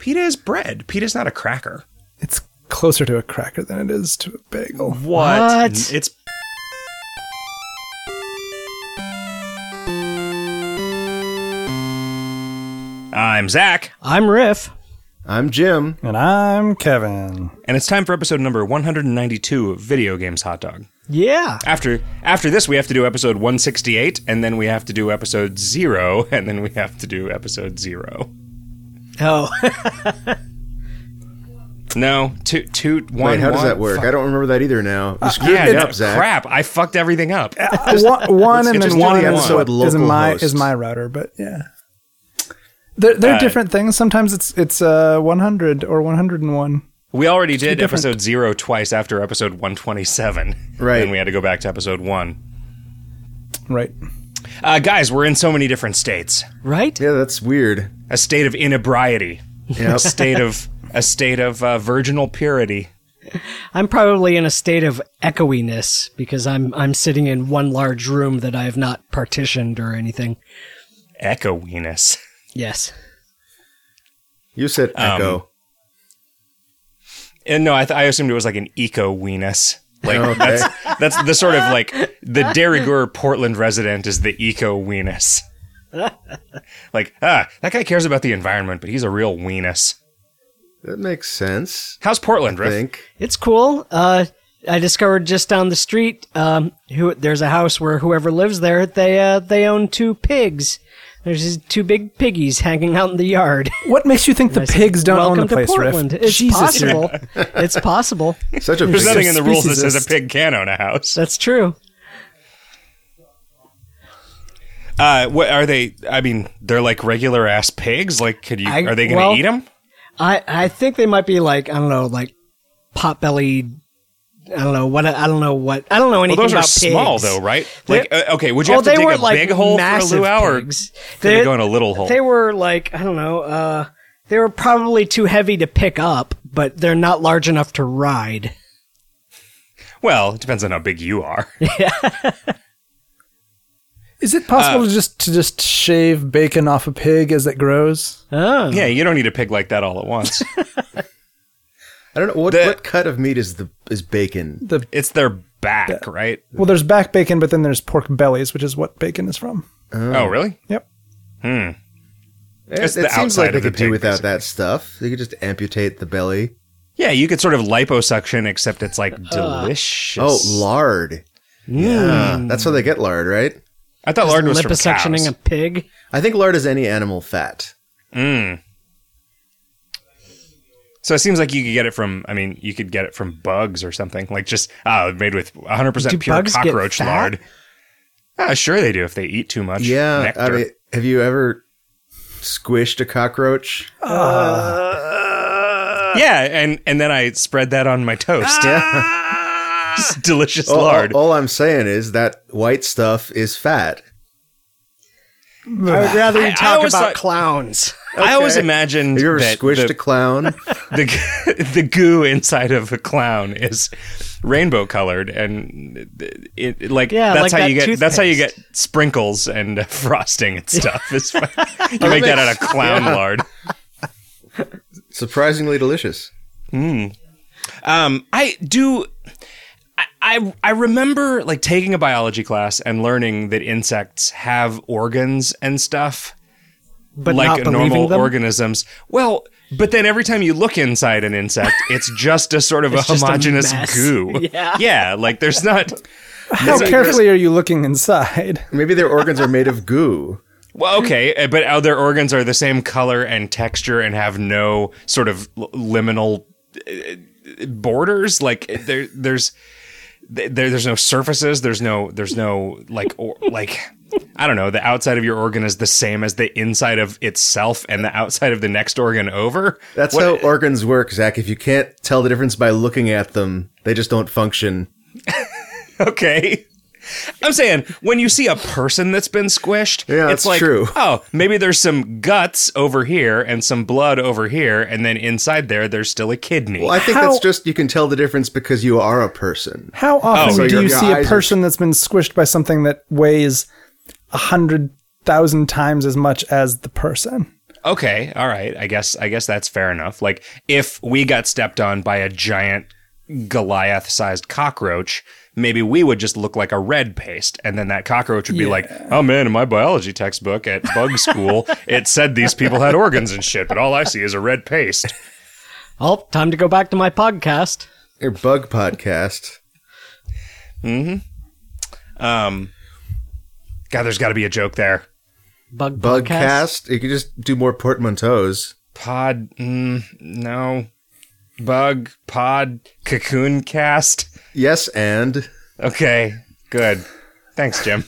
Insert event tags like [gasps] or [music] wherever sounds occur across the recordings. Pita is bread. Pita's not a cracker. It's closer to a cracker than it is to a bagel. What? What? It's I'm Zach, I'm Riff. I'm Jim. And I'm Kevin. and it's time for episode number 192 of Video Games Hot Dog. Yeah. After after this, we have to do episode 168, and then we have to do episode zero, and then we have to do episode zero. Oh, No, two, two, one. Wait, how does one. that work? I don't remember that either now. You screwed Uh, Yeah, me no, up, Zach. crap! I fucked everything up. [laughs] one, one and it's then just one really and episode one is my localhost. is my router, but yeah. They're, they're Uh, different things. Sometimes it's it's uh 100 or 101. We already did different. episode zero twice after episode [laughs] 127. Right. Then we had to go back to episode one. Right. Uh, guys, we're in so many different states. right? Yeah, that's weird. A state of inebriety. A Yep. state of a state of uh, virginal purity. I'm probably in a state of echoiness because I'm I'm sitting in one large room that I have not partitioned or anything. Echoiness. Yes. You said Um, echo. And no, I, th- I assumed it was like an eco-weenus. Like okay. that's the sort of like the de rigueur Portland resident is the [laughs] eco-weenus. like ah, that guy cares about the environment, but he's a real weenus. that makes sense. How's Portland, I Riff? think. It's cool. Uh, I discovered just down the street, um, who there's a house where whoever lives there, they uh, they own two pigs. There's these two big piggies hanging out in the yard. What makes you think the pigs don't Welcome own the to place, Portland. Riff? It's Jesus, Riff. possible. [laughs] it's possible. Such a There's big- nothing in the rules that says a speciesist. pig can own a house. That's true. Uh, what are they? I mean, they're like regular ass pigs. Like, could you? I- are they going to well- 'em? eat them? I I think they might be like I don't know, like potbelly. I don't know what I don't know what I don't know anything Well, those are about small pigs. Oh, though, right? They're- Like, uh, okay, would you have to dig a big hole for a massive luau, or pigs. could they go in a little hole? They were like I don't know. Uh, they were probably too heavy to pick up, but they're not large enough to ride. well, it depends on how big you [laughs] are. Is it Uh, possible to just to just shave bacon off a pig as it grows? Oh, yeah, you don't need a pig like that all at [laughs] once. I don't know what, The- what cut of meat is the is bacon. The it's their back, right? well, there's back bacon, but then there's pork bellies, which is what bacon is from. Oh, really? Yep. It, It's it the seems outside like they of the could do pig, without that stuff. They could just amputate the belly. Yeah, you could sort of liposuction, except it's Uh, like delicious. Oh, lard. Hmm. Yeah, Mm. that's how they get lard, right? I thought lard was from liposuctioning cows. a pig. I think lard is any animal fat. Mm. So it seems like you could get it from. I mean, you could get it from bugs or something. Like just ah, made with 100 Do percent pure bugs get cockroach fat? lard. Ah, sure they do if they eat too much. Yeah, I nectar. mean, have you ever squished a cockroach? Uh, yeah, and and then I spread that on my toast. [laughs] Just delicious All- lard. All, all I'm saying is that white stuff is fat. I [sighs] would rather I- I you talk about always thought- clowns. I always okay. imagined Have you ever that squished the, [laughs] a clown? the the goo inside of a clown is rainbow colored and it, it- like Yeah, that's like how that you get that's how you get toothpaste. sprinkles and [laughs] uh, frosting and stuff It's [laughs] fun. you make that out of clown lard Surprisingly delicious. um i do I- I, I remember like taking a biology class and learning that insects have organs and stuff But like not believing normal them. organisms. Well, but then every time you look inside an [laughs] insect, it's just a sort of a It's just a homogeneous mess. goo. [laughs] Yeah. like there's not. How carefully are you looking inside? Maybe their organs are made [laughs] of goo. Well, okay, uh, but other organs are the same color and texture and have no sort of l- liminal uh, borders. Like eh, there, there's there, there's no surfaces. There's no there's no like or, like I don't know. The outside of your organ is the same as the inside of itself, and the outside of the next organ over. That's What- how organs work, Zach. If you can't tell the difference by looking at them, they just don't function. [laughs] okay. I'm saying when you see a person that's been squished, Yeah, it's that's like, true. oh, maybe there's some guts over here and some blood over here, and then inside there, there's still a kidney. Well, I think How- that's just you can tell the difference because you are a person. How often so do your- you your see a eyes are- person that's been squished by something that weighs a hundred thousand times as much as the person? okay, all right. I guess I guess that's fair enough. Like if we got stepped on by a giant Goliath-sized cockroach, maybe we would just look like a red paste, and then that cockroach would be like, "Oh man, in my biology textbook at bug school, it said these people had organs and shit, but all I see is a red paste." Oh, time to go back to my podcast. Your bug [laughs] podcast. Um, God, there's got to be a joke there. Bug podcast. Bugcast. You could just do more portmanteaus. Pod, mm, no, bug, pod, cocoon cast. Yes, and Okay, good. Thanks, [laughs] Jim.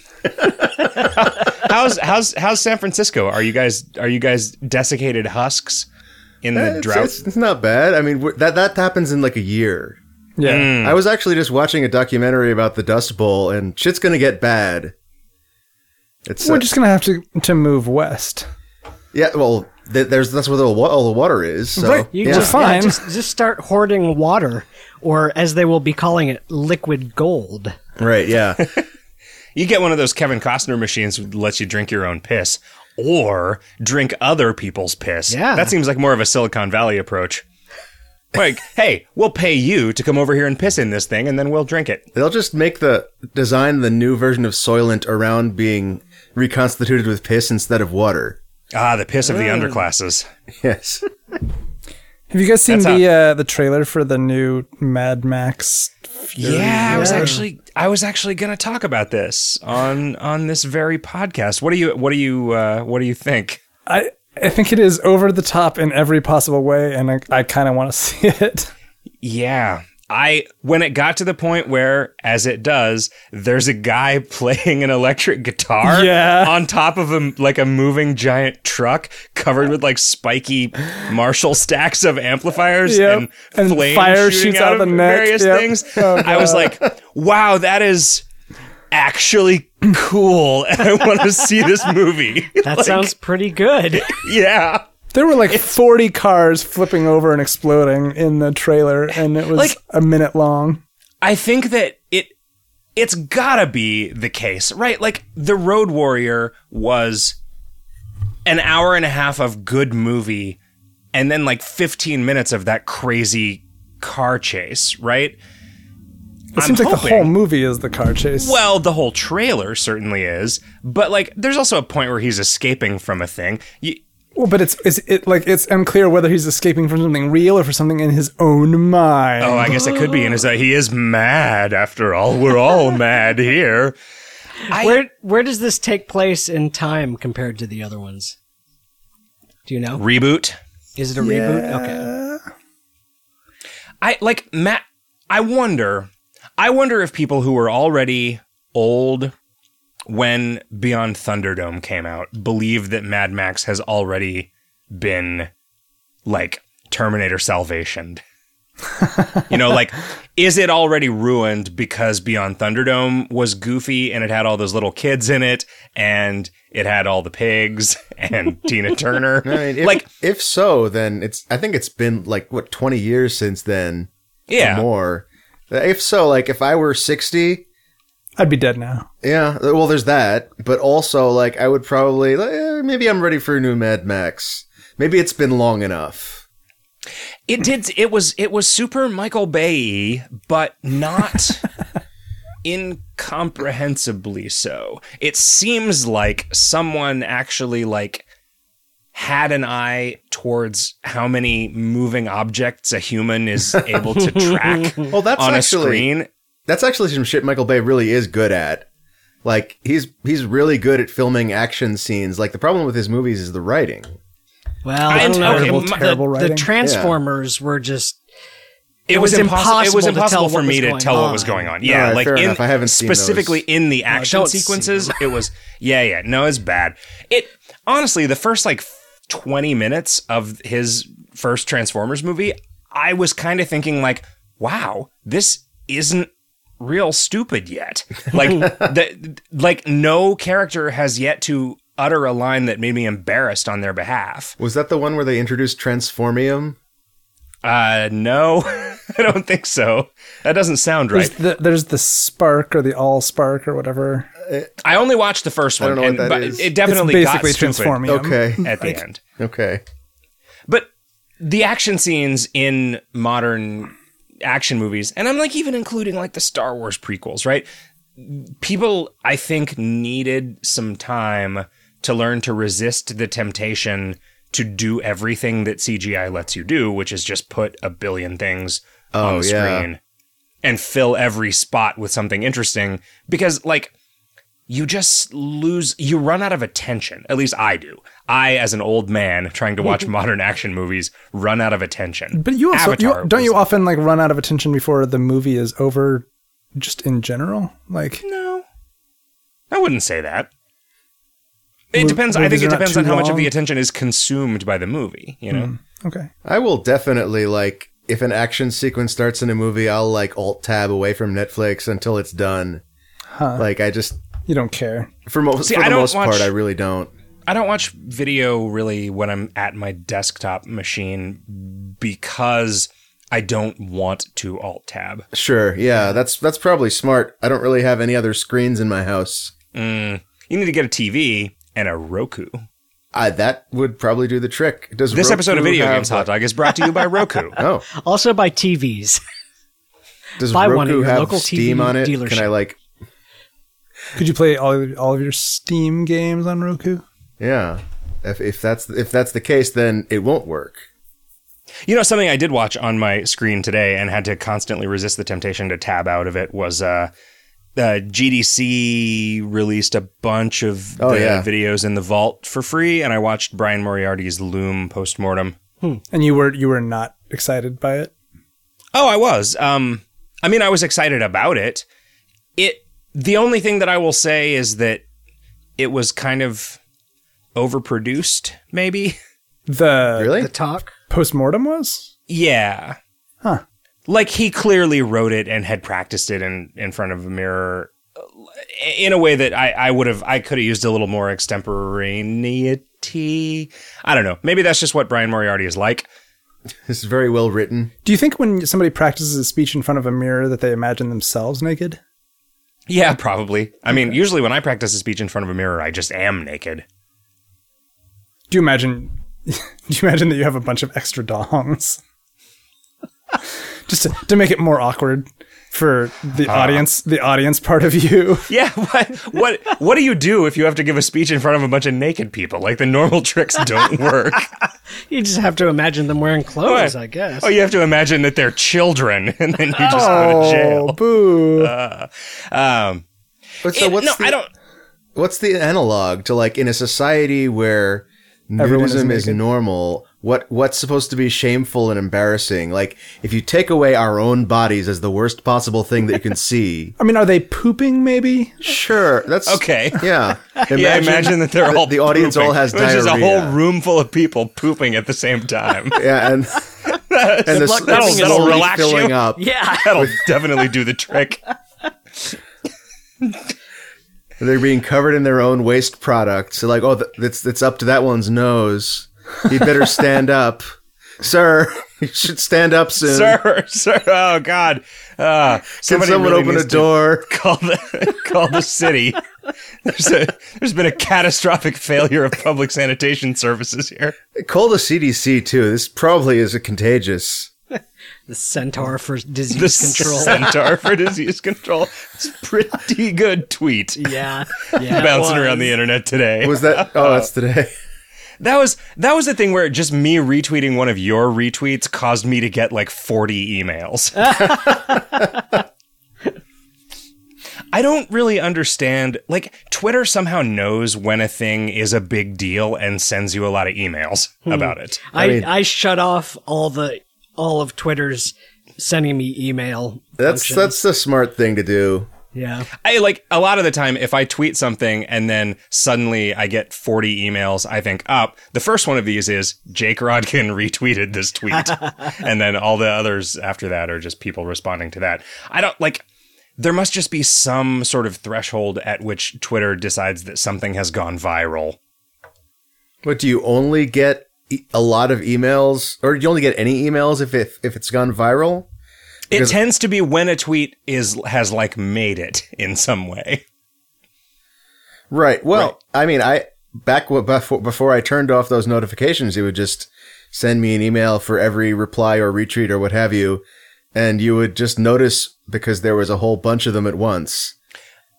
how's how's how's San Francisco? Are you guys are you guys desiccated husks in the Eh, it's, drought? It's, it's not bad. I mean, we're, that that happens in like a year. Yeah. Mm. I was actually just watching a documentary about the Dust Bowl, and shit's gonna get bad. It's We're uh, just gonna have to to move west. yeah. Well, th- there's that's where the wa- all the water is. So, Right, You yeah. just, We're yeah, fine. just just start hoarding water, or as they will be calling it, liquid gold. [laughs] right. Yeah. You get one of those Kevin Costner machines that lets you drink your own piss or drink other people's piss. Yeah. That seems like more of a Silicon Valley approach. Like, [laughs] hey, we'll pay you to come over here and piss in this thing and then we'll drink it. They'll just make the design the new version of Soylent around being reconstituted with piss instead of water. [laughs] Ah, the piss of the underclasses. Yes. Have you guys seen That's the uh, the trailer for the new Mad Max? Fury? Yeah, I was actually I was actually going to talk about this on on this very podcast. What do you what do you uh, what do you think? I I think it is over the top in every possible way, and I, I kind of want to [laughs] see it. Yeah. I when it got to the point where, as it does, there's a guy [laughs] playing an electric guitar Yeah. on top of a like a moving giant truck covered with like spiky Marshall stacks of amplifiers Yep. and, And flames fire shooting shoots out of the neck. various Yep. things. [laughs] Oh, I was like, wow, that is actually cool. [laughs] And I want to see this movie. [laughs] That Like, sounds pretty good. yeah. There were like 40 cars flipping over and exploding in the trailer, and it was Like- a minute long. I think that it it's gotta be the case, right? Like the Road Warrior was an hour and a half of good movie and then like 15 minutes of that crazy car chase, right? It seems like the hoping- whole movie is the car chase. Well, the whole trailer certainly is, but like there's also a point where he's escaping from a thing. You, Well, but it's, it's it like it's unclear whether he's escaping from something real or for something in his own mind. oh, I guess it could be, and is that he is mad after all. We're all mad here. I- Where where does this take place in time compared to the other ones? Do you know? Reboot. Is it a reboot? Okay. I like Matt. I wonder. I wonder if people who were already old when Beyond Thunderdome came out believe that Mad Max has already been like Terminator Salvationed. you know, like, is it already ruined because Beyond Thunderdome was goofy and it had all those little kids in it and it had all the pigs and [laughs] Tina Turner? I mean, if, like, if so, then it's. I think it's been like what twenty years since then. yeah. Or more. Uh, If so, like if I were sixty, I'd be dead now. yeah. Well, there's that, but also like I would probably like, eh, maybe I'm ready for a new Mad Max. Maybe it's been long enough. It did. It was it was super Michael Bay, but not incomprehensibly so. It seems like someone actually like had an eye towards how many moving objects a human is able to track [laughs] Well, that's on a actually screen. that's actually some shit Michael Bay really is good at. Like he's he's really good at filming action scenes. Like the problem with his movies is the writing. Well, I I don't know. Terrible, The- terrible the, writing. the Transformers were just It, It was, was impossible. It was impossible to impossible tell for what me was to going tell what was on. going on. Yeah, Alright, like fair in, enough. I haven't seen specifically in the action don't see sequences. It was yeah, yeah. No, it's bad. It honestly, the first like twenty minutes of his first Transformers movie, I was kind of thinking like, wow, this isn't real stupid yet. [laughs] Like the like no character has yet to utter a line that made me embarrassed on their behalf. Was that the one where they introduced Transformium? Uh no, [laughs] I don't think so. That doesn't sound right. There's the there's the spark or the all spark or whatever. I only watched the first one. don't know what and- that but is. It definitely it's basically got stupid [laughs] transforming. Okay. at the end. Okay. But the action scenes in modern action movies, and I'm like even including like the Star Wars prequels, right? People, I think, needed some time to learn to resist the temptation to do everything that CGI lets you do, which is just put a billion things on Oh, the yeah. screen and fill every spot with something interesting because, like, you just lose you run out of attention at least i do i as an old man trying to [laughs] watch modern action movies run out of attention But you also Avatar you, don't you was- often like run out of attention before the movie is over, just in general. Like no i wouldn't say that it Mo- depends i think movies it are not depends on too how much of long? Hmm. the attention is consumed by the movie you know okay, I will definitely like if an action sequence starts in a movie, I'll like alt tab away from Netflix until it's done. Huh. Like I just you don't care. for most See, for I the don't most watch- part, I really don't. I don't watch video really when I'm at my desktop machine because I don't want to alt tab. Sure, yeah, that's that's probably smart. I don't really have any other screens in my house. Mm. You need to get a TV and a Roku. I, that would probably do the trick. Does This Roku episode of Video have- Games Hot Dog is brought to you by [laughs] Roku. Oh, Also by TVs. does Buy Roku one at your have local TV Steam on it? Can I dealership. like? Could you play all of, all of your Steam games on Roku? Yeah, if, if that's if that's the case, then it won't work. You know, something I did watch on my screen today and had to constantly resist the temptation to tab out of it was uh, uh, GDC released a bunch of Oh, the yeah. videos in the vault for free, and I watched Brian Moriarty's Loom postmortem. And you were you were not excited by it. Oh, I was. Um, I mean, I was excited about it. It. The only thing that I will say is that it was kind of overproduced, maybe. The Really? The talk. postmortem was Yeah. Huh. Like he clearly wrote it and had practiced it in, in front of a mirror uh, in a way that I, I would have, I could have used a little more extemporaneity. I don't know. Maybe that's just what Brian Moriarty is like. This is very well written. Do you think when somebody practices a speech in front of a mirror that they imagine themselves naked? Yeah, probably. I mean, usually when I practice a speech in front of a mirror, I just am [laughs] naked. Do you imagine? [laughs] Do you imagine that you have a bunch of extra dongs, [laughs] just to, to make it more awkward for the audience? The audience part of you. Yeah, what, what what do you do if you have to give a speech in front of a bunch of naked people? Like the normal tricks don't [laughs] work. You just have to imagine them wearing clothes, I guess. Oh, you have to imagine that they're children, [laughs] and then you just go to Oh. jail. Oh, boo! Um, But so it- what's no, the, I don't. what's the analog to like in a society where Everyone is nudism is, naked. normal what what's supposed to be shameful and embarrassing like if you take away our own bodies as the worst possible thing that you can see I mean, are they pooping? Maybe sure that's Okay. yeah imagine, yeah, imagine that they're the, all the audience all pooping, has which diarrhea is a whole room full of people pooping at the same [laughs] time. yeah and and the, luck that's living in a slowly relax you. filling up yeah. That'll definitely do the trick. they're being covered in their own waste products so like oh th- it's it's up to that one's nose he'd [laughs] better stand up sir you should stand up soon sir, sir. Oh God. Uh, Can somebody someone really open needs a to door? Call the [laughs] call the city. There's a, there's been a catastrophic failure of public sanitation services here. Call the CDC too. This probably is a contagious. The centaur for disease The control. Center for Disease Control. It's a pretty good tweet yeah. Yeah. [laughs] bouncing it was. around the internet today. Was that? [laughs] Oh, that's today. That was that was the thing where just me retweeting one of your retweets caused me to get like 40 emails. I don't really understand like Twitter somehow knows when a thing is a big deal and sends you a lot of emails about it. I, I, mean- shut off all the all of Twitter's sending me email. That's functions. that's the smart thing to do. yeah. I like a lot of the time if I tweet something and then suddenly I get 40 emails, I think up. the first one of these is Jake Rodkin [laughs] retweeted this tweet. and then all the others after that are just people responding to that. I don't like there must just be some sort of threshold at which Twitter decides that something has gone viral. But do you only get e- a lot of emails, or do you only get any emails if if, if it's gone viral? It Because- tends to be when a tweet is has like made it in some way. Right. Well, I mean, I back w- before before I turned off those notifications, you would just send me an email for every reply or retweet or what have you, and you would just notice because there was a whole bunch of them at once,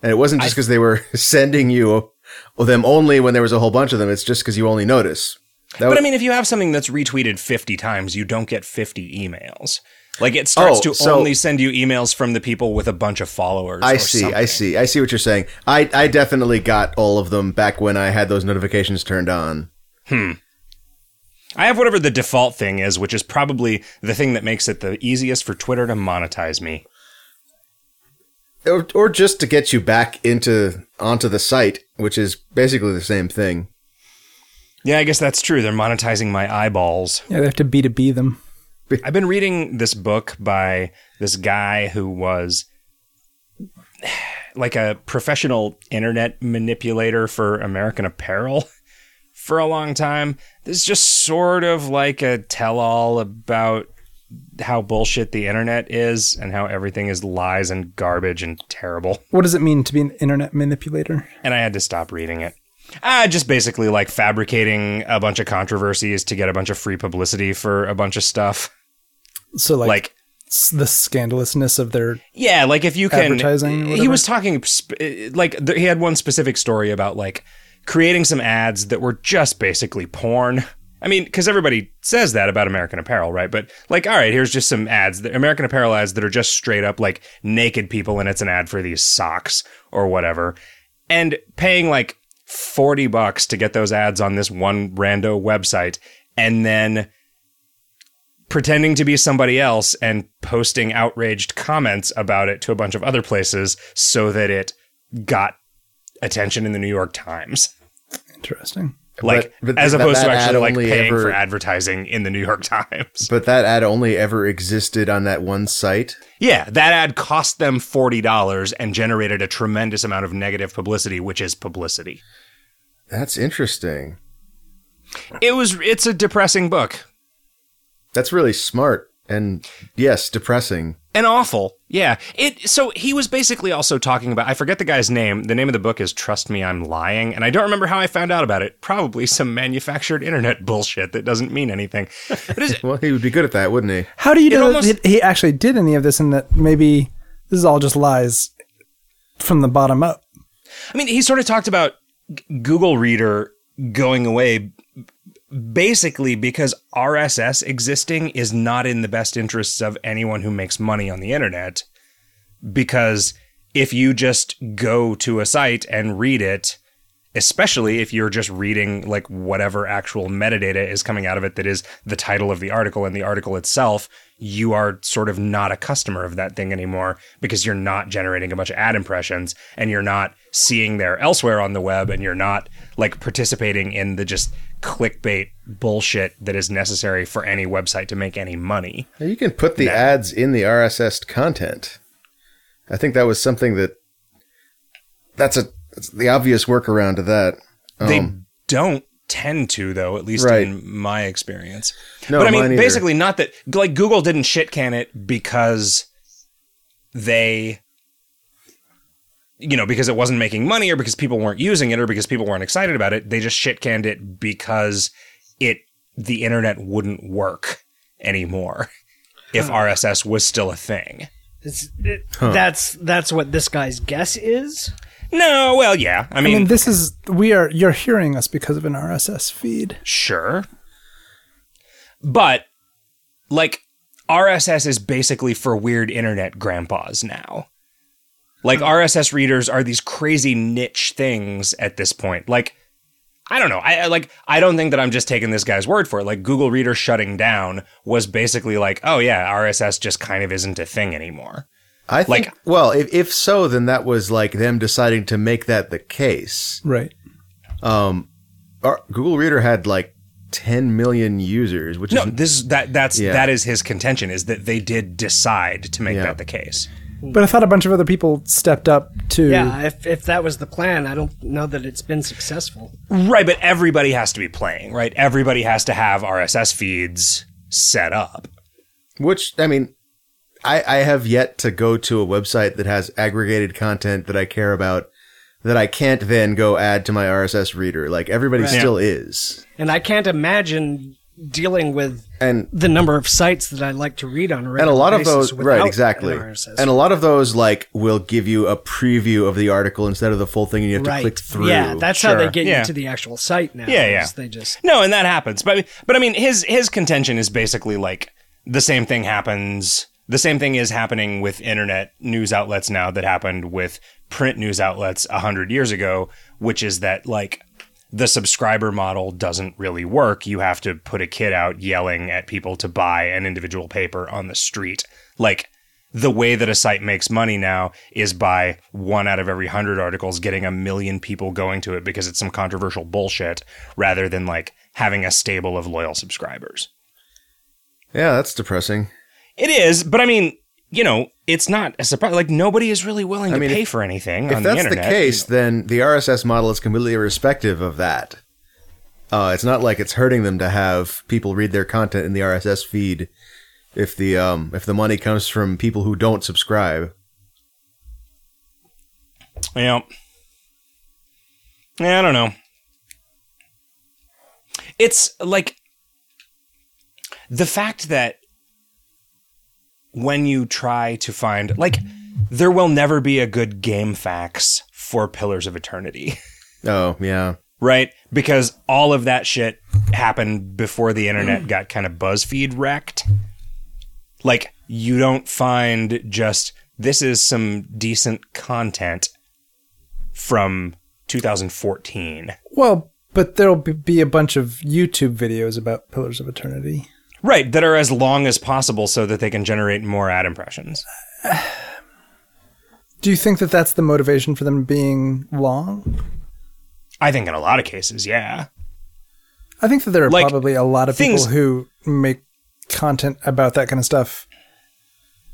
and it wasn't just because they were [laughs] sending you them only when there was a whole bunch of them. It's just because you only notice. That But was- I mean, if you have something that's retweeted 50 times, you don't get 50 emails. Like it starts Oh, to so- only send you emails from the people with a bunch of followers. I or see, something. I see, I see what you're saying. I I definitely got all of them back when I had those notifications turned on. I have whatever the default thing is, which is probably the thing that makes it the easiest for Twitter to monetize me. or, or just to get you back into onto the site, which is basically the same thing. Yeah, I guess that's true. They're monetizing my eyeballs. Yeah, they have to B to B them. I've been reading this book by this guy who was like a professional internet manipulator for American Apparel [laughs] for a long time. This is just sort of like a tell all about how bullshit the internet is and how everything is lies and garbage and terrible. What does it mean to be an internet manipulator? and I had to stop reading it. Ah, just basically like fabricating a bunch of controversies to get a bunch of free publicity for a bunch of stuff. So like, Like, s- the scandalousness of their yeah, like if you can. Advertising or he whatever? was talking sp- like th- he had one specific story about like creating some ads that were just basically porn. I mean, because everybody says that about American Apparel, right? But like, all right, here's just some ads, that, American Apparel ads that are just straight up like naked people, and it's an ad for these socks or whatever, and paying like forty bucks to get those ads on this one rando website, and then pretending to be somebody else and posting outraged comments about it to a bunch of other places so that it got attention in the New York Times. interesting. Like but as that- opposed to that ad actually like only paying ever- for advertising in the New York [laughs] Times. But that ad only ever existed on that one site. Yeah, that ad cost them $40 and generated a tremendous amount of negative publicity, which is publicity. That's interesting. It was it's a depressing book. That's really smart and yes, depressing. and awful. Yeah. It so he was basically also talking about I forget the guy's name. The name of the book is Trust Me I'm Lying and I don't remember how I found out about it. Probably some manufactured internet [laughs] bullshit that doesn't mean anything. But is Well, he would be good at that, wouldn't he? How do you know almost- that he actually did any of this and that maybe this is all just lies from the bottom up? I mean, he sort of talked about G- Google Reader going away b- basically because RSS existing is not in the best interests of anyone who makes money on the internet. Because if you just go to a site and read it, especially if you're just reading like whatever actual metadata is coming out of it that is the title of the article and the article itself, you are sort of not a customer of that thing anymore because you're not generating a bunch of ad impressions and you're not seeing there elsewhere on the web and you're not like participating in the just clickbait bullshit that is necessary for any website to make any money. Now, You can put the ads in the RSS content. I think that was something that that's a that's the obvious workaround to that. They Um, don't tend to though, at least Right. in my experience. no, but I mean, mine either. basically, not that like Google didn't shit can it because they, you know, because it wasn't making money or because people weren't using it or because people weren't excited about it. They just shit canned it because it the internet wouldn't work anymore [laughs] if RSS was still a thing. It's, it, That's that's what this guy's guess is. No, well, yeah, I I mean, mean, this is we are you're hearing us because of an RSS feed. Sure. But like RSS is basically for weird internet grandpas now. Like RSS readers are these crazy niche things at this point. Like I don't know. I, I like I don't think that I'm just taking this guy's word for it. Like Google Reader shutting down was basically like, oh yeah, RSS just kind of isn't a thing anymore. I think, Like- well, if, if so, then that was like them deciding to make that the case. Right. Um, our, Google Reader had like 10 million users, which No, is this is that that's Yeah. that is his contention is that they did decide to make Yeah. that the case. But I thought a bunch of other people stepped up to Yeah, Mm. if if that was the plan, I don't know that it's been successful. Right, but everybody has to be playing, right? Everybody has to have RSS feeds set up. which I mean, I I have yet to go to a website that has aggregated content that I care about that I can't then go add to my RSS reader. Like everybody still is. And I can't imagine dealing with And the number of sites that I like to read on a and regular a lot of basis those right without exactly an RSS. and a lot of those like will give you a preview of the article instead of the full thing and you have right. to click through Yeah, that's how Sure. they get Yeah. you to the actual site now. Yeah, yeah. is They just No, and that happens. But but I mean, his his contention is basically like the same thing happens. The same thing is happening with internet news outlets now that happened with print news outlets a hundred years ago, which is that like the subscriber model doesn't really work. You have to put a kid out yelling at people to buy an individual paper on the street. Like the way that a site makes money now is by one out of every hundred articles getting a million people going to it because it's some controversial bullshit rather than like having a stable of loyal subscribers. yeah that's depressing It is, but I mean, you know, it's not a surprise. Like nobody is really willing to mean, pay if- for anything if on that's the the internet. case then the rss model is completely irrespective of that uh, it's not like it's hurting them to have people read their content in the rss feed if the um if the money comes from people who don't subscribe Yeah. Yeah, I don't know. It's like the fact that when you try to find like there will never be a good game facts for Pillars of Eternity, oh yeah right? Because all of that shit happened before the internet got kind of BuzzFeed wrecked. Like you don't find just this is some decent content from 2014. Well, but there'll be- be a bunch of YouTube videos about Pillars of Eternity. Right, that are as long as possible so that they can generate more ad impressions. Do you think that that's the motivation for them being long? I think in a lot of cases, yeah. I think that there are Like, probably a lot of things- people who make content about that kind of stuff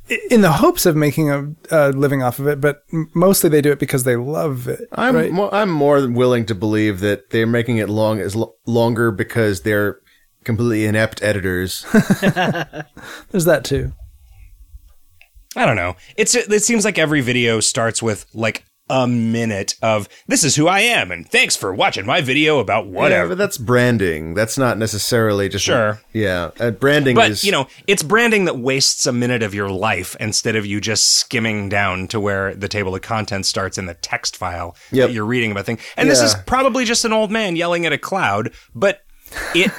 i- in the hopes of making a, a living off of it, but m- mostly they do it because they love it. I'm right? mo- I'm more than willing to believe that they're making it long as lo- longer because they're completely inept editors. There's that too. I don't know. It's it seems like every video starts with like a minute of this is who I am and thanks for watching my video about Yeah, whatever. [laughs] but that's branding. That's not necessarily just Sure. yeah, uh, branding But is you know, it's branding that wastes a minute of your life instead of you just skimming down to where the table of contents starts in the text file Yep. that you're reading about things. And this is Yeah. probably just an old man yelling at a cloud, but [laughs] it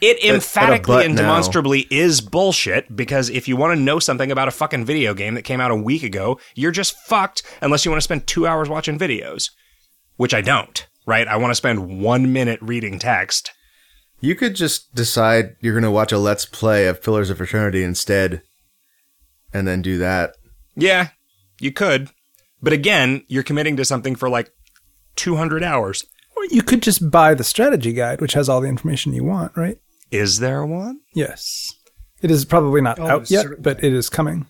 it emphatically butt and now. demonstrably is bullshit because if you want to know something about a fucking video game that came out a week ago, you're just fucked unless you want to spend 2 hours watching videos, which I don't, right? I want to spend 1 minute reading text. you could just decide you're going to watch a let's play of Pillars of Eternity instead, and then do that. Yeah, you could. But again, you're committing to something for like 200 hours. Or you could just buy the strategy guide, which has all the information you want, right? Is there one? Yes. It is probably not Oh, out yet, certainly. but it is coming.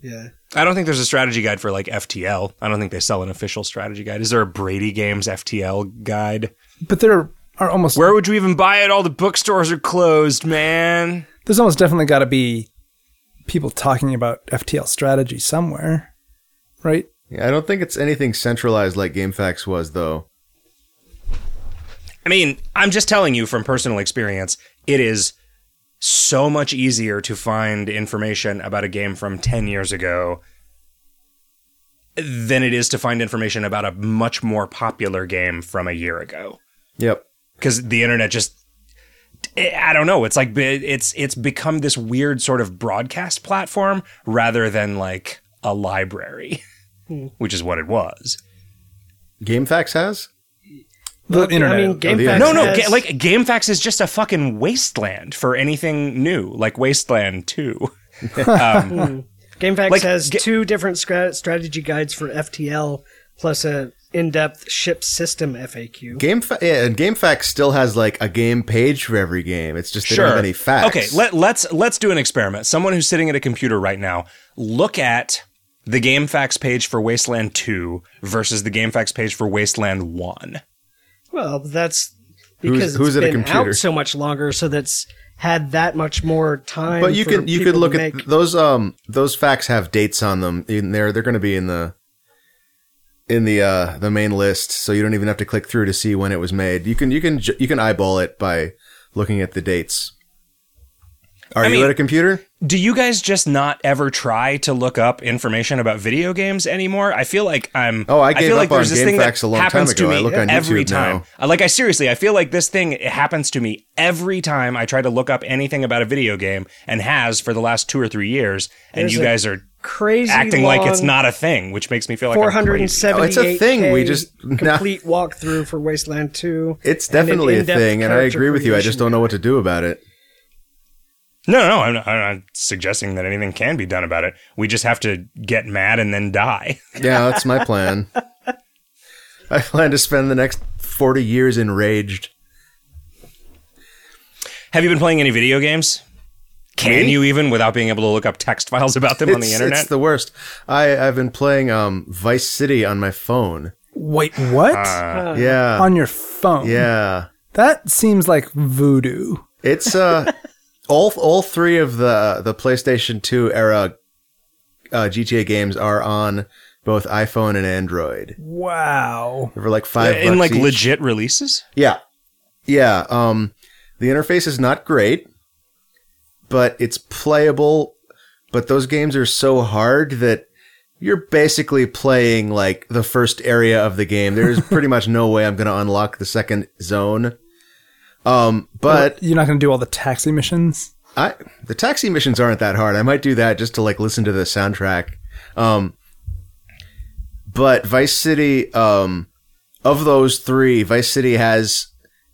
yeah. I don't think there's a strategy guide for like FTL. I don't think they sell an official strategy guide. Is there a Brady Games FTL guide? But there are almost Where would you even buy it? All the bookstores are closed, man. there's almost definitely got to be people talking about FTL strategy somewhere, right? Yeah, I don't think it's anything centralized like GameFAQs was though. I mean, I'm just telling you from personal experience, it is so much easier to find information about a game from 10 years ago than it is to find information about a much more popular game from a year ago Yep. because the internet just I don't know. It's like be- it's it's become this weird sort of broadcast platform rather than like a library, which is what it was. GameFAQs has? The internet. I mean, GameFAQs. No, no, has- ga- like GameFAQs is just a fucking wasteland for anything new, like Wasteland Two. GameFAQs like, has ga- two different scra- strategy guides for FTL plus a in-depth ship system FAQ. GameFAQs yeah, and GameFAQs still has like a game page for every game. It's just they don't have any facts. Okay, let, let's let's do an experiment. Someone who's sitting at a computer right now, look at the GameFAQs page for Wasteland Two versus the GameFAQs page for Wasteland One. Well, that's Who's- because who's at it's a been computer? out so much longer, so that's had that much more time. But you for can you people could to look make- at those um those facts have dates on them in there. They're going to be in the in the uh, the main list, so you don't even have to click through to see when it was made. You can you can ju- you can eyeball it by looking at the dates. Are you mean- at a computer? Do you guys just not ever try to look up information about video games anymore? I feel like I'm. Oh, I gave feel up like there's on this thing GameFAQs that a long time happens ago. to me I look on every YouTube time. now. I- Like I seriously, I feel like this thing it happens to me every time I try to look up anything about a video game, and has for the last two or three years. And There's you a guys are Crazy. acting like it's long not a thing, which makes me feel like I'm crazy. 478 No, it's a Oh, thing. We just- [laughs] complete walkthrough for Wasteland 2. It's and an definitely a in-depth thing, and I character agree with you. I just creation. don't know what to do about [laughs] it. No, no, no. I'm not, I'm not suggesting that anything can be done about it. We just have to get mad and then die. Yeah, that's my plan. I plan to spend the next forty years enraged. have you been playing any video games? Can Me? you even without being able to look up text files about them on the It's- internet? it's the worst. I I've been playing um, Vice City on my phone. Wait, what? Uh, Uh, Uh-huh. yeah, On your phone? yeah. That seems like voodoo. [laughs] It's uh all all three of the the PlayStation 2 era uh, GTA games are on both iPhone and Android. Wow. They're like five in bucks like each. legit releases. Yeah, yeah. Um, the interface is not great, but it's playable. But those games are so hard that you're basically playing like the first area of the [laughs] game. There's pretty much no way I'm going to unlock the second zone. Um, but You're not going to do all the taxi missions? I the taxi missions aren't that hard. I might do that just to like listen to the soundtrack. Um, but Vice City, um, of those three, Vice City has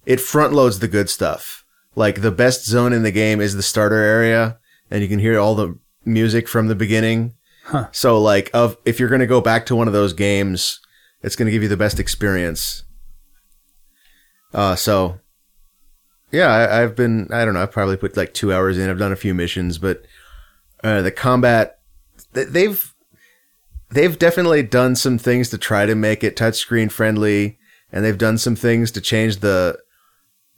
it front loads the good stuff. Like the best zone in the game is the starter area, and you can hear all the music from the beginning. So like of if you're gonna go back to one of those games, it's gonna give you the best experience. Uh, so yeah, I, I've been. I don't know. I've probably put like two hours in. I've done a few missions, but uh, the combat th- they've they've definitely done some things to try to make it touchscreen friendly, and they've done some things to change the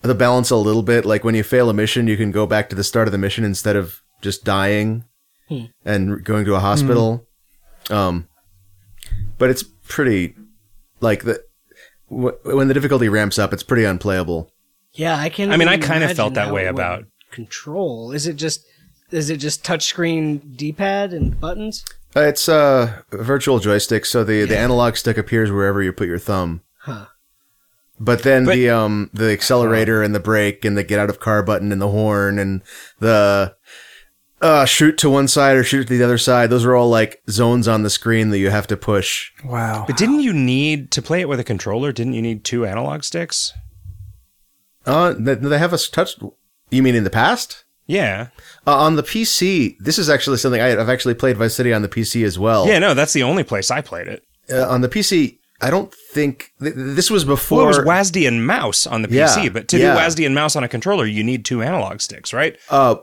the balance a little bit. Like when you fail a mission, you can go back to the start of the mission instead of just dying Hmm. and going to a hospital. Um, but it's pretty like the w- when the difficulty ramps up, it's pretty unplayable. Yeah, I can. I mean, I kinda felt that way about- control. Is it just is it just touchscreen D-pad and buttons? Uh, It's uh, a virtual joystick, so the, the analog stick appears wherever you put your thumb. Huh. But then But- the um the accelerator and the brake and the get out of car button and the horn and the uh, shoot to one side or shoot to the other side. Those are all like zones on the screen that you have to push. Wow. But didn't you need to play it with a controller? Didn't you need two analog sticks? Uh, they, they have us touched. You mean in the past? Yeah. Uh, on the PC, this is actually something I, I've actually played Vice City on the PC as well. Yeah, no, that's the only place I played it. Uh, on the PC, I don't think th- th- this was before. Well, it was WASD and mouse on the PC, Yeah, but to yeah. do WASD and mouse on a controller, you need two analog sticks, right? Uh,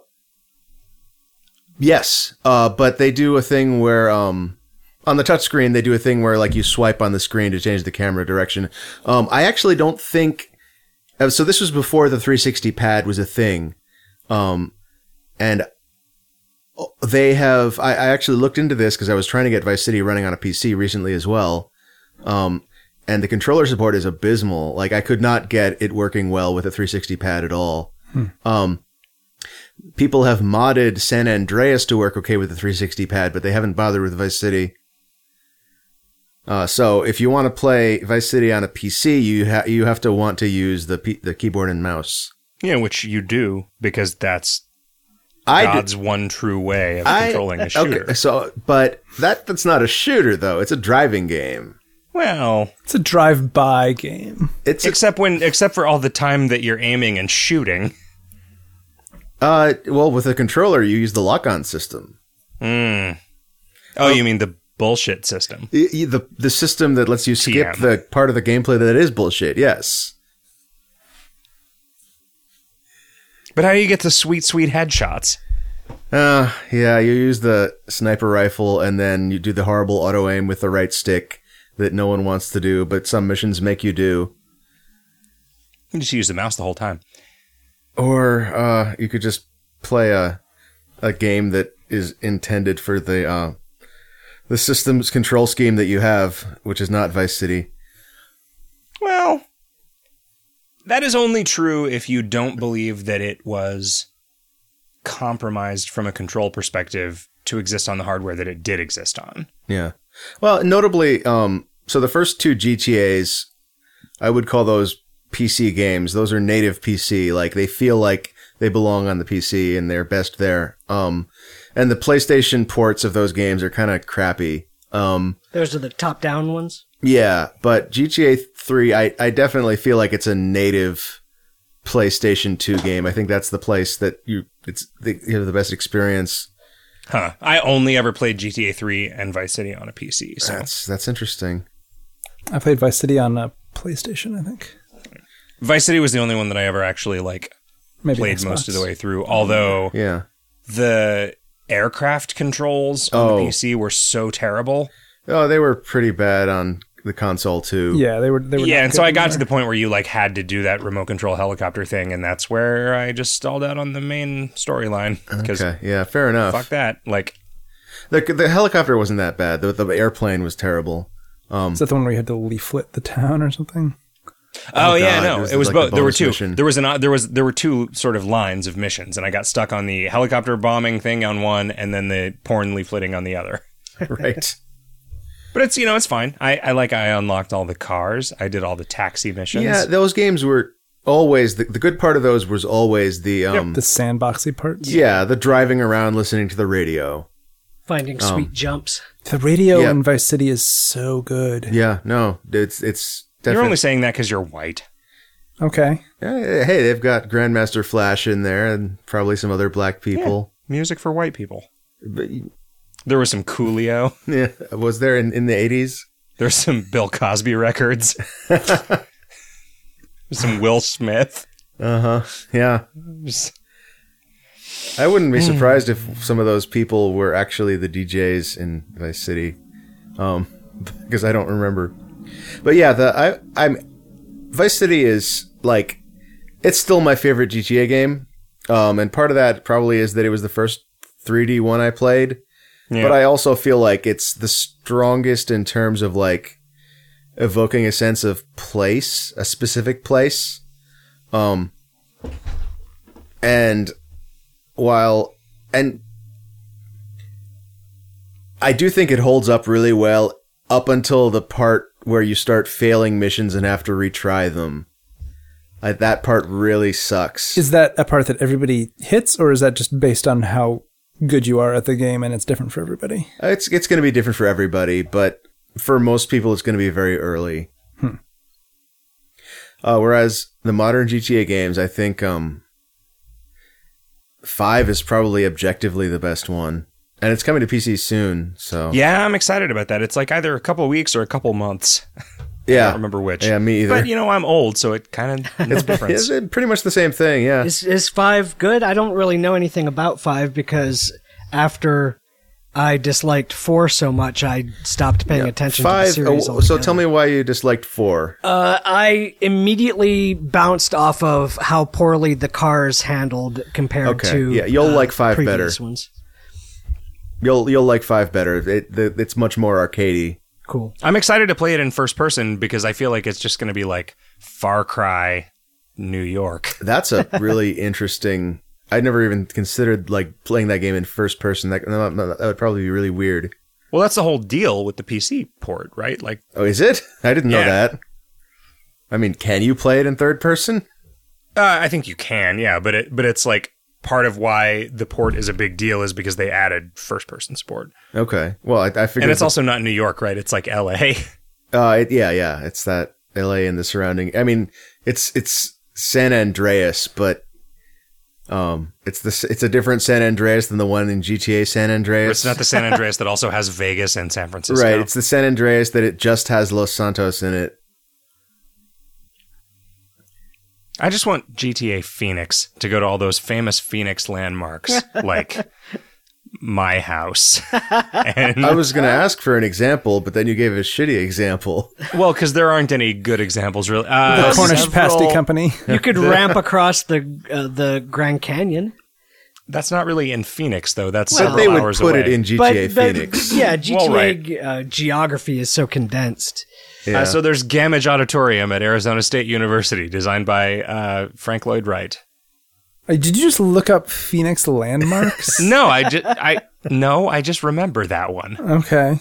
yes, uh, but they do a thing where um, on the touch screen they do a thing where like you swipe on the screen to change the camera direction. Um, I actually don't think uh, so. This was before the 360 pad was a thing, um, and oh, they have. I, I actually looked into this because I was trying to get Vice City running on a PC recently as well. Um, and the controller support is abysmal. Like I could not get it working well with a 360 pad at all. Um, people have modded San Andreas to work okay with the 360 pad, but they haven't bothered with Vice City. Uh, so if you want to play Vice City on a PC, you ha- you have to want to use the P- the keyboard and mouse. Yeah, which you do because that's I d- God's one true way of I- controlling [laughs] a shooter. Okay, so but that that's not a shooter though. It's a driving game. Well, It's a drive by game. It's a, except when except for all the time that you're aiming and shooting. uh well with a controller you use the lock on system. Mm. Oh, you mean the bullshit system? Y- y- the the system that lets you skip TM. the part of the gameplay that is bullshit. Yes. But how do you get the sweet, sweet headshots? Uh, yeah, you use the sniper rifle and then you do the horrible auto aim with the right stick that no one wants to do, but some missions make you do. You just use the mouse the whole time. Or uh, you could just play a a game that is intended for the uh, the system's control scheme that you have, which is not Vice City. Well, that is only true if you don't believe that it was compromised from a control perspective to exist on the hardware that it did exist on. Yeah. Well, notably, um, so the first two GTA's, I would call those PC games. Those are native PC. Like they feel like they belong on the PC and they're best there. Um, and the PlayStation ports of those games are kind of crappy. Um, Those are the top down ones. yeah, but GTA 3, I, I definitely feel like it's a native PlayStation 2 game. I think that's the place that you, it's, the, you have the best experience. Huh. I only ever played GTA 3 and Vice City on a PC. So That's, that's interesting. I played Vice City on uh, PlayStation, I think. Vice City was the only one that I ever actually like Maybe played Xbox. most of the way through. Although Yeah. Mm-hmm. the aircraft controls on Oh. the PC were so terrible. Oh, they were pretty bad on the console too. Yeah, they were. They were yeah, not and so good I got to either. the point where you like had to do that remote control helicopter thing, and that's where I just stalled out on the main storyline because Okay. Yeah. Fair enough. fuck that. Like, The, the helicopter wasn't that bad. The, the airplane [laughs] was terrible. Um, Is that the one where you had to leaflet the town or something? oh, Oh, yeah, God, no, it it was was, like the both. There were bonus two. mission. There was an there was there were two sort of lines of missions, and I got stuck on the helicopter bombing thing on one, and then the porn leafleting on the other. right. But it's you know it's fine. I, I like I unlocked all the cars. I did all the taxi missions. Yeah. Those games were always the, the good part of those was always the um, The sandboxy parts. yeah the driving around listening to the radio. Finding Oh. sweet jumps. The radio Yeah. in Vice City is so good. Yeah. No, it's it's you're only definitely. saying that because you're white. Okay. hey, they've got Grandmaster Flash in there and probably some other black people. Music for white people. But [laughs] There was some Coolio. yeah, was there in, in the eighties? There's some Bill Cosby [laughs] records. some Will Smith. Uh huh. Yeah. Just- I wouldn't be surprised if some of those people were actually the DJs in Vice City, um, [laughs] because I don't remember. But yeah, the I I'm Vice City is like it's still my favorite GTA game, um, and part of that probably is that it was the first 3D one I played. Yeah. But I also feel like it's the strongest in terms of like evoking a sense of place, a specific place. Um and while and I do think it holds up really well up until the part where you start failing missions and have to retry them. Like that part really sucks. Is that a part that everybody hits, or is that just based on how good you are at the game and it's different for everybody? It's it's going to be different for everybody, but for most people, it's going to be very early. Hmm. Uh, whereas the modern GTA games, I think um, five is probably objectively the best one, and it's coming to PC soon. So yeah, I'm excited about that. It's like either a couple weeks or a couple months. I don't yeah, remember which. yeah, me either. But you know, I'm old, so it [laughs] kind of no difference. it's uh, pretty much the same thing. Yeah, Is is five good? I don't really know anything about five because after I disliked four so much, I stopped paying attention to the five. series. oh, so altogether. tell me why you disliked four. Uh, I immediately bounced off of how poorly the cars handled compared Okay, to yeah, you'll uh, like five previous better. ones. You'll you'll like five better. It, the, it's much more arcadey. Cool. I'm excited to play it in first person because I feel like it's just going to be like Far Cry, New York. [laughs] That's a really interesting. I never even considered like playing that game in first person. That, no, no, that would probably be really weird. Well, that's the whole deal with the PC port, right? Like, Oh, is it? [laughs] I didn't know Yeah. that. I mean, can you play it in third person? uh, I think you can, yeah, but it but it's like part of why the port is a big deal is because they added first person support. Okay. Well, I, I figured. And it's also not New York, right? It's like LA. Uh, it, yeah, yeah. It's that L.A. and the surrounding. I mean, it's it's San Andreas, but um, it's this it's a different San Andreas than the one in GTA San [laughs] Andreas. it's not the San Andreas that also has Vegas and San Francisco. right. It's the San Andreas that it just has Los Santos in it. I just want GTA Phoenix to go to all those famous Phoenix landmarks [laughs] like my house. [laughs] and I was going to ask for an example, but then you gave a shitty [laughs] example. well, cuz there aren't any good examples really. Uh, The Cornish several- [laughs] Pasty Company. You could ramp across the uh, the Grand Canyon. That's not really in Phoenix though. That's But several they would hours put away. it in GTA but, but- [laughs] Phoenix. [clears throat] yeah, GTA Well, right. uh, geography is so condensed. Yeah. Uh, so there's Gamage Auditorium at Arizona State University, designed by uh, Frank Lloyd Wright. Uh, Did you just look up Phoenix landmarks? [laughs] No, I just I no, I just remember that one. Okay.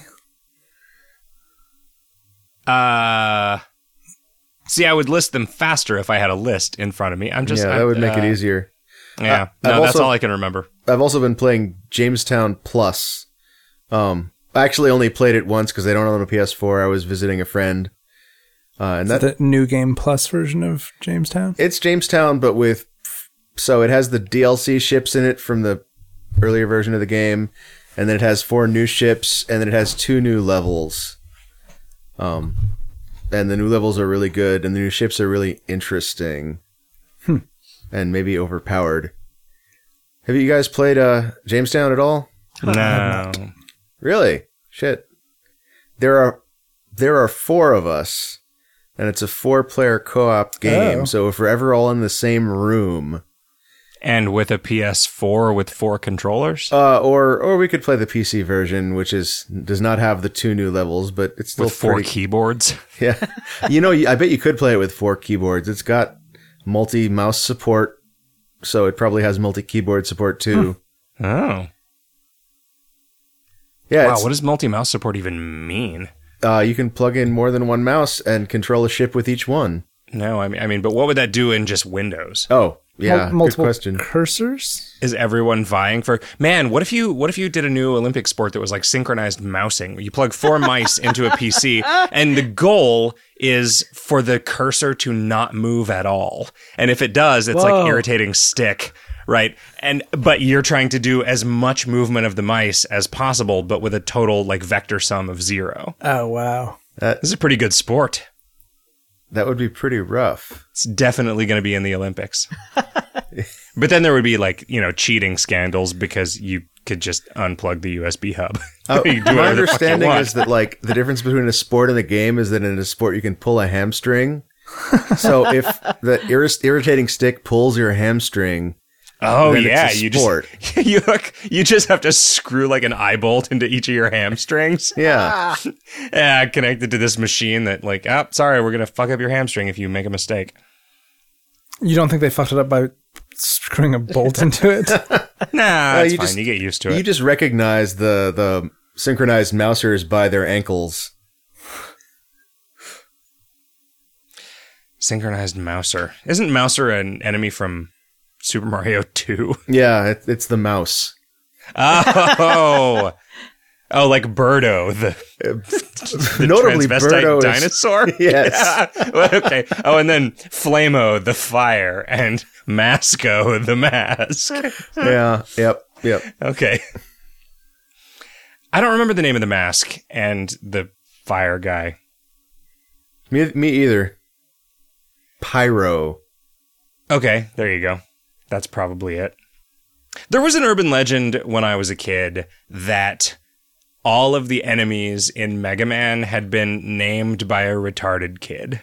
Uh, see, I would list them faster if I had a list in front of me. I'm just yeah, I'm, that would make uh, it easier. Yeah, Uh, no, I've that's also- all I can remember. I've also been playing Jamestown Plus. Um, I actually only played it once because I don't own a PS4. I was visiting a friend, uh, and that the new game plus version of Jamestown. it's Jamestown, but with so it has the DLC ships in it from the earlier version of the game, and then it has four new ships, and then it has two new levels. Um, and the new levels are really good, and the new ships are really interesting, and maybe overpowered. Have you guys played uh, Jamestown at all? No, Really? Shit. There are there are four of us, and it's a four player co op game. Oh. So if we're ever all in the same room, and with a PS4 with four controllers uh, or or we could play the PC version, which is does not have the two new levels, but it's still with four pretty- keyboards. [laughs] yeah. you know, I bet you could play it with four keyboards. It's got multi mouse support, so it probably has multi keyboard support too. Oh, Yeah, wow! it's- What does multi-mouse support even mean? uh, you can plug in more than one mouse and control a ship with each one. No, I mean, I mean, but what would that do in just Windows? Oh, yeah, Mul- multiple good question. cursors. Is everyone vying for? Man, what if you what if you did a new Olympic sport that was like synchronized mousing? You plug four [laughs] mice into a PC, and the goal is for the cursor to not move at all. And if it does, it's Whoa. like irritating stick, right? And but you're trying to do as much movement of the mice as possible, but with a total like vector sum of zero. Oh wow. This is a pretty good sport. That would be pretty rough. It's definitely going to be in the [laughs] Olympics. but then there would be like, you know, cheating scandals because you could just unplug the USB [laughs] hub. Uh, [laughs] You can do my whatever the fuck you understanding want. is that like the difference between a sport and a game is that in a sport you can pull [laughs] a hamstring. so if the irris- irritating stick pulls your hamstring, oh then it's a yeah, you sport. just [laughs] you look, you just have to screw like an eye bolt into each of your hamstrings. [laughs] yeah, yeah, connected to this machine that like, oh, sorry, we're going to fuck up your hamstring if you make a [laughs] mistake. You don't think they fucked it up by screwing a bolt into [laughs] it? Nah, it's you fine. just- you get used to you it. just recognize the the synchronized mousers by their ankles. Synchronized Mouser. Isn't Mouser an enemy from Super Mario 2? Yeah, it, it's the mouse. Oh. [laughs] oh, like Birdo, the, [laughs] the Notably, transvestite Birdo is- dinosaur? [laughs] Yes. [laughs] Yeah. Well, okay. Oh, and then Flamo, the fire, and Masco, the mask. Yeah. Yep. Yep. Okay. I don't remember the name of the mask and the fire guy. Me, me either. Pyro. Okay, there you go. That's probably it. There was an urban legend when I was a kid that all of the enemies in Mega Man had been named by a retarded kid.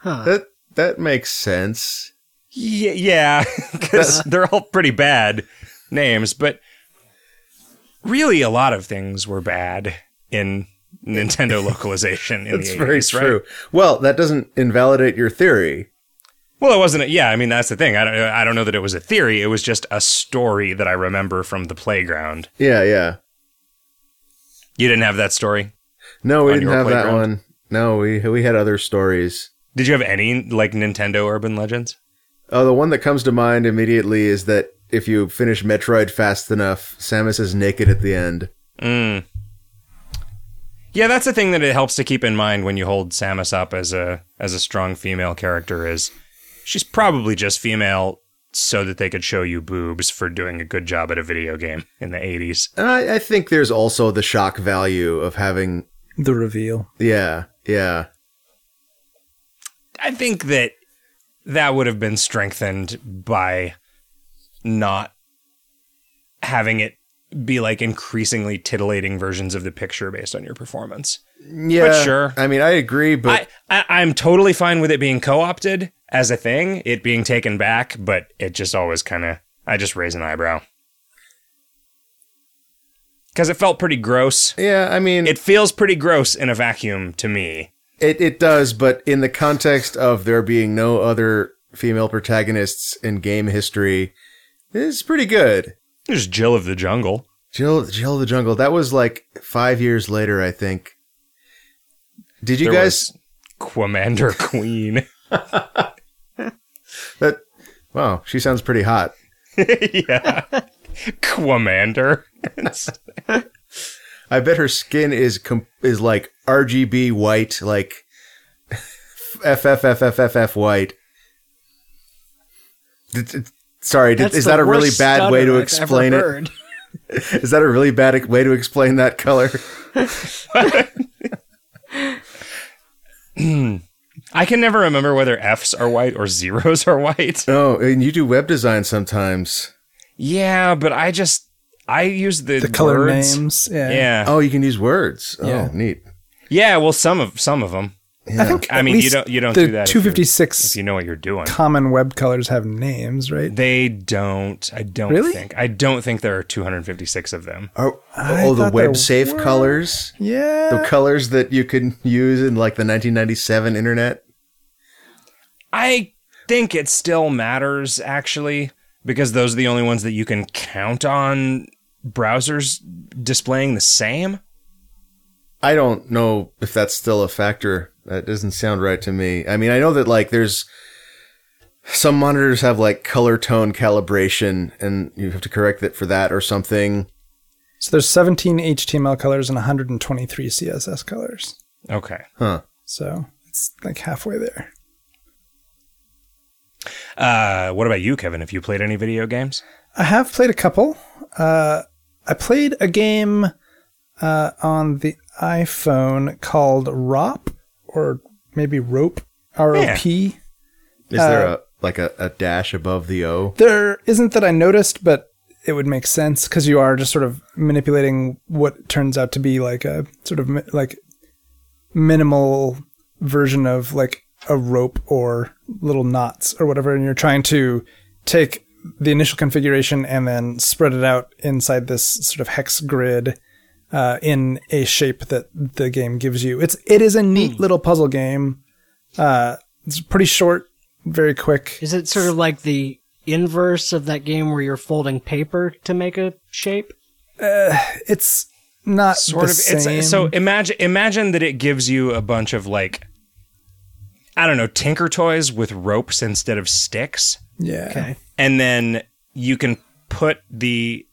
Huh. That that makes sense. Yeah, yeah, [laughs] Uh-huh. because they're all pretty bad names, but really a lot of things were bad in [laughs] Nintendo localization in That's the 80s, very right? true. Well, that doesn't invalidate your theory. Well, it wasn't. A, yeah, I mean that's the thing. I don't. I don't know that it was a theory. It was just a story that I remember from the playground. Yeah. Yeah. You didn't have that story. No, we on didn't your have that playground? one. No, we we had other stories. Did you have any like Nintendo urban legends? Oh, the one that comes to mind immediately is that if you finish Metroid fast enough, Samus is naked at the end. Mm. Yeah, that's the thing that it helps to keep in mind when you hold Samus up as a as a strong female character is she's probably just female so that they could show you boobs for doing a good job at a video game in the 80s. And I, I think there's also the shock value of having. the reveal. Yeah, yeah. I think that that would have been strengthened by not having it be like increasingly titillating versions of the picture based on your performance. Yeah. sure. I mean, I agree, but. I, I I'm totally fine with it being co-opted as a thing, it being taken back, but it just always kind of I just raise an eyebrow. because it felt pretty gross. Yeah, I mean, It feels pretty gross in a vacuum to me. It it does, but in the context of there being no other female protagonists in game history, it's pretty good. There's Jill of the Jungle. Jill Jill of the Jungle. That was like five years later, I think. Did you There guys was Commander [laughs] Queen. that wow, she sounds pretty hot. yeah. Commander. It's- I bet her skin is com- is like RGB white, like [laughs] FFFFFF white. D- d- Sorry, did, That's is the that a really worst bad stutter way to I've explain ever it? heard. Is that a really bad e, way to explain that color? [laughs] [laughs] I can never remember whether F's are white or zeros are white. No, Oh, and you do web design sometimes. Yeah, but I just I use the, The color words. names. Yeah. Yeah. Oh, you can use words. Yeah. Oh, neat. Yeah, well some of some of them. Yeah. I At mean, you least don't- you don't the do that if you're- 256 If you know what you're doing. common web colors have names, Mm. right? They don't. I don't Really? think. I don't think there are 256 of them. oh, I oh, the thought there web safe were. colors. The Yeah. colors that you could use in like the 1997 internet. I think it still matters actually because those are the only ones that you can count on browsers displaying the same. I don't know if that's still a factor. That doesn't sound right to me. I mean, I know that like there's some monitors have like color tone calibration and you have to correct it for that or something. So there's 17 HTML colors and 123 CSS colors. Okay. Huh. So it's like halfway there. Uh, what about you, Kevin? Have you played any video games? I have played a couple. Uh, I played a game uh, on the iPhone called ROP or maybe Rope R O P. Is there Uh, a like a, a dash above the O? There isn't that I noticed, but it would make sense because you are just sort of manipulating what turns out to be like a sort of mi- like minimal version of like a rope or little knots or whatever, and you're trying to take the initial configuration and then spread it out inside this sort of hex grid uh, in a shape that the game gives you. It's it is a neat little puzzle game. Uh, it's pretty short, very quick. Is it sort of like the inverse of that game where you're folding paper to make a shape? it's not Sort the of. same. It's so imagine imagine that it gives you a bunch of like I don't know, tinker toys with ropes instead of sticks. yeah. and then you can put the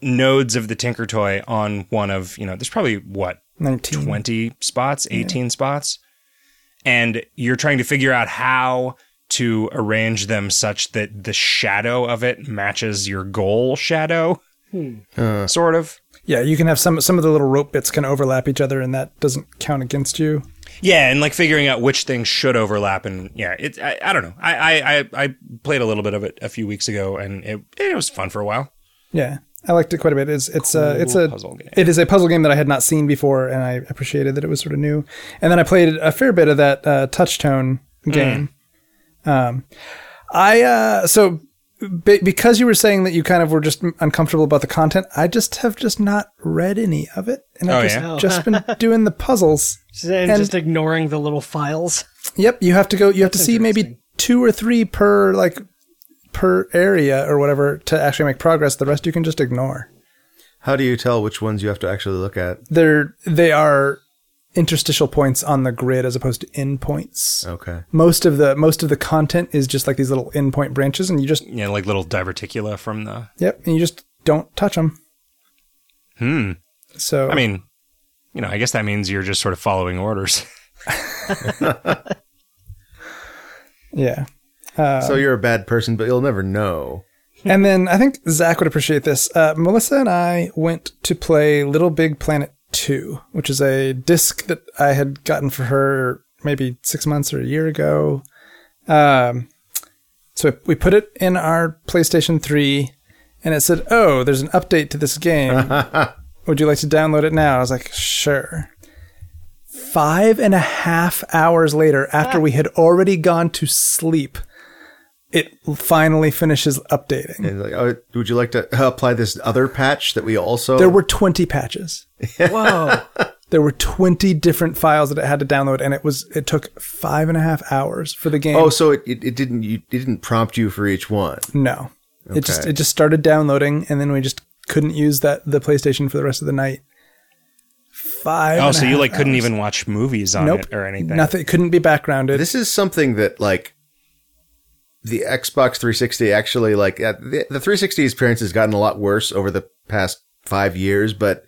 nodes of the tinker toy on one of you know there's probably what 19. 20 spots 18 spots and you're trying to figure out how to arrange them such that the shadow of it matches your goal shadow sort of Yeah, you can have some some of the little rope bits can overlap each other and that doesn't count against you. yeah and like figuring out which things should overlap and yeah it i, I don't know I, I i i played a little bit of it a few weeks ago and it it was fun for a while Yeah. I liked it quite a bit. It's it's a it's a puzzle game. it is a puzzle game that I had not seen before and I appreciated that it was sort of new. And then I played a fair bit of that uh, Touchtone Mm. game. Um I uh so be- because you were saying that you kind of were just uncomfortable about the content, I just have just not read any of it, and Oh, I've just, yeah? just been doing the puzzles. And, And- just ignoring the little files. Yep, you have to go. You have to see maybe two or three per like per area or whatever to actually make progress. The rest you can just ignore. How do you tell which ones you have to actually look at? They're they are interstitial points on the grid as opposed to endpoints. Okay. Most of the most of the content is just like these little endpoint branches, and you just yeah like little diverticula from the yep, and you just don't touch them. Hmm. So I mean, you know, I guess that means you're just sort of following orders. yeah. Uh, so you're a bad person, but you'll never know. And then I think Zach would appreciate this. Uh, Melissa and I went to play Little Big Planet 2, which is a disc that I had gotten for her maybe six months or a year ago. Um, so we put it in our PlayStation 3, and it said, Oh, there's an update to this game. Would you like to download it now? I was like, Sure. Five and a half hours later, after we had already gone to sleep, it finally finishes updating. And like, oh, would you like to uh, apply this other patch that we also? Oh. There were [laughs] 20 patches. Whoa. There were 20 different files that it had to download, and it was it took five and a half hours for the game. Oh, so it, it, it didn't you it didn't prompt you for each one. no! It just Okay. it just started downloading, and then we just couldn't use that the PlayStation for the rest of the night. Five. Oh, and a so you half like couldn't hours. even watch movies on nope it or anything. Nothing. It couldn't be backgrounded. This is something that like the Xbox 360 actually like uh, the, the 360's appearance has gotten a lot worse over the past five years, but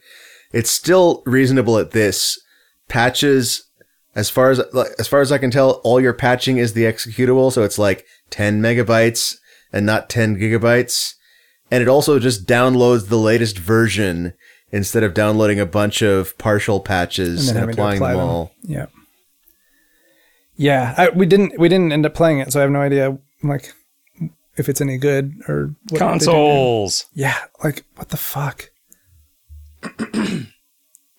it's still reasonable at this patches. As far as like, as far as I can tell, all your patching is the executable, so it's like 10 megabytes and not 10 gigabytes. And it also just downloads the latest version instead of downloading a bunch of partial patches and, having to applying apply them all. Yeah. Yeah, I, we didn't we didn't end up playing it, so I have no idea like if it's any good or what they did. Consoles. Yeah, like what the fuck?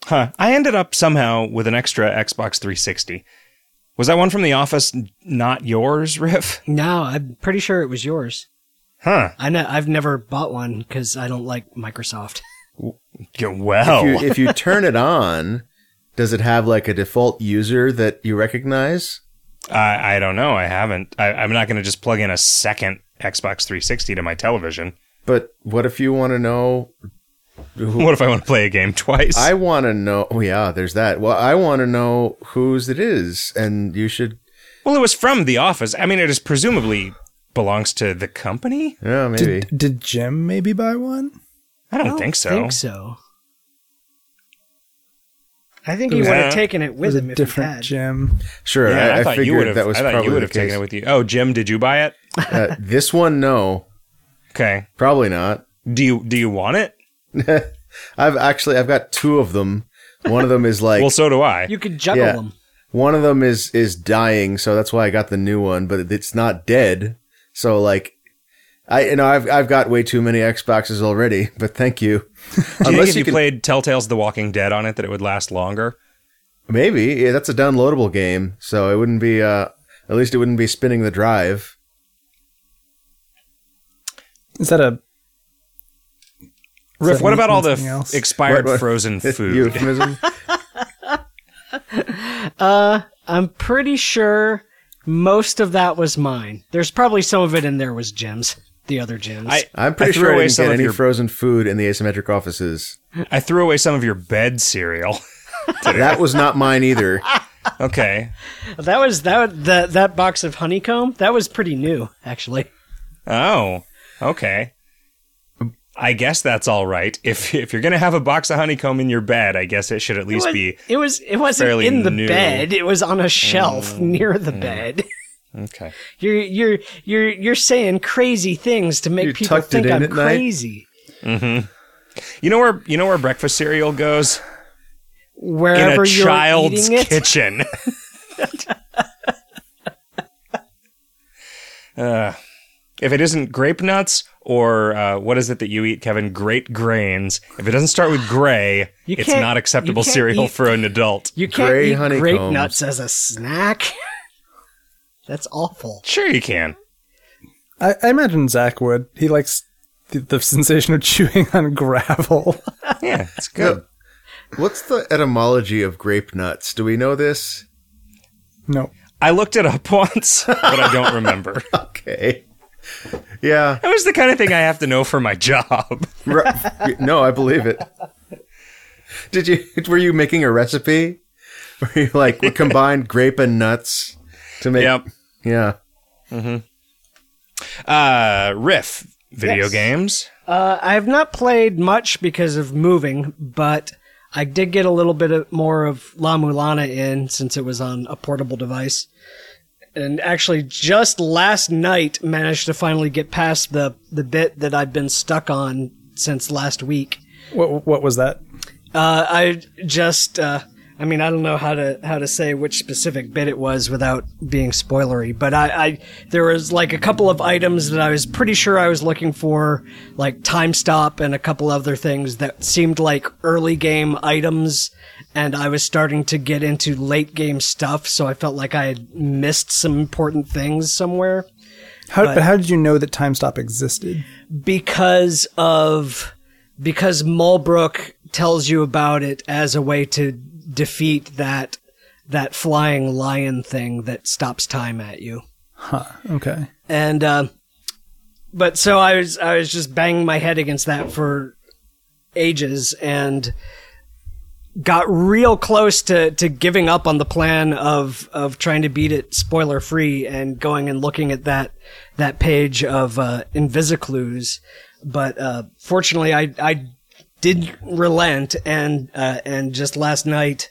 Huh. I ended up somehow with an extra Xbox 360. Was that one from the office n- not yours, Riff? no, I'm pretty sure it was yours. [laughs] Huh. I know, I've never bought one because I don't like Microsoft. Yeah, well. if you, if you turn it on, does it have like a default user that you recognize? I, I don't know. I haven't. I, I'm not going to just plug in a second Xbox 360 to my television. [laughs] But what if you want to know? What if I want to play a game twice? I want to know. Oh yeah, there's that. Well, I want to know whose it is, and you should. well, it was from the office. I mean, it is presumably belongs to the company. Yeah, maybe. Did did Jim maybe buy one? I don't, I don't think so. Think so. I think he Yeah. would have taken it It with was a him if different different Jim. sure. Yeah, I, I, I, thought you would figured have. that was I thought probably you would the have case. taken it with you. Oh, Jim, did you buy it? uh, this one, no, Okay. probably not. Do you do you want it? I've actually I've got two of them. One of them is like Well, so do I. You could juggle Yeah. them. One of them is is dying, so that's why I got the new one, but it's not dead. So like I you know I've I've got way too many Xboxes already, [laughs] but [laughs] thank you. Do you think if you, can- played Telltale's The Walking Dead on it, that it would last longer? maybe yeah, that's a downloadable game, so it wouldn't be uh at least it wouldn't be spinning the drive. [laughs] Is that a Riff, that what mean about all the anything else? expired [laughs] What- what- frozen food? [laughs] Euphemism. Uh, I'm pretty sure most of that was mine. There's probably some of it in there was Jim's. The other Jim's. I, I'm pretty I threw sure I away didn't some get of any your- frozen food in the asymmetric offices. I threw away some of your bed cereal. [laughs] That was not mine either. okay. that was that that that box of honeycomb. That was pretty new, actually. Oh, okay. I guess that's all right. If if you're gonna have a box of honeycomb in your bed, I guess it should at least It was- be It was. It wasn't fairly in the new. Oh, bed. It was on a shelf near the bed. [laughs] okay. You're you're you're you're saying crazy things to make You people tucked it think in I'm at night? crazy. You know where you know where breakfast cereal goes in Wherever a you're child's eating it, kitchen. [laughs] uh, if it isn't grape nuts or uh, what is it that you eat, Kevin? Great grains. If it doesn't start with gray, [sighs] You it's can't- not acceptable you can't cereal eat- for an adult. you can't Gray eat grape honeycombs. nuts as a snack. [laughs] That's awful. Sure, you can. I, I imagine Zach would. He likes the, the [laughs] sensation of chewing on gravel. [laughs] Yeah, it's good. What's the etymology of grape nuts? Do we know this? [laughs] no, I looked it up [laughs] once, but I don't remember. Okay. Yeah. That was the kind of thing I have to know for my job. Right. no, I believe it. Did you? Were you making a recipe? Were you like we combined grape and nuts to make? Yep. Yeah. Uh, Riff video Yes. games. Uh, I have not played much because of moving, but I did get a little bit of, more of La Mulana in since it was on a portable device. And actually, just last night, managed to finally get past the, the bit that I've been stuck on since last week. what what was that? Uh, I just, uh, I mean, I don't know how to how to say which specific bit it was without being spoilery, but I, I there was like a couple of items that I was pretty sure I was looking for, like time stop and a couple other things that seemed like early game items, and I was starting to get into late game stuff, so I felt like I had missed some important things somewhere. How, but, how did you know that Time Stop existed? because of because Mulbrook tells you about it as a way to defeat that that flying lion thing that stops time at you. Okay. And uh, but so I was I was just banging my head against that for ages and got real close to to giving up on the plan of of trying to beat it spoiler free and going and looking at that that page of uh invisiclues but uh fortunately i i did relent and uh and just last night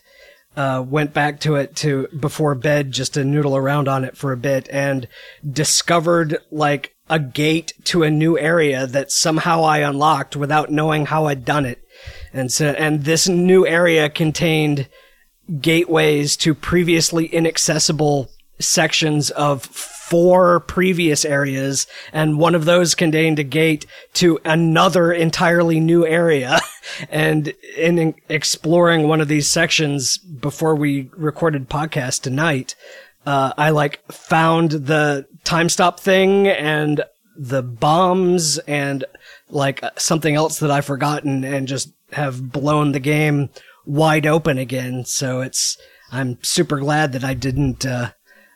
uh went back to it to before bed just to noodle around on it for a bit and discovered like a gate to a new area that somehow i unlocked without knowing how i'd done it and so, and this new area contained gateways to previously inaccessible sections of four previous areas. And one of those contained a gate to another entirely new area. [laughs] and in exploring one of these sections before we recorded podcast tonight, uh, I like found the time stop thing and the bombs and like something else that I've forgotten and just have blown the game wide open again. So it's I'm super glad that I didn't uh,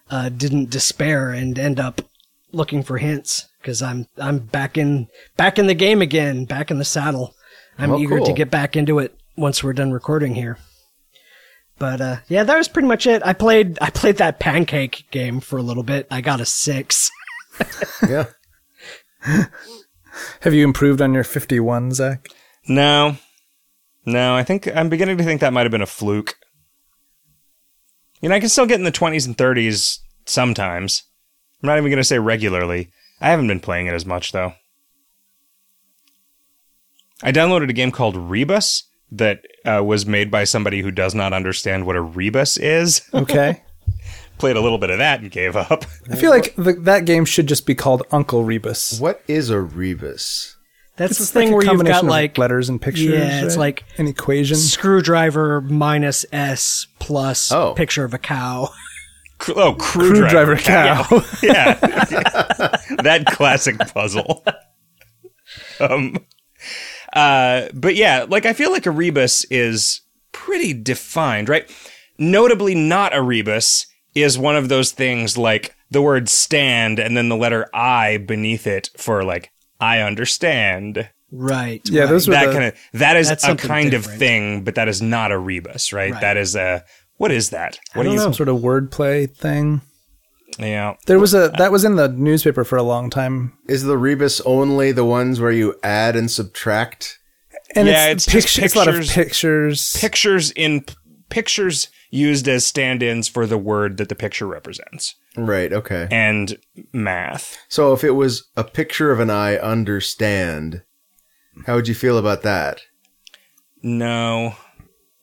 uh, didn't despair and end up looking for hints because I'm I'm back in back in the game again, back in the saddle. I'm Well, eager to cool. get back into it once we're done recording here. But uh, yeah, that was pretty much it. I played I played that pancake game for a little bit. I got a six. Yeah. Have you improved on your 51, Zach? No, no. I think I'm beginning to think that might have been a fluke. You know, I can still get in the 20s and 30s sometimes. I'm not even going to say regularly. I haven't been playing it as much though. I downloaded a game called Rebus that uh, was made by somebody who does not understand what a rebus is. [laughs] [laughs] Okay. Played a little bit of that and gave up. I feel like the, that game should just be called Uncle Rebus. What is a rebus? That's It's the thing like a where you've combination got of like letters and pictures. Yeah, it's right? like an equation. screwdriver minus S plus Oh. picture of a cow. [laughs] Cr- oh, crew, Screwdriver driver. cow. yeah. [laughs] that classic puzzle. Um, uh, but yeah, like I feel like a rebus is pretty defined, right? Notably, not a rebus is one of those things like the word stand and then the letter I beneath it for like, I understand. Right. [laughs] yeah, right. those were that the, kind of that is That's a something kind of different. thing, but that is not a rebus, right? Right. That is a what is that? What do some you? sort of wordplay thing. Yeah, There was a that was in the newspaper for a long time, Is the rebus only the ones where you add and subtract? and Yeah, it's, it's just pict- it's a lot of pictures- pictures. pictures in pictures used as stand-ins for the word that the picture represents Right, okay. and math So if it was a picture of an I understand, how would you feel about that? no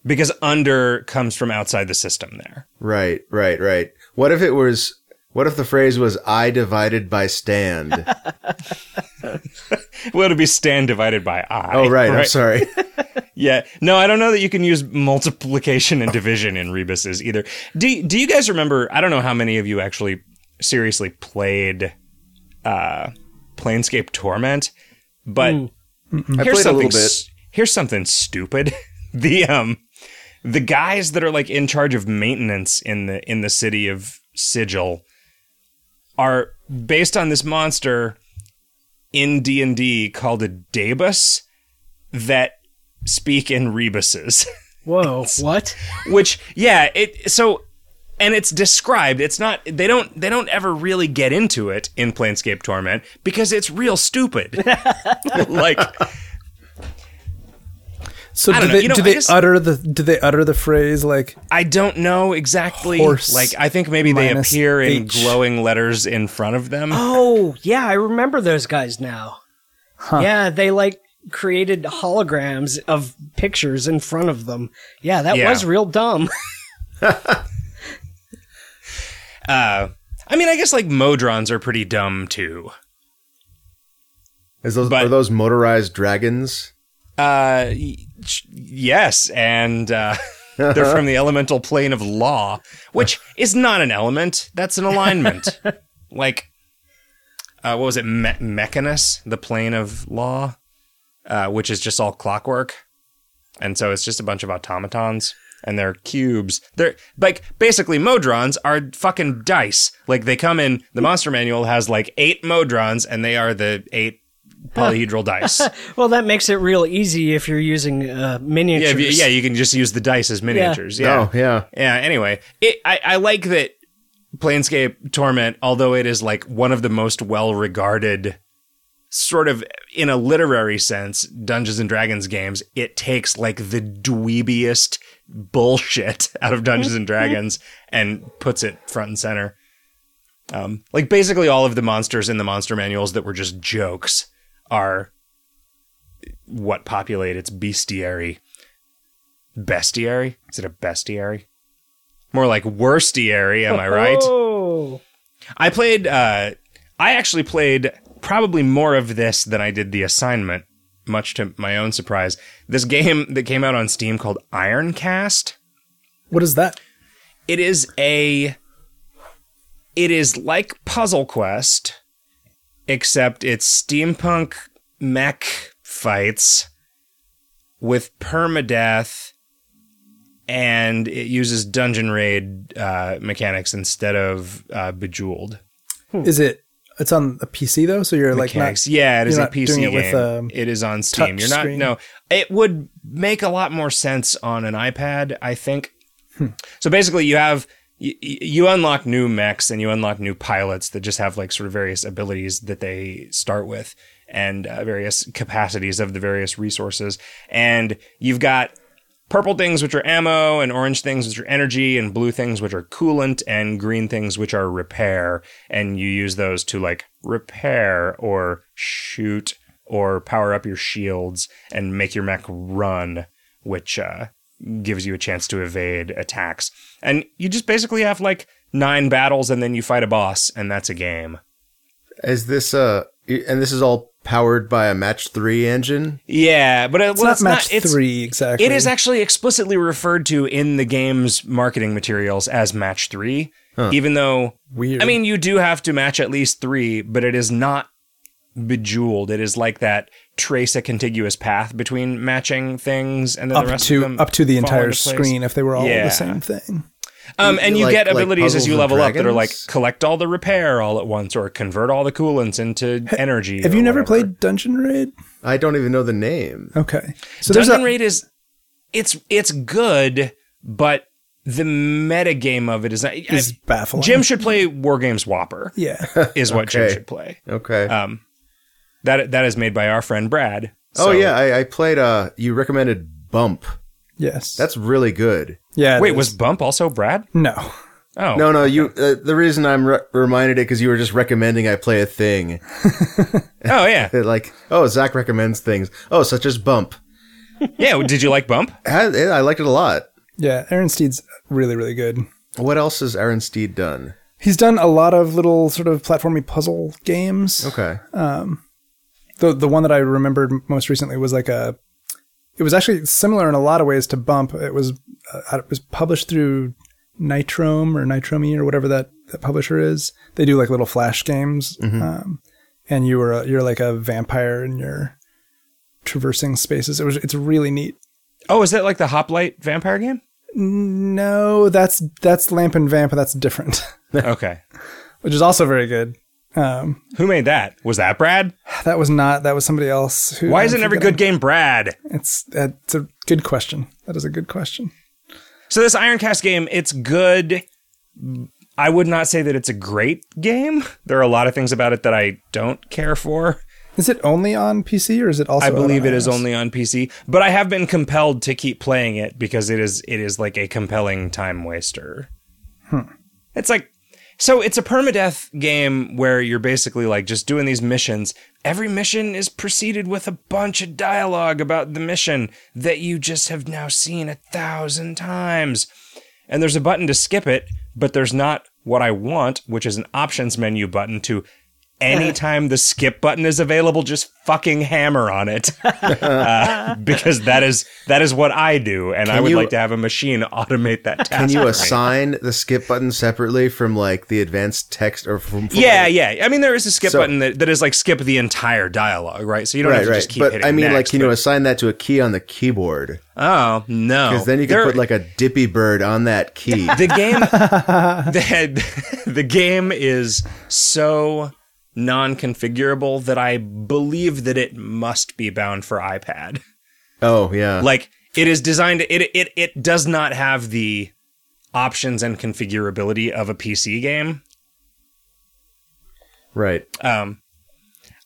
because under comes from outside the system there Right, right, right. What if it was what if the phrase was I divided by stand? well it'd be stand divided by i oh right, I'm sorry. yeah no i don't know that you can use multiplication and division in rebuses either do, do you guys remember i don't know how many of you actually seriously played uh planescape torment but I here's played a something little bit. s- here's something stupid. [laughs] the um the guys that are like in charge of maintenance in the in the city of Sigil are based on this monster in D&D called a Dabus that speak in rebuses. [laughs] [laughs] Whoa. What? Which yeah, it so and it's described. It's not they don't they don't ever really get into it in Planescape Torment because it's real stupid. [laughs] like So I do don't know, they you know, do I they just- utter the do they utter the phrase like I don't know exactly. Horse like I think maybe they minus appear in H. glowing letters in front of them. [gasps] Oh, yeah, I remember those guys now. Yeah, they like created holograms of pictures in front of them. Yeah, that Yeah. was real dumb. [laughs] Uh, I mean, I guess like Modrons are pretty dumb too. Is those But- are those motorized dragons? Uh, y- yes, and uh, [laughs] they're from the elemental plane of law, which is not an element. That's an alignment. like uh, what was it, Me- Mechanus, the plane of law, uh, which is just all clockwork, and so it's just a bunch of automatons and they're cubes. They're like basically modrons are fucking dice. Like they come in. The monster manual has like eight modrons, and they are the eight polyhedral dice. Well, that makes it real easy if you're using uh, miniatures. Yeah, if you, yeah, you can just use the dice as miniatures. Yeah. Oh, yeah. Yeah, anyway, it, I, I like that Planescape Torment, although it is like one of the most well regarded, sort of in a literary sense, Dungeons and Dragons games, it takes like the dweebiest bullshit [laughs] out of Dungeons and Dragons and puts it front and center. Um, like basically all of the monsters in the monster manuals that were just jokes are what populate its bestiary. Bestiary? Is it a bestiary? More like worstiary, am I right? Oh, I played. Uh, I actually played probably more of this than I did the assignment, much to my own surprise. This game that came out on Steam called Ironcast. What is that? It is a. It is like Puzzle Quest, except it's steampunk mech fights with permadeath, and it uses dungeon raid uh, mechanics instead of uh, Bejeweled. Hmm. Is it? It's on a PC though, so you're like mechanics. not. yeah, it is you're a not PC doing it game. with, um, it is on Steam. touch You're not. screen. No, it would make a lot more sense on an iPad, I think. Hmm. So basically, you have you, you unlock new mechs and you unlock new pilots that just have like sort of various abilities that they start with and uh, various capacities of the various resources. And you've got purple things which are ammo and orange things which are energy and blue things which are coolant and green things which are repair and you use those to like repair or shoot or power up your shields and make your mech run which uh, gives you a chance to evade attacks and you just basically have like nine battles and then you fight a boss and that's a game Is this uh y- and this is all powered by a match three engine? yeah but it's It's well, not it's match not, it's, three exactly. It is actually explicitly referred to in the game's marketing materials as match three, even though weird. I mean you do have to match at least three, but it is not bejeweled. It is like that trace a contiguous path between matching things and then the up rest of to them up to the fall entire into place. screen if they were all Yeah. the same thing. Um, and you Like- get like abilities as Puzzles you and level up that are like Dragons? collect all the repair all at once or convert all the coolants into energy. Have or you never whatever. played Dungeon Raid? I don't even know the name. Okay, so Dungeon there's a, Raid is it's it's good, but the metagame of it is not. I- is baffling. Jim should play War Games Whopper. [laughs] yeah, [laughs] Is what Jim Okay. should play. Okay. Um, that that is made by our friend Brad. oh So- yeah, I, I played uh you recommended Bump. yes, That's really good. yeah. it Wait, is. was Bump also Brad? no. Oh No, no, you uh, the reason I'm re- reminded it cuz you were just recommending I play a thing. Oh yeah, They're like, "Oh, Zach recommends things. Oh, such as Bump." yeah. Did you like Bump? I, I liked it a lot. Yeah, Aaron Steed's really really good. What else has Aaron Steed done? He's done a lot of little sort of platformy puzzle games. Okay. the the one that I remembered most recently was like a. It was actually similar in a lot of ways to Bump. It was uh, it was published through Nitrome or Nitromi or whatever that, that publisher is. They do like little flash games, um, and you were a, you're like a vampire and you're traversing spaces. It was it's really neat. Oh, is that like the Hoplite vampire [laughs] game? No, that's that's Lamp and Vamp. That's different, [laughs] Okay. which is also very good. Um, Who made that? Was that Brad? that was not that was somebody else. Who, Why I'm isn't every good game Brad? forgetting. It's that's a good question. That is a good question. So this Ironcast game, it's good. I would not say that it's a great game. There are a lot of things about it that I don't care for. Is it only on PC or is it also? I out on believe it is iOS? only on PC, but I have been compelled to keep playing it because it is it is like a compelling time waster. It's like so it's a permadeath game where you're basically like just doing these missions. Every mission is preceded with a bunch of dialogue about the mission that you just have now seen a thousand times. And there's a button to skip it, but there's not what I want, which is an options menu button to anytime the skip button is available, just fucking hammer on it, [laughs] uh, because that is that is what I do, and I would you- like to have a machine automate that task. Can for you me. assign the skip button separately from like the advanced text or from? from Yeah, yeah. I mean, there is a skip So- button that, that is like skip the entire dialogue, right? So you don't have Right, to right. just keep But hitting I mean, like, next, can but- you assign that to a key on the keyboard? Oh no! Because then you can There- put like a dippy bird on that key. the [laughs] game. the, the game is so non-configurable that I believe that it must be bound for iPad. oh yeah. Like it is designed. It it it does not have the options and configurability of a PC game. right. Um,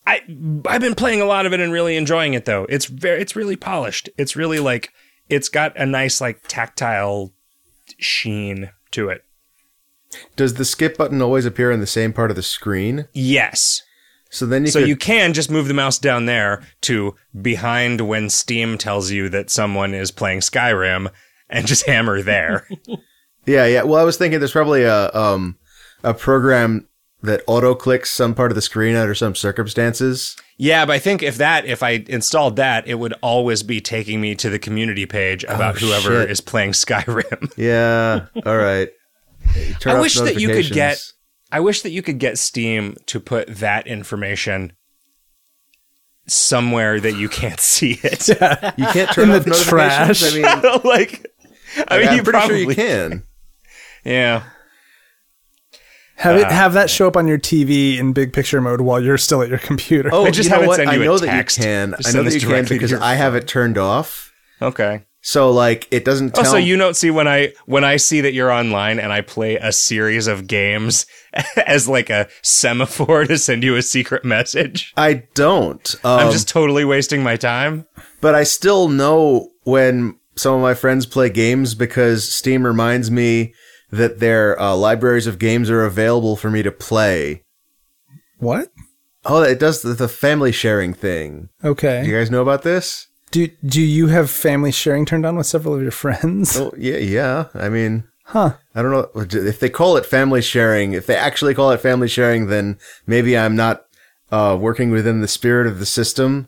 I I've been playing a lot of it and really enjoying it though. It's very it's really polished. It's really like it's got a nice like tactile sheen to it. Does the skip button always appear in the same part of the screen? Yes. So then you So could you can just move the mouse down there to behind when Steam tells you that someone is playing Skyrim and just [laughs] hammer there. Yeah, yeah. Well, I was thinking there's probably a um a program that auto clicks some part of the screen under some circumstances. yeah, but I think if that if I installed that, it would always be taking me to the community page about whoever shit. is playing Skyrim. Yeah. All right. You turn I off wish that you could get- notifications. I wish that you could get Steam to put that information somewhere that you can't [laughs] see [laughs] it. You [laughs] can't turn in off the notifications. I trash. mean, I like, [laughs] I mean, am you pretty probably sure you can. Yeah, Have it have that show up on your TV in big picture mode while you're still at your computer. Oh, I just you know haven't what? sent I you a know that text. you can. Just I know send that you this can directly to because your I have it turned off. okay. So like it doesn't tell. Also, Oh, you don't see when I when I see that you're online and I play a series of games [laughs] as like a semaphore to send you a secret message. I don't. Um, I'm just totally wasting my time. but I still know when some of my friends play games because Steam reminds me that their uh, libraries of games are available for me to play. What? Oh, it does the, the family sharing thing. Do Okay. you guys know about this? Do do you have family sharing turned on with several of your friends? Oh, yeah, yeah. I mean, Huh. I don't know if they call it family sharing. If they actually call it family sharing, then maybe I'm not uh, working within the spirit of the system.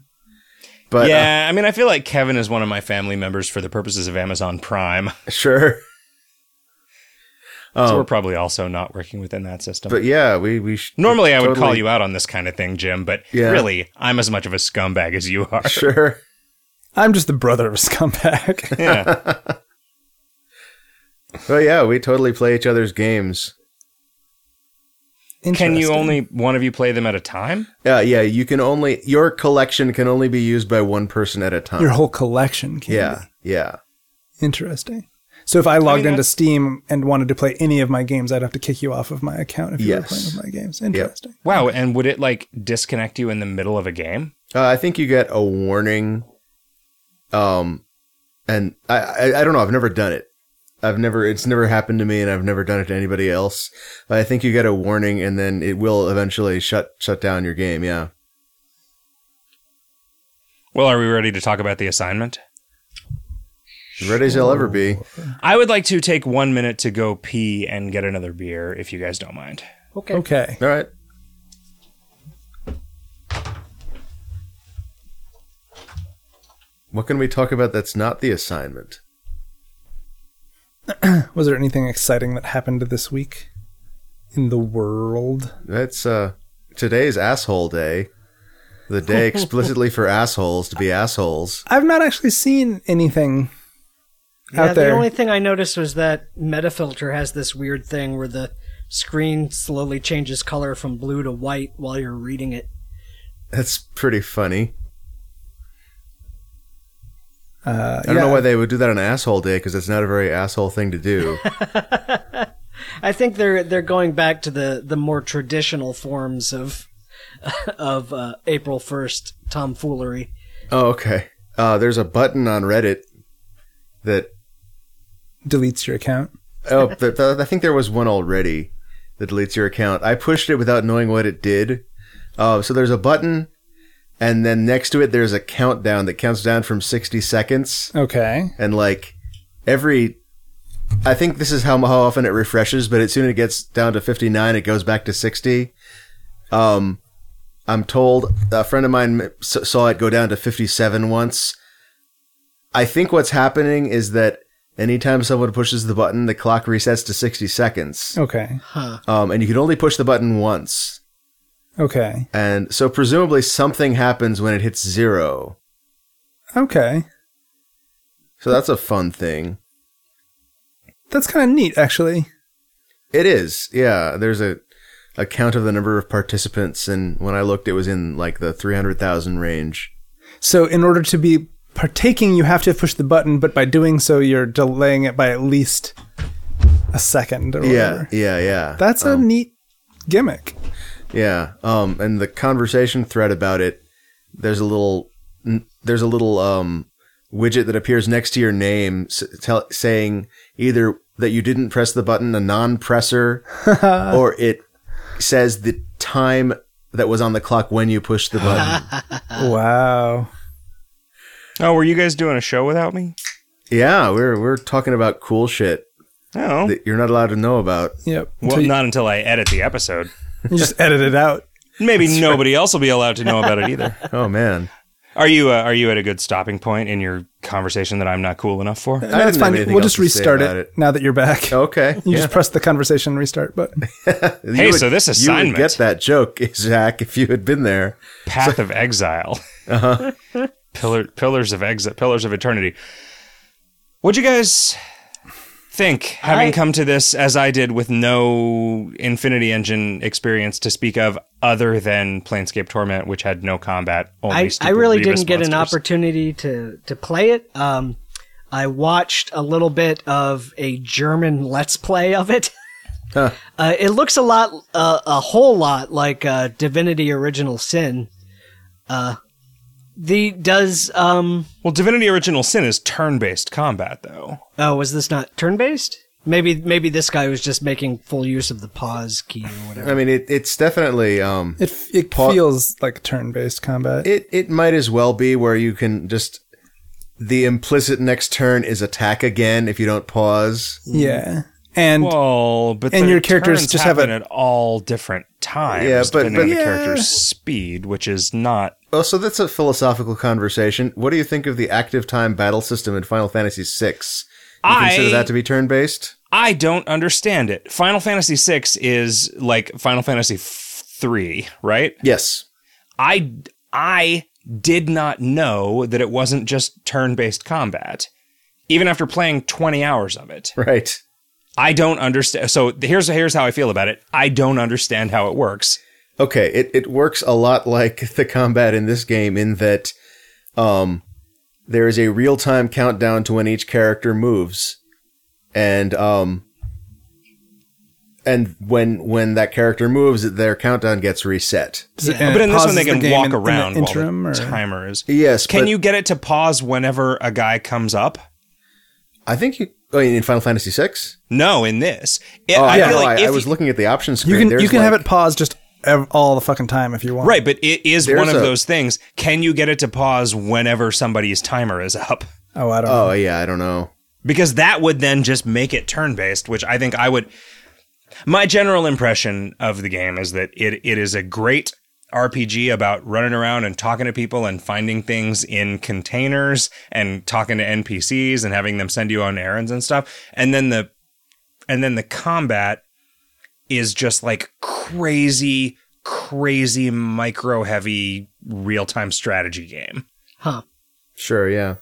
But uh, yeah. yeah, I mean, I feel like Kevin is one of my family members for the purposes of Amazon Prime, uh, sure. so Oh. we're probably also not working within that system. But yeah, we we sh- Normally, I would call totally- you out on this kind of thing, Jim, but Yeah. really, I'm as much of a scumbag as you are. [laughs] sure. I'm just the brother of a scumbag. [laughs] Yeah. But yeah, we totally play each other's games. Can you Interesting. only one of you play them at a time? Yeah, yeah. You can only your collection can only be used by one person at a time. your whole collection? Can yeah, yeah. be. Interesting. So if I logged mean, into that's- Steam and wanted to play any of my games, I'd have to kick you off of my account if you were Yes. playing with my games. Interesting. Wow, and would it like disconnect you in the middle of a game? Uh, I think you get a warning. Um, and I, I I don't know. I've never done it. I've never. It's never happened to me, and I've never done it to anybody else. But I think you get a warning, and then it will eventually shut shut down your game. Yeah. Well, are we ready to talk about the assignment? As Ready as I'll ever be. I would like to take one minute to go pee and get another beer, if you guys don't mind. Okay. Okay. All right. What can we talk about that's not the assignment? Was there anything exciting that happened this week in the world? That's uh today's asshole day. The [laughs] day explicitly for assholes to be assholes. I've not actually seen anything Yeah, out there. the only thing I noticed was that Metafilter has this weird thing where the screen slowly changes color from blue to white while you're reading it. That's pretty funny. uh, I don't know why they would do that on asshole day because that's not a very asshole thing to do. I think they're they're going back to the the more traditional forms of [laughs] of uh, April first tomfoolery. oh, okay. Uh, there's a button on Reddit that deletes your account. oh, [laughs] th- th- I think there was one already that deletes your account. I pushed it without knowing what it did. Uh, so there's a button, and then next to it there's a countdown that counts down from 60 seconds. Okay. and like every i think this is how, how often it refreshes but as soon as it gets down to 59 it goes back to 60 um I'm told a friend of mine s- saw it go down to 57 once. I think what's happening is that anytime someone pushes the button, the clock resets to 60 seconds. Okay. Um, and you can only push the button once. Okay. And so presumably something happens when it hits zero. Okay. So that's a fun thing. That's kind of neat, actually. It is. Yeah. There's a, a count of the number of participants. And when I looked, it was in like the 300,000 range. So, in order to be partaking, you have to push the button, but by doing so, you're delaying it by at least a second or Yeah. whatever. Yeah. Yeah. Oh, Um, That's a neat gimmick. Yeah. Um, and the conversation thread about it, there's a little, n- there's a little, um, widget that appears next to your name s- tell, saying either that you didn't press the button, a non-presser, or it says the time that was on the clock when you pushed the button. wow. Oh, were you guys doing a show without me? yeah. We're, we're talking about cool shit No. that you're not allowed to know about. Yep. well, So you, not until I edit the episode. you just edit it [laughs] out. Maybe nobody else will be allowed to know about it either. Oh man. Are you uh, are you at a good stopping point in your conversation that I'm not cool enough for? No, that's didn't have fine. anything We'll else just to say restart about it, now that you're [laughs] back. Okay. You yeah. just press the conversation restart button. Hey, You would- so this You assignment- would get that joke, [laughs] Zach, if you had been there. Path of [laughs] Exile. Uh-huh. [laughs] Pillar, pillars of exit, pillars of eternity. What'd you guys think, having I- come to this as I did with no Infinity Engine experience to speak of, other than Planescape Torment, which had no combat? Only I, I stupid really Rebus didn't get an monsters. opportunity to to play it. Um, I watched a little bit of a German Let's Play of it. [laughs] Uh, it looks a lot, uh, a whole lot like uh, Divinity: Original Sin. Uh, the does um Well, Divinity Original Sin is turn-based combat, though. oh was this not turn based? Maybe maybe this guy was just making full use of the pause key or whatever. I mean, it, it's definitely um, It, f- it Pa- feels like turn based combat. it it might as well be where you can just the implicit next turn is attack again if you don't pause. yeah. And Well, but And their your characters turns just have a- happen at all different times, Yeah, but- depending on but- the Yeah. character's speed, which is not Oh, so that's a philosophical conversation. What do you think of the active time battle system in Final Fantasy VI? You I- consider that to be turn based? I don't understand it. Final Fantasy VI is like Final Fantasy f- three, right? Yes. [laughs] I I did not know that it wasn't just turn based combat, even after playing twenty hours of it. Right. I don't understand. So here's here's how I feel about it. I don't understand how it works. Okay, it, it works a lot like [laughs] the combat in this game in that um, there is a real time countdown to when each character moves. And um, and when when that character moves, their countdown gets reset. does it- Yeah. and But it in this one, pauses they uh, the can game walk in- in the around interim, while or- the timer is. Yes, Can but you get it to pause whenever a guy comes up? I think you. Oh, in Final Fantasy VI. No, in this, It- Oh, I yeah, feel like I, if I was you- looking at the options You screen. can There's you can have like- it pause just ev- all the fucking time if you want. right, but it is There's one of a- those things. Can you get it to pause whenever somebody's timer is up? Oh, I don't. Uh, know. Oh yeah, I don't know. Because that would then just make it turn based, which I think I would. My general impression of the game is that it, it is a great RPG about running around and talking to people and finding things in containers and talking to NPCs and having them send you on errands and stuff. And then the and then the combat is just like crazy, crazy micro heavy real time strategy game. Huh. Sure, yeah.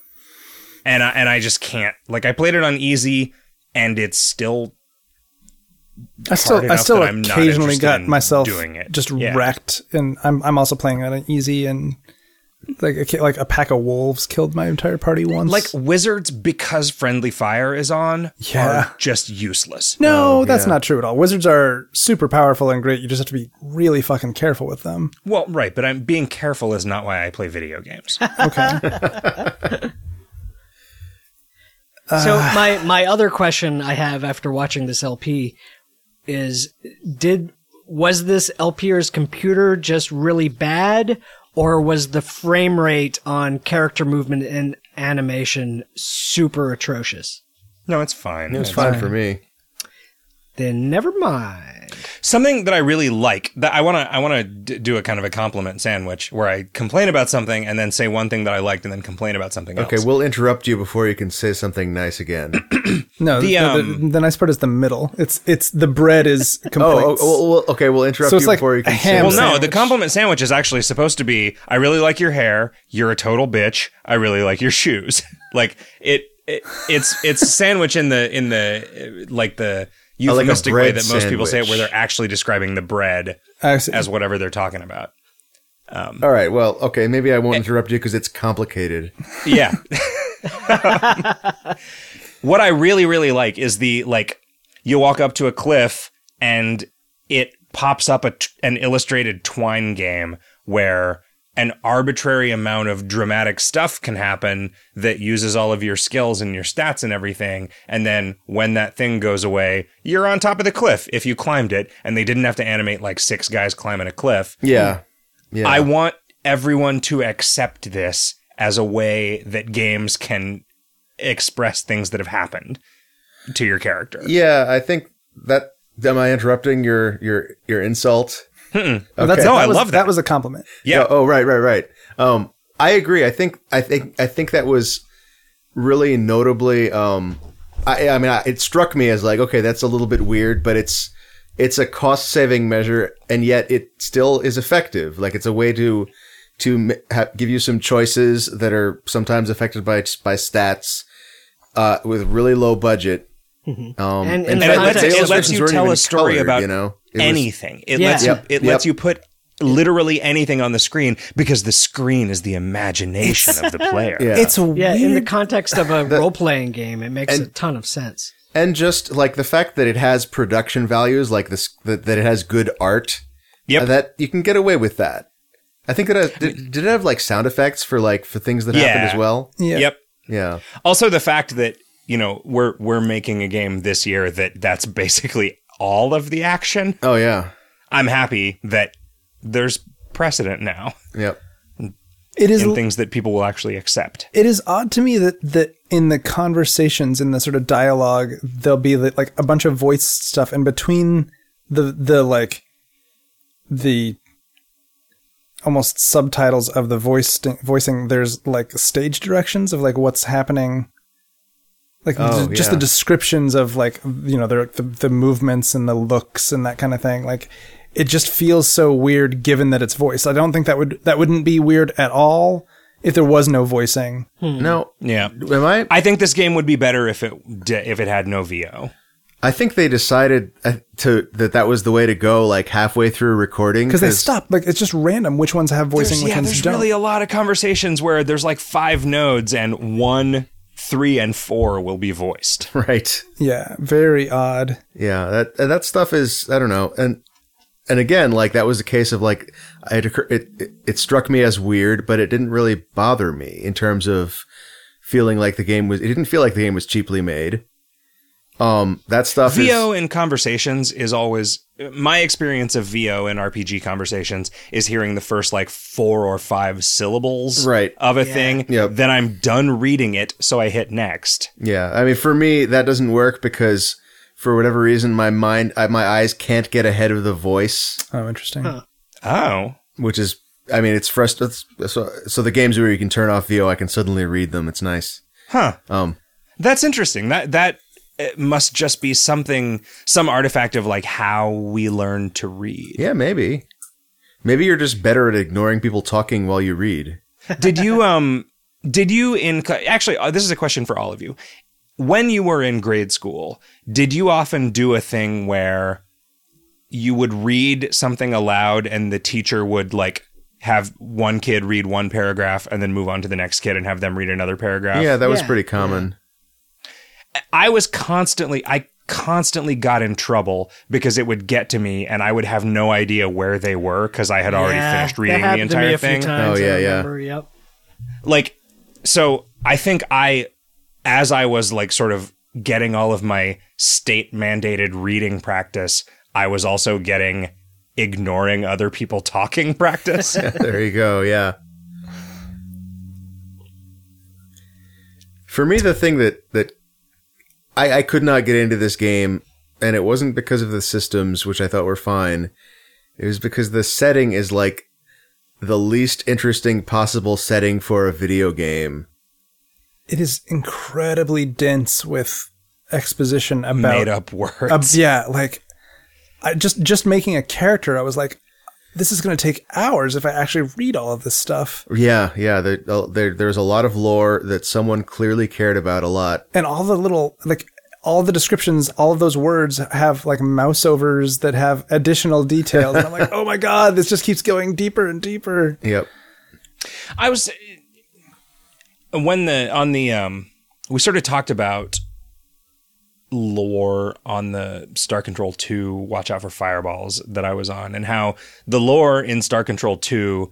And I, and I just can't like I played it on easy and it's still I still I enough still that I'm not occasionally interested got in myself doing it. just Yeah. wrecked, and I'm I'm also playing on an easy and like a, ki- like a pack of wolves killed my entire party once. like wizards because friendly fire is on Yeah. are just useless. no, that's not true at all. Wizards are super powerful and great. You just have to be really fucking careful with them. Well, right, but I'm being careful is not why I play video games. [laughs] Okay. So Ah. my my other question I have after watching this LP is did was this LP's computer just really bad or was the frame rate on character movement and animation super atrocious? no, it's fine. It was fine for me. Then never mind. something that I really like that I want to I want to d- do a kind of a compliment sandwich where I complain about something and then say one thing that I liked and then complain about something Okay, else. we'll interrupt you before you can say something nice again. No, the, no, the, the nice part is the middle. It's it's the bread is oh, oh, complaints. oh, well, okay, we'll interrupt So it's you like before you can a say ham something. Well, no, sandwich. the compliment sandwich is actually supposed to be I really like your hair, you're a total bitch, I really like your shoes. [laughs] like it, it it's it's a sandwich in the in the uh, like the a euphemistic way bread that most people say it where sandwich. they're actually describing the bread I see. as whatever they're talking about. All right, well, okay, maybe I won't Eh, interrupt you because it's complicated. Yeah. what I really, really like is the like you walk up to a cliff and it pops up a t- an illustrated twine game where an arbitrary amount of dramatic stuff can happen that uses all of your skills and your stats and everything. And then when that thing goes away, you're on top of the cliff if you climbed it. And they didn't have to animate like six guys climbing a cliff. Yeah, yeah. I want everyone to accept this as a way that games can express things that have happened to your character. yeah, I think that. Am I interrupting your your your insult? Oh, that's, No, that I was- love that. That was a compliment. Yeah. Oh, oh, right, right, right. Um, I agree. I think I think I think that was really notably. Um, I, I mean, I, it struck me as like, okay, that's a little bit weird, but it's it's a cost saving measure, and yet it still is effective. Like it's a way to to m- ha- give you some choices that are sometimes affected by by stats uh, with really low budget. Mm-hmm. Um, And- in and fact, it lets- the it lets illustrations you weren't tell even a story about It was- anything. It Yeah. lets you Yep, it lets yep. you put literally anything on the screen because the screen is the imagination of the player. yeah. It's a Yeah, in the weird. context [laughs] of a role playing game, it makes a ton of sense. and just like the fact that it has production values, like this, that, that it has good art, Yep. that you can get away with that. I think it has, did, did it have like sound effects for like for things that happened Yeah. as well? Yeah. Yep. Yeah, Also the fact that, you know, we're we're making a game this year that that's basically all of the action. Oh yeah. I'm happy that there's precedent now Yep. It is in things that people will actually accept. it is odd to me that that in the conversations in the sort of dialogue there'll be li- like a bunch of voice stuff and between the the like the almost subtitles of the voice voicing there's like stage directions of like what's happening like Oh, ju- just yeah. the descriptions of like you know the, the the movements and the looks and that kind of thing like it just feels so weird given that it's voiced i don't think that would that wouldn't be weird at all if there was no voicing Hmm. No, Yeah. am I? I think this game would be better if it d- if it had no VO. I think they decided uh, to that that was the way to go. Like halfway through recording, because they stop like it's just random which ones have voicing There's, which yeah, ones there's don't really a lot of conversations where there's like five nodes and one, three, and four will be voiced. [laughs] right. yeah very odd Yeah, that and that stuff is I don't know, and and again, like that was a case of like I had occur- it, it it struck me as weird, but it didn't really bother me in terms of feeling like the game was. It didn't feel like the game was cheaply made. Um, that stuff VO is in conversations is always my experience of VO in RPG conversations is hearing the first like four or five syllables Right. of a thing. Yep. Then I'm done reading it, so I hit next. yeah. I mean, for me, that doesn't work because for whatever reason, my mind, I, my eyes can't get ahead of the voice. oh interesting Oh. which is I mean it's frustrating. So, so the games where you can turn off VO, I can suddenly read them. It's nice. Huh. Um, That's interesting. That that uh, must just be something, some artifact of like how we learn to read. yeah, maybe, maybe you're just better at ignoring people talking while you read. Did you um? Did you in cl- actually? Uh, this is a question for all of you. When you were in grade school, did you often do a thing where you would read something aloud and the teacher would like have one kid read one paragraph and then move on to the next kid and have them read another paragraph? Yeah, that was Yeah. pretty common. I was constantly I constantly got in trouble because it would get to me and I would have no idea where they were because I had already Yeah, finished that reading the happened to me entire a few thing. times, Oh, I yeah, yeah. remember, Yep. Like so I think I as I was like sort of getting all of my state mandated reading practice, I was also getting ignoring other people talking [laughs] practice. there you go. Yeah. For me, the thing that that I, I could not get into this game and it wasn't because of the systems, which I thought were fine. It was because the setting is like the least interesting possible setting for a video game. It is incredibly dense with exposition about made up words. Uh, yeah, like I just just making a character, I was like, this is going to take hours if I actually read all of this stuff, Yeah, yeah. There, uh, there, there's a lot of lore that someone clearly cared about a lot. and all the little like all the descriptions, all of those words have like mouse overs that have additional details, and [laughs] I'm like, oh my god, this just keeps going deeper and deeper. Yep. I was when the on the um we sort of talked about lore on the Star Control 2 Watch Out for Fireballs that I was on and how the lore in Star Control 2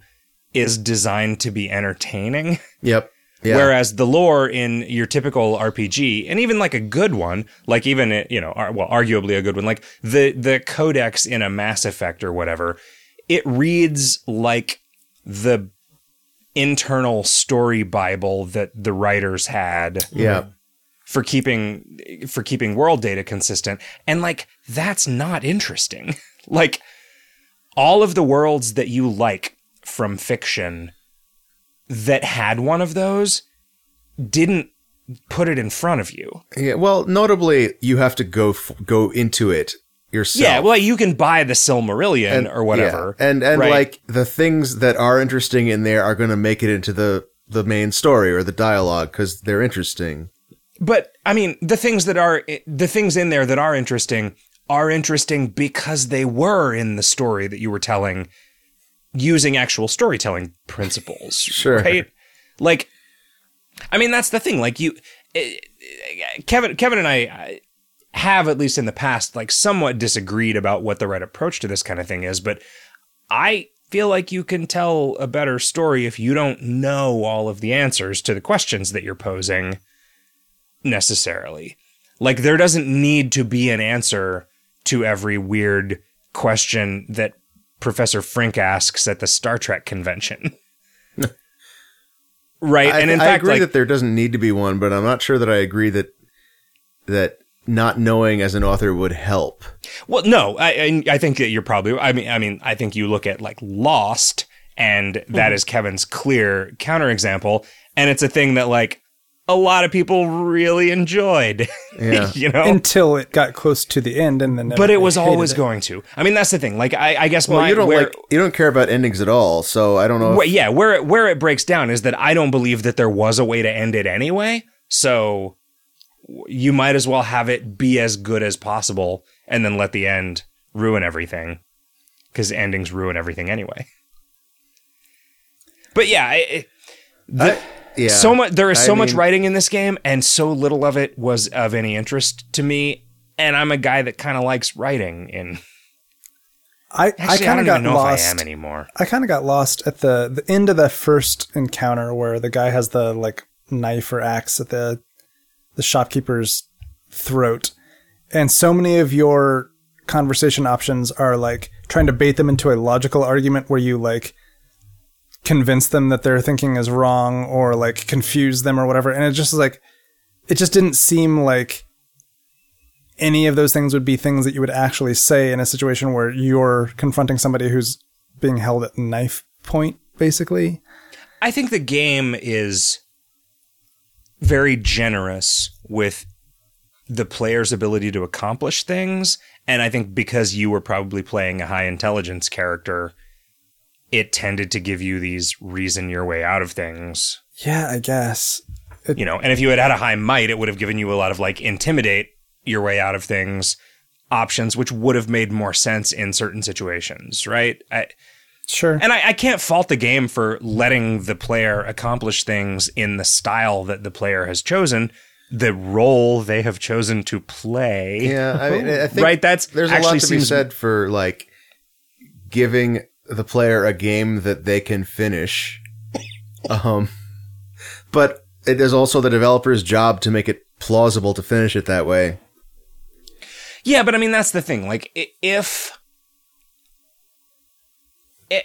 is designed to be entertaining Yep. Yeah. whereas the lore in your typical RPG and even like a good one like even uh, you know ar- well arguably a good one like the the codex in a Mass Effect or whatever it reads like the internal story bible that the writers had yeah. for keeping for keeping world data consistent and like that's not interesting [laughs] like all of the worlds that you like from fiction that had one of those didn't put it in front of you Yeah. Well, notably, you have to go f- go into it yourself. yeah well you can buy the silmarillion or whatever yeah. And and right? like the things that are interesting in there are going to make it into the the main story or the dialogue because they're interesting. but I mean, the things that are the things in there that are interesting are interesting because they were in the story that you were telling using actual storytelling principles. Sure. Right? Like I mean, that's the thing. Like you eh, eh, Kevin Kevin and I I have at least in the past like somewhat disagreed about what the right approach to this kind of thing is, but I feel like you can tell a better story if you don't know all of the answers to the questions that you're posing necessarily. Like there doesn't need to be an answer to every weird question that Professor Frink asks at the Star Trek [laughs] convention. right, I, and in I fact, agree like, that there doesn't need to be one, but I'm not sure that I agree that that not knowing as an author would help. Well, no, I, I I think that you're probably. I mean, I mean, I think you look at like Lost, and Mm-hmm. that is Kevin's clear counterexample, and it's a thing that like a lot of people really enjoyed. [laughs] Yeah. you know. Until it got close to the end, and then Oh. but it everybody was hated always it. going to. I mean, that's the thing. Like, I, I guess Well, my you don't where, like you don't care about endings at all, so I don't know. if- where- yeah, where it, where it breaks down is that I don't believe that there was a way to end it anyway. So w- you might as well have it be as good as possible, and then let the end ruin everything, because endings ruin everything anyway. But yeah, I- I, the, yeah. so much. There is I so much mean- writing in this game, and so little of it was of any interest to me. And I'm a guy that kind of likes writing. In I, I actually, I, kind don't of even got know lost. if I am anymore. I kind of got lost at the, the end of the first encounter where the guy has the like knife or axe at the the shopkeeper's throat, and so many of your conversation options are like trying to bait them into a logical argument where you like convince them that their thinking is wrong or like confuse them or whatever, and it just is like it just didn't seem like any of those things would be things that you would actually say in a situation where you're confronting somebody who's being held at knife point, basically. I think the game is very generous with the player's ability to accomplish things. And I think because you were probably playing a high intelligence character, it tended to give you these reason your way out of things, Yeah, I guess. you know. And if you had had a high might, it would have given you a lot of like intimidate your way out of things options, which would have made more sense in certain situations, right? I, Sure. and I, I can't fault the game for letting the player accomplish things in the style that the player has chosen, the role they have chosen to play. Yeah, I [laughs] mean, I think Right, that's there's a lot actually to be seems- said for like giving the player a game that they can finish. um, but it is also the developer's job to make it plausible to finish it that way. Yeah, but I mean that's the thing. Like i- if i-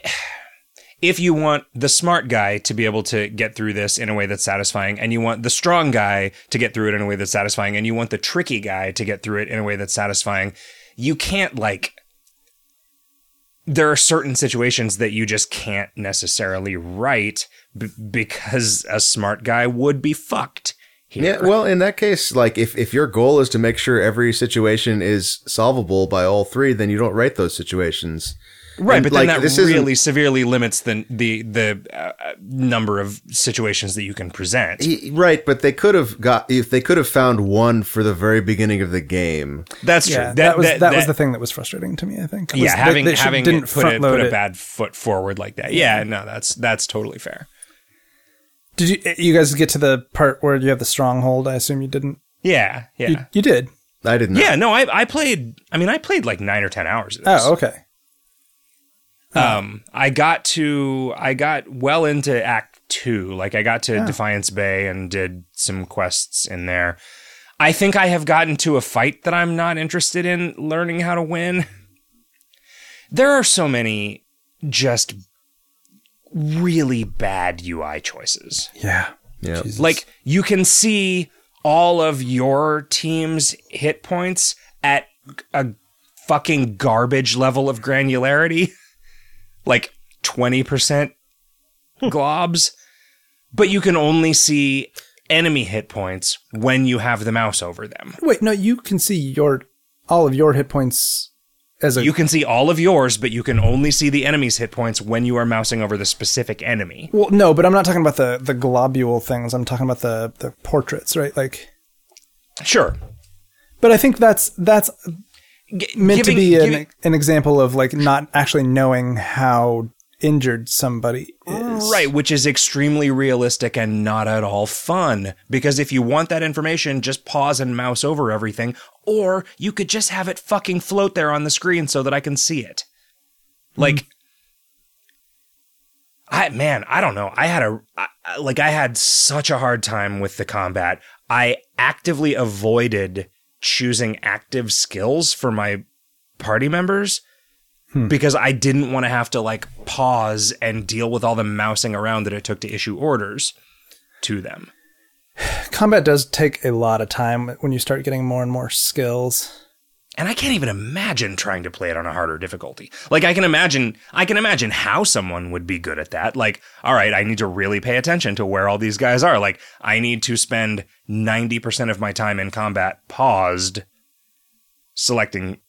if you want the smart guy to be able to get through this in a way that's satisfying, and you want the strong guy to get through it in a way that's satisfying, and you want the tricky guy to get through it in a way that's satisfying, you can't like. There are certain situations that you just can't necessarily write b- because a smart guy would be fucked. Here. Yeah, well, in that case, like if, if your goal is to make sure every situation is solvable by all three, then you don't write those situations. Right, And, but then like, that this isn't- really severely limits the the the uh, uh, number of situations that you can present. Y- Right, but they could have got if they could have found one for the very beginning of the game. That's true. Yeah, that, was that, was the thing that was frustrating to me. I think. Yeah, Was they- having they should- having it put, a, front-load put a it. bad foot forward like that. Yeah, no, that's that's totally fair. Did you you guys get to the part where you have the stronghold? I assume you didn't. Yeah, yeah, You, you did. I didn't. yeah. No, I I played. I mean, I played like nine or ten hours of this. Oh, okay. Um, I got to I got well into Act Two. Like I got to Defiance Bay and did some quests in there. I think I have gotten to a fight that I'm not interested in learning how to win. [laughs] There are so many just really bad UI choices. Yeah. Yeah. Jesus. Like you can see all of your team's hit points at a fucking garbage level of granularity. [laughs] like 20% Hmm. globs, but you can only see enemy hit points when you have the mouse over them. Wait, no, you can see your all of your hit points as a You can see all of yours, but you can only see the enemy's hit points when you are mousing over the specific enemy. Well, no, but I'm not talking about the the globule things. I'm talking about the the portraits, right? Like Sure. but I think that's that's G- meant giving- to be an, giving- an example of like not actually knowing how injured somebody is. Right, which is extremely realistic and not at all fun. Because if you want that information, just pause and mouse over everything, or you could just have it fucking float there on the screen so that I can see it. Like, I man, I don't know. I had a I- I- like I had such a hard time with the combat. I actively avoided choosing active skills for my party members because I didn't want to have to like pause and deal with all the mousing around that it took to issue orders to them. Combat does take a lot of time when you start getting more and more skills. And I can't even imagine trying to play it on a harder difficulty. Like I can imagine I can imagine how someone would be good at that. Like, all right, I need to really pay attention to where all these guys are. Like I need to spend 90% of my time in combat paused selecting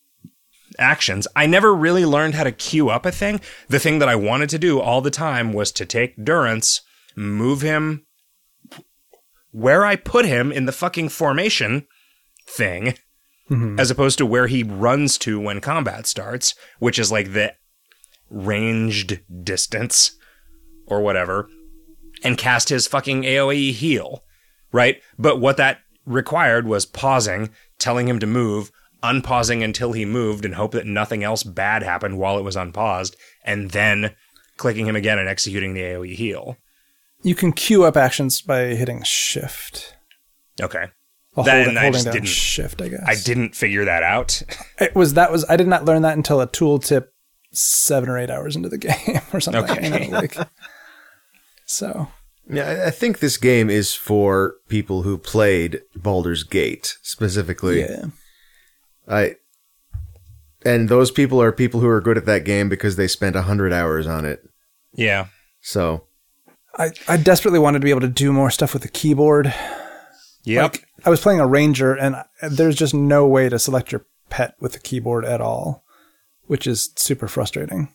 actions. I never really learned how to queue up a thing. The thing that I wanted to do all the time was to take Durance, move him where I put him in the fucking formation thing, as opposed to where he runs to when combat starts, which is like the ranged distance or whatever, and cast his fucking AoE heal, right? But what that required was pausing, telling him to move, unpausing until he moved, and hope that nothing else bad happened while it was unpaused, and then clicking him again and executing the E AoE heal. You can queue up actions by hitting shift. Okay. Well, That- hold- and I holding just down didn't- shift, I guess. I didn't figure that out. [laughs] It was that was I did not learn that until a tooltip seven or eight hours into the [laughs] game or something. you know, like, so Yeah, I- I think this game is for people who played Baldur's Gate specifically. yeah, I and those people are people who are good at that game because they spent 100 hours on it. yeah. So, I I desperately wanted to be able to do more stuff with the keyboard. Yep. Like, I was playing a ranger, and I- there's just no way to select your pet with the keyboard at all, which is super frustrating.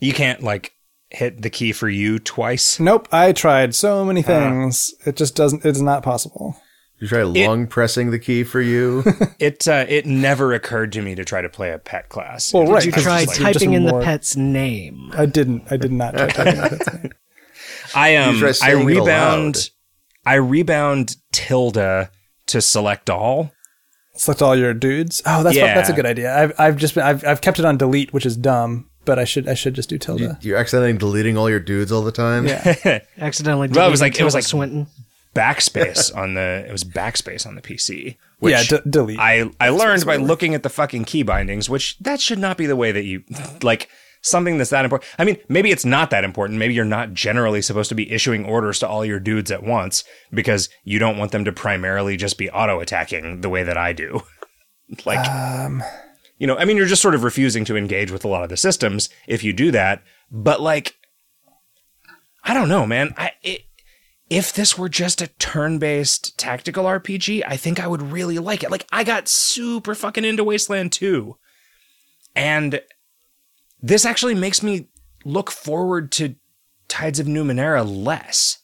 you can't like hit the key for you twice. Nope, I tried so Ah. many things. it just doesn't. It's not possible. you try long pressing the key [laughs] for you. It uh, it never occurred to me to try to play a pet class. Well, It- right. You I was try just like- typing just in the more- pet's name. I didn't. I did not try typing out that [laughs] thing. I um You try I saying it rebound aloud. I rebound tilde to select all. select all your dudes. Oh, that's Yeah. that's a good idea. I've I've just been I've, I've kept it on delete, which is dumb, but I should I should just do tilde. You're accidentally deleting all your dudes all the time. yeah. Accidentally. Well, it was deleted like- it was Tilda like- Swinton. [laughs] Backspace on the it was backspace on the PC. Which yeah, d- delete. I I learned by looking at the fucking key bindings, which that should not be the way that you like something that's that important. I mean, maybe it's not that important. Maybe you're not generally supposed to be issuing orders to all your dudes at once because you don't want them to primarily just be auto attacking the way that I do. [laughs] like, you know, I mean, you're just sort of refusing to engage with a lot of the systems if you do that. But like, I don't know, man. I it, if this were just a turn-based tactical RPG, I think I would really like it. Like, I got super fucking into Wasteland 2. And this actually makes me look forward to Tides of Numenera less.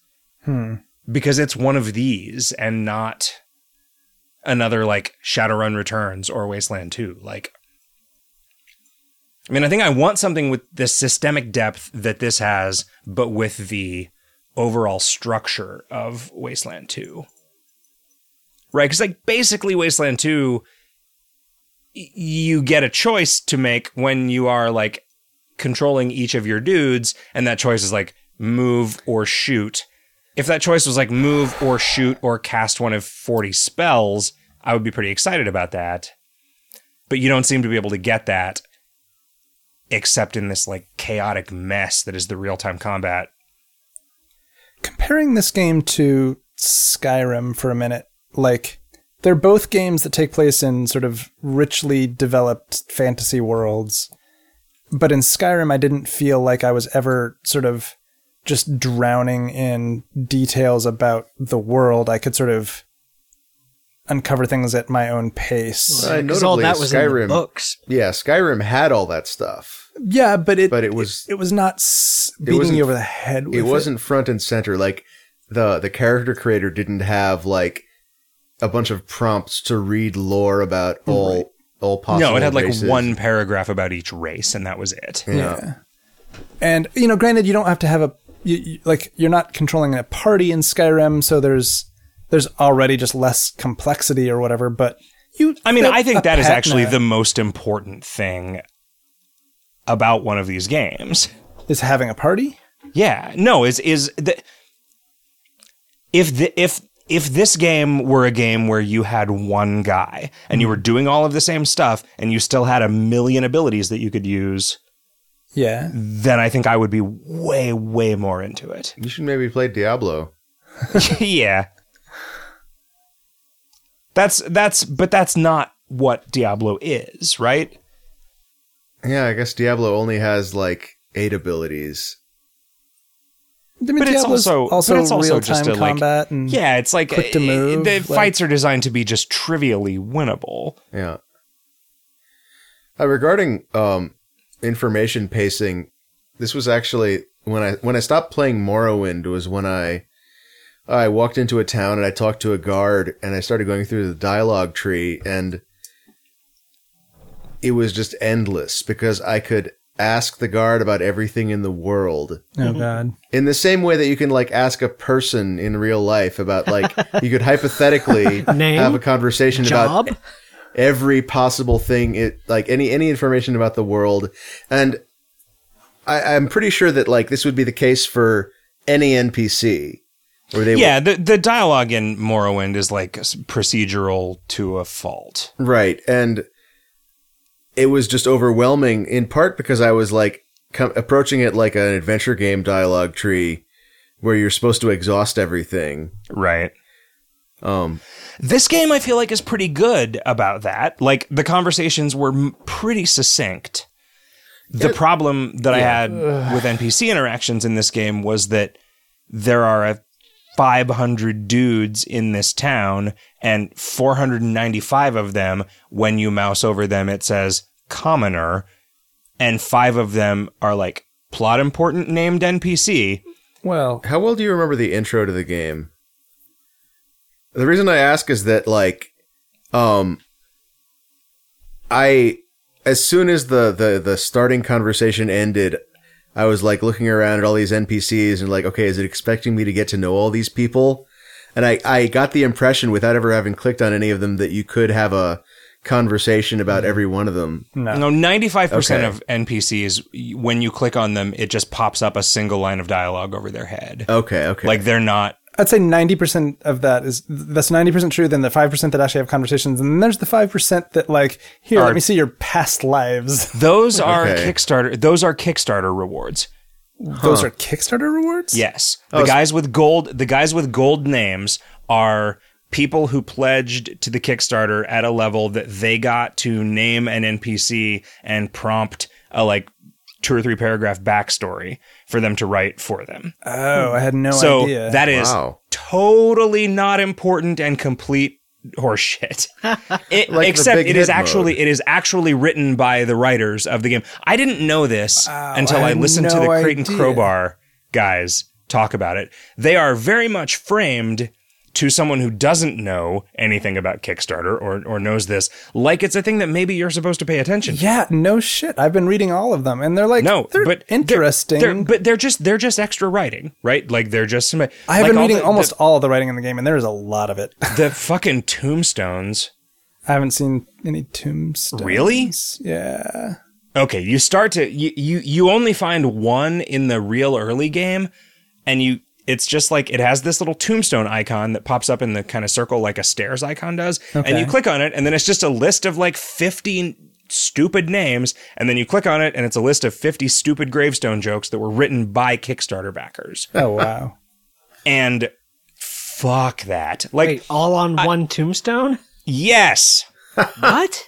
Because it's one of these and not another like Shadowrun Returns or Wasteland 2. Like, I mean, I think I want something with the systemic depth that this has, but with the overall structure of Wasteland 2. Right? Because, like, basically, Wasteland 2, y- you get a choice to make when you are, like, controlling each of your dudes, and that choice is, like, move or shoot. If that choice was, like, move or shoot or cast one of 40 spells, I would be pretty excited about that. But you don't seem to be able to get that except in this, like, chaotic mess that is the real time combat. comparing this game to Skyrim for a minute, like they're both games that take place in sort of richly developed fantasy worlds. But in Skyrim, I didn't feel like I was ever sort of just drowning in details about the world. I could sort of uncover things at my own pace. Uh, Because all notably, that was in the Skyrim. books. [laughs] yeah, Skyrim had all that stuff. Yeah, but it But it was- [laughs] it, was not s- beating wasn't- you over the head. With it wasn't front and center. Like the the character creator didn't have like a bunch of prompts to read lore about all all possible. No, it had like races. one paragraph about each race, and that was it. Yeah. and you know granted you don't have to have a you, you, like you're not controlling a party in skyrim so there's there's already just less complexity or whatever but you I mean, built I think a that is pet actually now, the most important thing about one of these games. is having a party Yeah, no, is is the, if the if if this game were a game where you had one guy and you were doing all of the same stuff and you still had a million abilities that you could use, yeah then I think I would be way way more into it. You should maybe play Diablo. [laughs] yeah. That's that's but that's not what Diablo is, right? Yeah, I guess Diablo only has like eight abilities. I mean, But it's Diablo's also- also but it's also real-time just a, like- combat and Yeah, it's like Mm. Quick to uh, move, the like- fights are designed to be just trivially winnable. Yeah. Uh, regarding um, information pacing, this was actually when I when I stopped playing Morrowind was when I I walked into a town and I talked to a guard and I started going through the dialogue tree and it was just endless because I could ask the guard about everything in the world oh Mm-hmm. god in the same way that you can like ask a person in real life about [laughs] like you could hypothetically Name? have a conversation about Job? every possible thing it like any any information about the world and I, i'm pretty sure that like this would be the case for any npc where they Yeah, the the dialogue in Morrowind is like s- procedural to a fault. right and it was just overwhelming in part because i was like com- approaching it like an adventure game dialogue tree where you're supposed to exhaust everything Right. um This game I feel like is pretty good about that. Like the conversations were m- pretty succinct. The problem that I had with NPC interactions in this game was that there are a 500 dudes in this town and 495 of them when you mouse over them it says commoner and 5 of them are like plot important named NPC. well How well do you remember the intro to the game? The reason I ask is that like um I as soon as the the the starting conversation ended, I was like looking around at all these NPCs and like, okay, is it expecting me to get to know all these people? And I I got the impression without ever having clicked on any of them that you could have a conversation about every one of them. No, ninety-five percent Okay. of NPCs, y- when you click on them, it just pops up a single line of dialogue over their head. Okay, okay. Like they're not I'd say 90% of that is that's 90% true. Then the 5% that actually have conversations. And then there's the 5% that, like, here, let me see your past lives. Those are Okay. Kickstarter. Those are Kickstarter rewards. Those are Kickstarter rewards? Yes, Oh, the guys with gold. The guys with gold names are people who pledged to the Kickstarter at a level that they got to name an NPC and prompt a like two or three paragraph backstory for them to write for them. Oh, I had no so idea. that is Wow. totally not important and complete [laughs] horseshit. It- Like the except big it is hit actually it is actually written by the writers of the game. I didn't know this until I I, had listened to no the Creighton idea. Crowbar guys talk about it. They are very much framed to someone who doesn't know anything about Kickstarter or or knows this, like it's a thing that maybe you're supposed to pay attention to. yeah, no shit. I've been reading all of them, and they're like, No, they're but they're- interesting. they're- but they're just they're just extra writing, right? Like they're just. I I have been reading almost all of the writing in the game, and there is a lot of it. [laughs] the fucking tombstones. I haven't seen any tombstones. Really? Yeah. Okay, you start to you, you you only find one in the real early game, and you it's just like it has this little tombstone icon that pops up in the kind of circle like a stairs icon does, and you click on it, and then it's just a list of like fifty stupid names, and then you click on it, and it's a list of fifty stupid gravestone jokes that were written by Kickstarter backers, Oh wow. [laughs] and fuck that, like Wait, all on one tombstone? yes. What?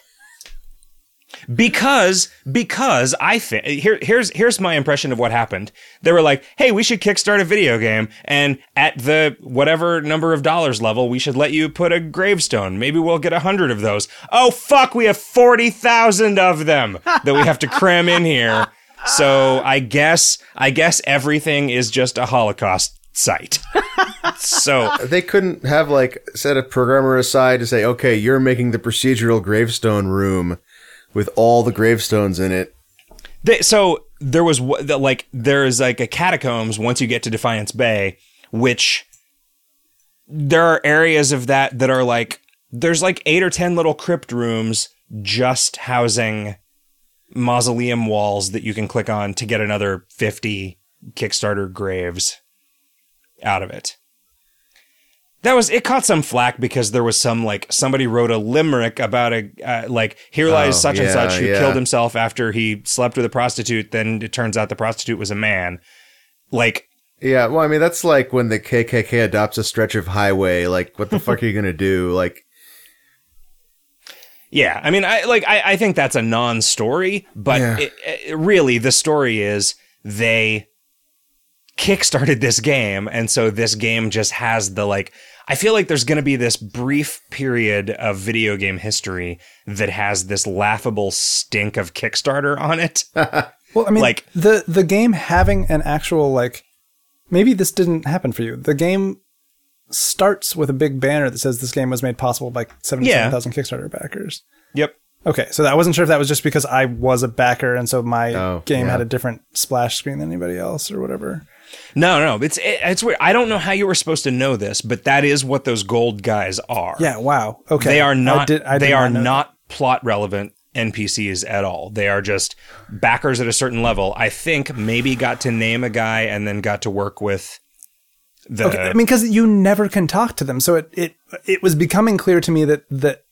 because because I think here here's here's my impression of what happened. They were like, "Hey, we should kickstart a video game, and at the whatever number of dollars level, we should let you put a gravestone. Maybe we'll get a hundred of those. Oh fuck, we have forty thousand of them that we have to cram in here. So I guess I guess everything is just a Holocaust site. so They couldn't have like set a programmer aside to say, okay, you're making the procedural gravestone room with all the gravestones in it. They, so there was wh- the, like there is like a catacombs once you get to Defiance Bay, which there are areas of that that are like there's like eight or ten little crypt rooms just housing mausoleum walls that you can click on to get another fifty Kickstarter graves out of it. That was it. Caught some flack because there was some like somebody wrote a limerick about a uh, like here lies Oh, such and yeah, such who yeah. killed himself after he slept with a prostitute. Then it turns out the prostitute was a man. Like Yeah, well, I mean, that's like when the KKK adopts a stretch of highway. Like, what the fuck are you gonna do? Like, Yeah, I mean, I like I, I think that's a non-story, but Yeah. it, it- really the story is they kickstarted this game, and so this game just has the like. I feel like there's going to be this brief period of video game history that has this laughable stink of Kickstarter on it. Well, I mean, Like- like the the game having an actual like, maybe this didn't happen for you. The game starts with a big banner that says this game was made possible by seventy-seven thousand Kickstarter backers. yep. Okay, so that I wasn't sure if that was just because I was a backer and so my Oh, game yeah. had a different splash screen than anybody else or whatever. No, no, it's it, it's weird. I don't know how you were supposed to know this, but that is what those gold guys are. Yeah. Wow. Okay. They I are not. did- I they did are know that. not plot relevant NPCs at all. They are just backers at a certain level. I think maybe got to name a guy and then got to work with the. Okay, I mean, because you never can talk to them, so it it it was becoming clear to me that that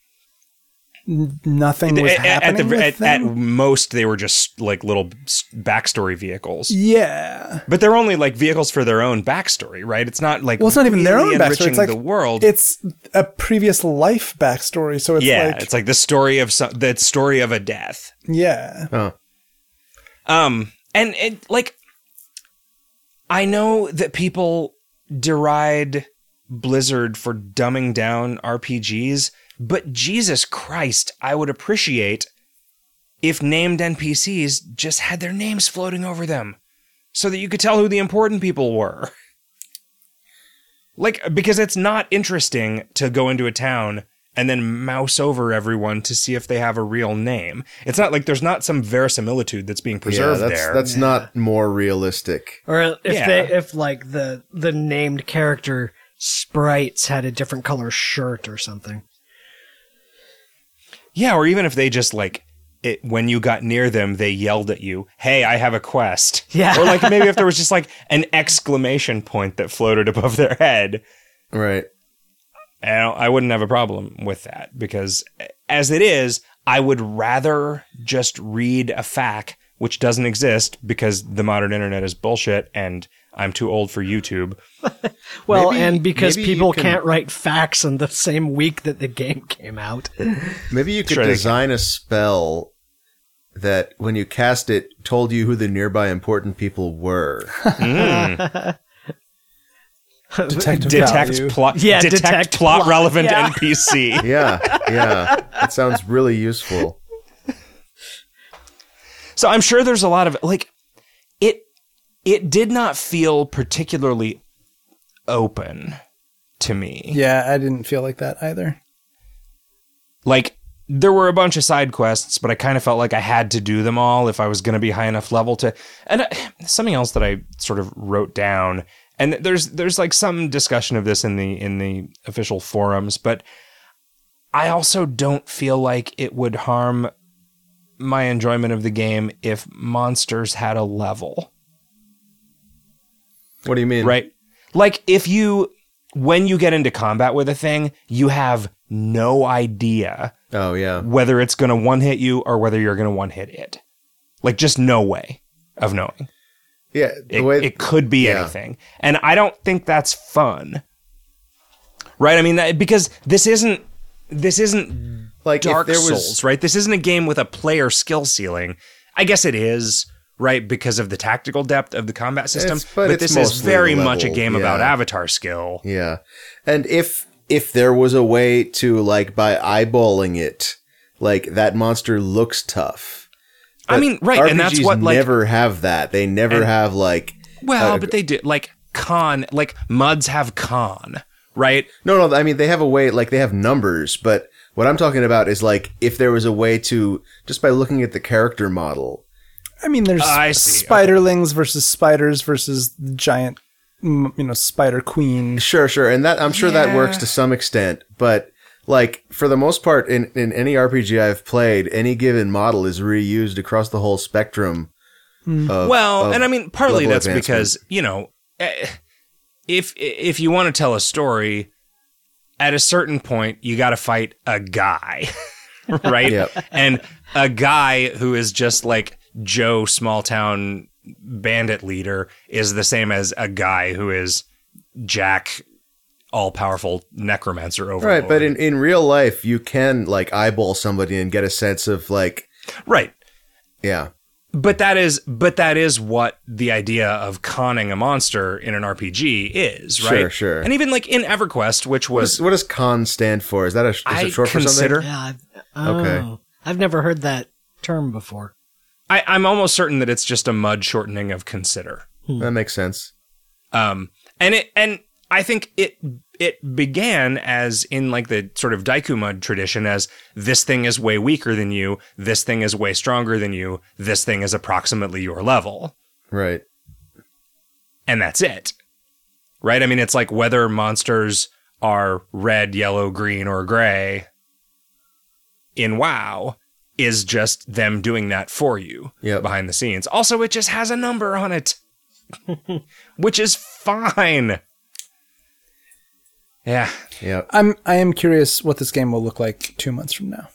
n- nothing was at, at happening the with at, at them. most they were just like little s- backstory vehicles, yeah. but they're only like vehicles for their own backstory, right? It's not like Well, it's not even their really own backstory. enriching It's like the world. It's a previous life backstory, so it's yeah, like it's like the story of some, the story of a death. yeah. oh, [laughs] Um, and it like, I know that people deride Blizzard for dumbing down RPGs, but Jesus Christ, I would appreciate if named NPCs just had their names floating over them so that you could tell who the important people were. Like, because it's not interesting to go into a town and then mouse over everyone to see if they have a real name. It's not like there's not some verisimilitude that's being yeah, preserved that's there. that's not more realistic. Or if Yeah. they if like the the named character sprites had a different color shirt or something. Yeah, or even if they just like it, when you got near them, they yelled at you, "Hey, I have a quest." Yeah. Or like maybe if there was just [laughs] like an exclamation point that floated above their head, Right. and I wouldn't have a problem with that because as it is, I would rather just read a fact which doesn't exist because the modern internet is bullshit and I'm too old for YouTube. Well, Maybe- and because maybe you people can- can... not write facts in the same week that the game [laughs] came out. Maybe you could Sure they can. design a spell that when you cast it told you who the nearby important people were. [laughs] Detective Detect value. plot Yeah, detect, detect plot, plot, relevant yeah. [laughs] NPC. yeah, yeah. That sounds really useful. So I'm sure there's a lot of like it it did not feel particularly open to me. Yeah, I didn't feel like that either. Like there were a bunch of side quests, but I kind of felt like I had to do them all if I was going to be high enough level to and uh, something else that I sort of wrote down and there's there's like some discussion of this in the in the official forums, but I also don't feel like it would harm my enjoyment of the game if monsters had a level. What do you mean? Right. Like if you when you get into combat with a thing, you have no idea Oh, yeah. whether it's going to one hit you or whether you're going to one hit it. Like just no way of knowing. Yeah, the It, way it could be yeah. anything. And I don't think that's fun. Right? I mean that, because this isn't this isn't like Dark if there was Souls, right? This isn't a game with a player skill ceiling. I guess it is, right, because of the tactical depth of the combat system. It's- but it's this is mostly very level, much a game about yeah. avatar skill. Yeah. And if if there was a way to like by eyeballing it, like that monster looks tough. I But mean, right, and that's RPGs what like never have that. They never have like well, uh, but they do like con, like muds have con, right? No, no, I mean they have a way like they have numbers, but what I'm talking about is like if there was a way to just by looking at the character model. I mean, there's I see, spiderlings versus spiders versus giant, mm, you know, spider queen. Sure, sure. And that I'm sure that works to some extent, but like for the most part in in any RPG I've played, any given model is reused across the whole spectrum. Of, well, of and I mean, partly level that's advancement. because you know, eh, if if you want to tell a story, at a certain point, you got to fight a guy, [laughs] right? Yep. And a guy who is just like Joe, small town bandit leader, is the same as a guy who is Jack, all powerful necromancer over. Right, but in, in real life, you can like eyeball somebody and get a sense of like, right. yeah, But that is but that is what the idea of conning a monster in an RPG is, right? Sure, sure. And even like in EverQuest, which what was does, what does con stand for? Is that a, is I it short for consider something? [laughs] yeah, I've, Okay. oh. I've never heard that term before. I, I'm almost certain that it's just a mud shortening of consider. That makes sense. Um and it and I think it it began as in like the sort of Daiku mud tradition as this thing is way weaker than you, this thing is way stronger than you, this thing is approximately your level. Right. and that's it. Right? I mean, it's like whether monsters are red, yellow, green, or gray in WoW is just them doing that for you Yep. behind the scenes. Also, it just has a number on it, which is fine. Yeah. Yeah. I'm I am curious what this game will look like two months from now.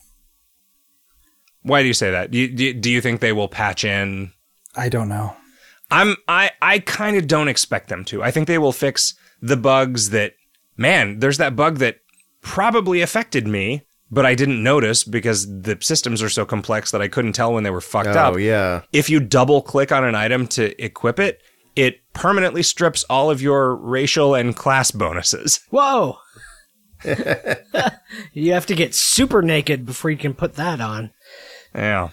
Why do you say that? Do you, do you- do you think they will patch in I don't know. I'm I I kind of don't expect them to. I think they will fix the bugs that man, there's that bug that probably affected me, but I didn't notice because the systems are so complex that I couldn't tell when they were fucked Oh up. yeah. If you double click on an item to equip it, it permanently strips all of your racial and class bonuses. [laughs] [laughs] Whoa! [laughs] you have to get super naked before you can put that on. Yeah.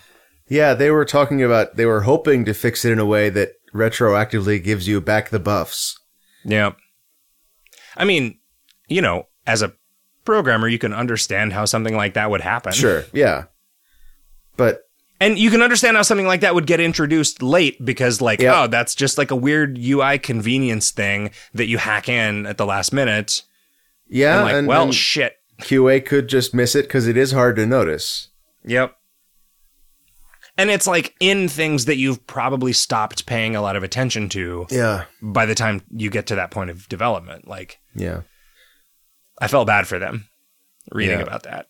Yeah, they were talking about they were hoping to fix it in a way that retroactively gives you back the buffs. Yeah. I mean, you know, as a programmer, you can understand how something like that would happen. Sure. Yeah. But And you can understand how something like that would get introduced late because, like, Yeah. oh, that's just like a weird UI convenience thing that you hack in at the last minute. yeah, and like, and, well, and shit. QA could just miss it because it is hard to notice. Yep. And it's like in things that you've probably stopped paying a lot of attention to Yeah. by the time you get to that point of development. Like Yeah. I felt bad for them reading Yeah. about that.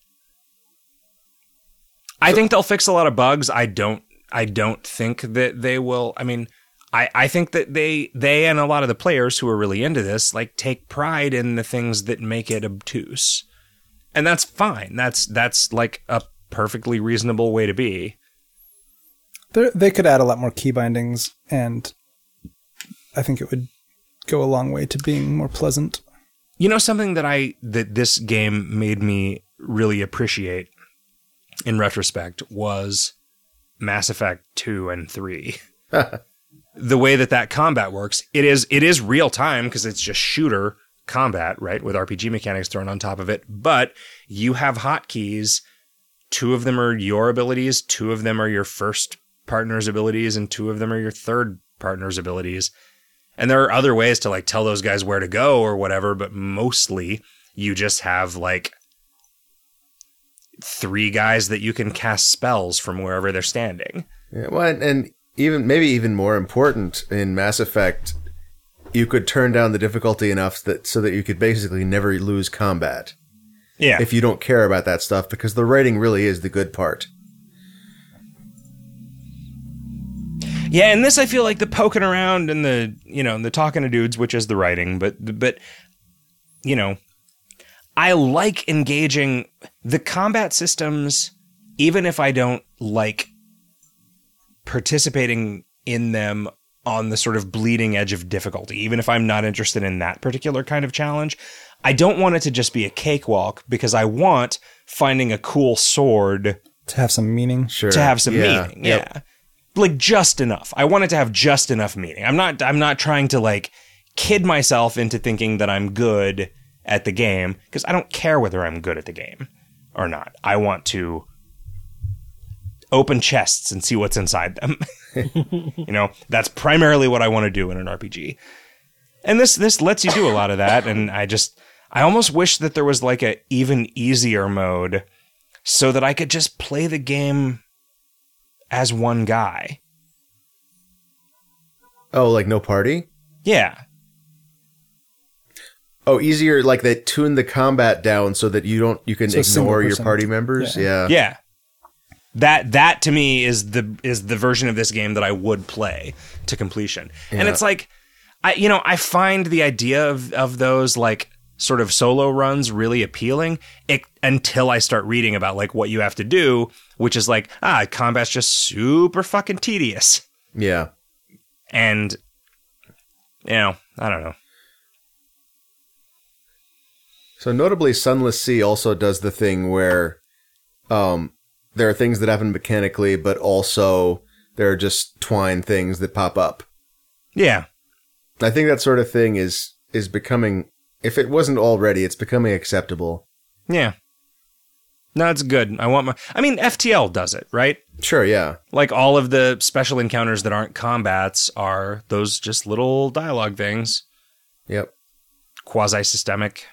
I think they'll fix a lot of bugs. I don't I don't think that they will I mean I, I think that they they and a lot of the players who are really into this like take pride in the things that make it obtuse. And that's fine. That's that's like a perfectly reasonable way to be. They're, they could add a lot more key bindings, and I think it would go a long way to being more pleasant. You know something that I that this game made me really appreciate in retrospect was Mass Effect 2 and 3. the way that that combat works, it is it is real time because it's just shooter combat, right, with RPG mechanics thrown on top of it, but you have hotkeys. Two of them are your abilities, two of them are your first partner's abilities and two of them are your third partner's abilities. And there are other ways to like tell those guys where to go or whatever, but mostly you just have like three guys that you can cast spells from wherever they're standing. Yeah, well, and, and even maybe even more important in Mass Effect, you could turn down the difficulty enough that so that you could basically never lose combat Yeah. if you don't care about that stuff because the writing really is the good part. Yeah, and this I feel like the poking around and the you know the talking to dudes, which is the writing, but but you know, I like engaging the combat systems, even if I don't like participating in them on the sort of bleeding edge of difficulty. Even if I'm not interested in that particular kind of challenge, I don't want it to just be a cakewalk because I want finding a cool sword To have some meaning. Sure, to have some Yeah, meaning. yep. Yeah. Like just enough. I want it to have just enough meaning. I'm not I'm not trying to like kid myself into thinking that I'm good at the game because I don't care whether I'm good at the game or not. I want to open chests and see what's inside them. [laughs] you know, that's primarily what I want to do in an RPG. And this this lets you do a lot of that and I just I almost wish that there was like a even easier mode so that I could just play the game as one guy. Oh, like no party. Yeah. Oh, easier like they tune the combat down so that you don't you can So single ignore your person. party members. Yeah. Yeah. That that to me is the is the version of this game that I would play to completion. And Yeah. it's like I you know, I find the idea of of those like sort of solo runs really appealing it, until I start reading about like what you have to do, which is like, ah, combat's just super fucking tedious. Yeah. And you know, I don't know. So notably, Sunless Sea also does the thing where um, there are things that happen mechanically, but also there are just twine things that pop up. Yeah. I think that sort of thing is is becoming, if it wasn't already, it's becoming acceptable. Yeah. No, it's good. I want my. I mean, FTL does it, right? Sure, yeah, Like all of the special encounters that aren't combats are those just little dialogue things, yep, quasi systemic.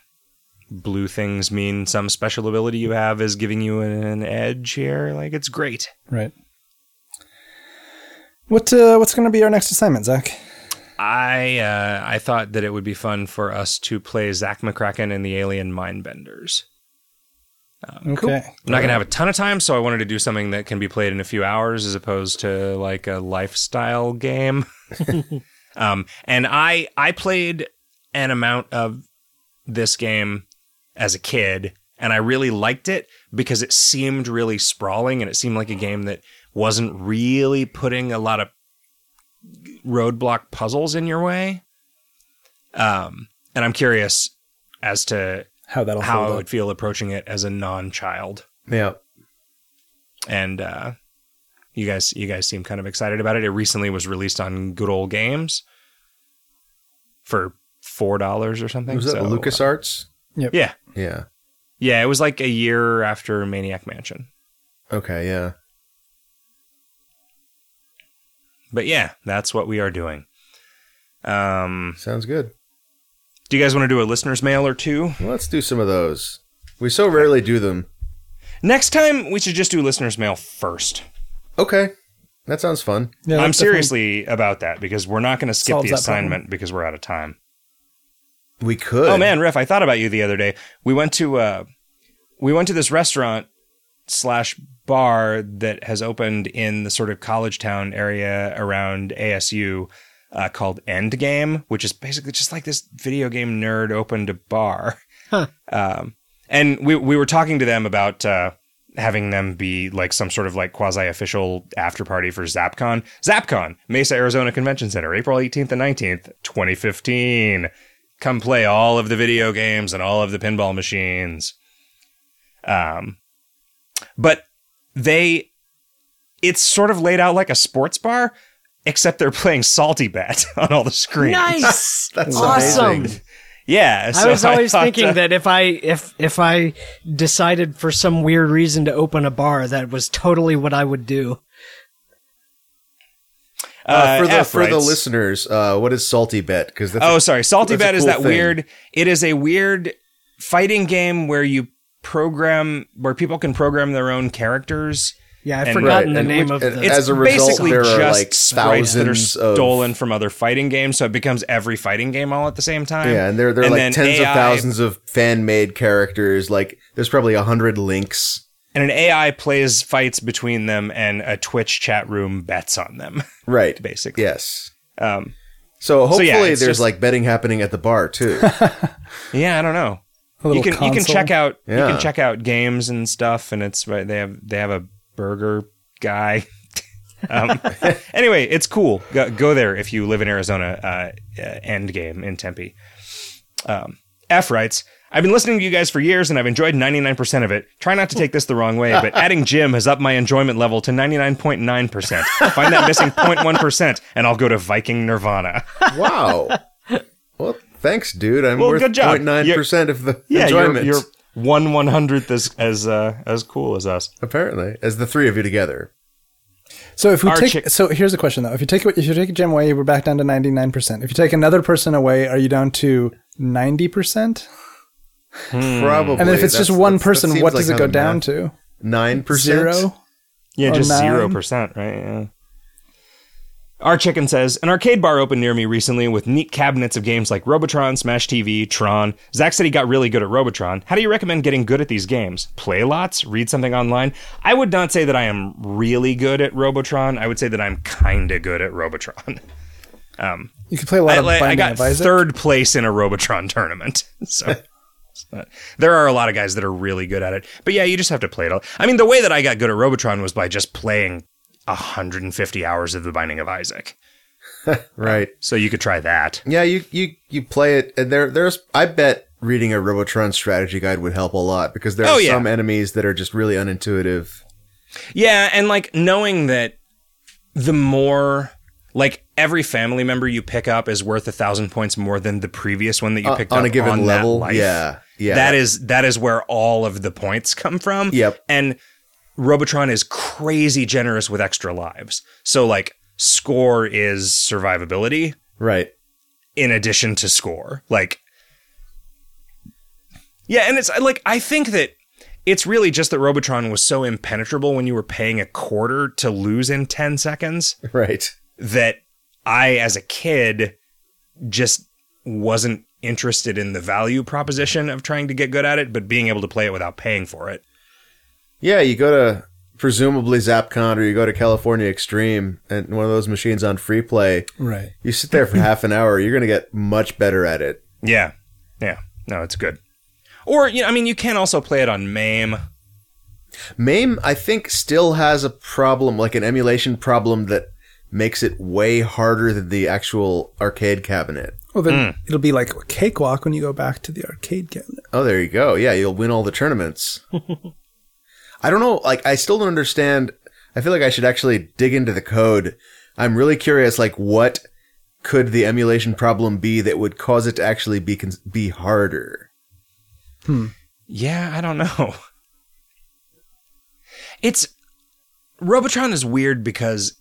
Blue things mean some special ability you have is giving you an edge here. Like, it's great. Right. What uh, what's going to be our next assignment, Zach? I uh, I thought that it would be fun for us to play Zach McCracken and the Alien Mindbenders. Okay. I'm not going to have a ton of time, so I wanted to do something that can be played in a few hours as opposed to like a lifestyle [laughs] game. [laughs] um, and I I played an amount of this game as a kid, and I really liked it because it seemed really sprawling and it seemed like a game that wasn't really putting a lot of roadblock puzzles in your way. Um, and I'm curious as to How that'll how I hold would feel approaching it as a non-child yeah. and uh, you guys you guys seem kind of excited about it. It recently was released on Good Old Games for four dollars or something. Was that so- LucasArts? Yeah, Yeah. yeah. It was like a year after Maniac Mansion, Okay. Yeah. but yeah, that's what we are doing. Um, Sounds good. do you guys want to do a listener's mail or two? Well, let's do some of those. We so rarely do them. Next time we should just do listener's mail first. Okay. That sounds fun. Yeah, I'm that definitely- seriously about that because we're not going to skip Solves the that problem. assignment because we're out of time. We could. Oh man, Riff, I thought about you the other day. We went to uh, we went to this restaurant slash bar that has opened in the sort of college town area around ASU uh, called Endgame, which is basically just like this video game nerd opened a bar. Um, and we we were talking to them about uh, having them be like some sort of like quasi official after party for ZapCon. ZapCon, Mesa Arizona Convention Center, April 18th and 19th, 2015. Come play all of the video games and all of the pinball machines. Um, but they, it's sort of laid out like a sports bar, except they're playing Salty Bet [laughs] on all the screens. Nice. [laughs] That's awesome. amazing. Yeah, I so was always thought, thinking uh, that if I if if I decided for some weird reason to open a bar, that was totally what I would do. Uh, uh, for the F for the writes- listeners, uh, what is salty bet? Because Oh, sorry. Salty that's a Bet is cool that thing. weird. It is a weird fighting game where you program where people can program their own characters. Yeah, I've And- forgotten Right, the and name which- of and the. as It's a result, basically there are, just like, sprites that are thousands of- stolen from other fighting games, so it becomes every fighting game all at the same time. yeah, and there there are then like tens AI of thousands of fan made characters. Like there's probably a hundred links. and an AI plays fights between them, and a Twitch chat room bets on them. [laughs] Right. Basically. Yes. Um, So So, hopefully yeah, it's there's just- like betting happening at the bar [laughs] too. yeah, I don't know. You A little can you can console. check out you Yeah. can check out games and stuff, and it's right. They have they have a burger guy. [laughs] [laughs] um, anyway, it's cool. Go, go there if you live in Arizona. Uh, uh, Endgame in Tempe. Um, F writes. I've been listening to you guys for years and I've enjoyed 99% of it. Try not to take this the wrong way, [laughs] but adding Jim has upped my enjoyment level to 99.9%. Find that missing 0.1% and I'll go to Viking Nirvana. wow. Well, thanks, dude. I'm Well, worth good job. 0.9 percent of the Yeah, enjoyment. you're, you're one one hundredth as as uh, as cool as us. apparently, as the three of you together. So if we Our take, chick- so here's the question though: if you take if you take Jim away, we're back down to ninety nine percent. If you take another person away, are you down to ninety percent? Hmm. Probably. And then if it's That's- just one that's- that person, seems what like does it how go the down math- to? Nine percent. Zero. Yeah, Or just nine. zero percent, right? Yeah. Our chicken says an arcade bar opened near me recently with neat cabinets of games like Robotron, Smash TV, Tron. Zach said he got really good at Robotron. How do you recommend getting good at these games? Play lots, read something online. I would not say that I am really good at Robotron. I would say that I'm kinda good at Robotron. [laughs] You could play a lot I, of like, Binding I got of Isaac. third place in a Robotron tournament. [laughs] So it's not- there are a lot of guys that are really good at it. But yeah, you just have to play it all. I mean, the way that I got good at Robotron was by just playing 150 hours of The Binding of Isaac. Right. So you could try that. Yeah, you you you play it, and there there's I bet reading a Robotron strategy guide would help a lot because there are Oh, yeah. some enemies that are just really unintuitive. Yeah, and like knowing that the more like every family member you pick up is worth a thousand points more than the previous one that you Uh, picked on up a given that level, life. yeah, yeah. That is that is where all of the points come from. Yep. And Robotron is crazy generous with extra lives. So like score is survivability Right. [laughs] in addition to score. Like Yeah, and it's like I think that it's really just that Robotron was so impenetrable when you were paying a quarter to lose in 10 seconds Right. that I, as a kid, just wasn't interested in the value proposition of trying to get good at it, but being able to play it without paying for it. Yeah, you go to presumably ZapCon or you go to California Extreme and one of those machines on free play. right. You sit [laughs] there for half an hour, you're gonna get much better at it. Yeah. Yeah. No, it's good. Or, you know, I mean, you can also play it on MAME. MAME, I think, still has a problem, like an emulation problem that makes it way harder than the actual arcade cabinet. Well, then it'll be like a cakewalk when you go back to the arcade cabinet. Oh, there you go. Yeah, you'll win all [laughs] the tournaments. I don't know. Like, I still don't understand. I feel like I should actually dig into the code. I'm really curious. Like, what could the emulation problem be that would cause it to actually be cons- be harder? Yeah, I don't know. [laughs] It's. Robotron is weird because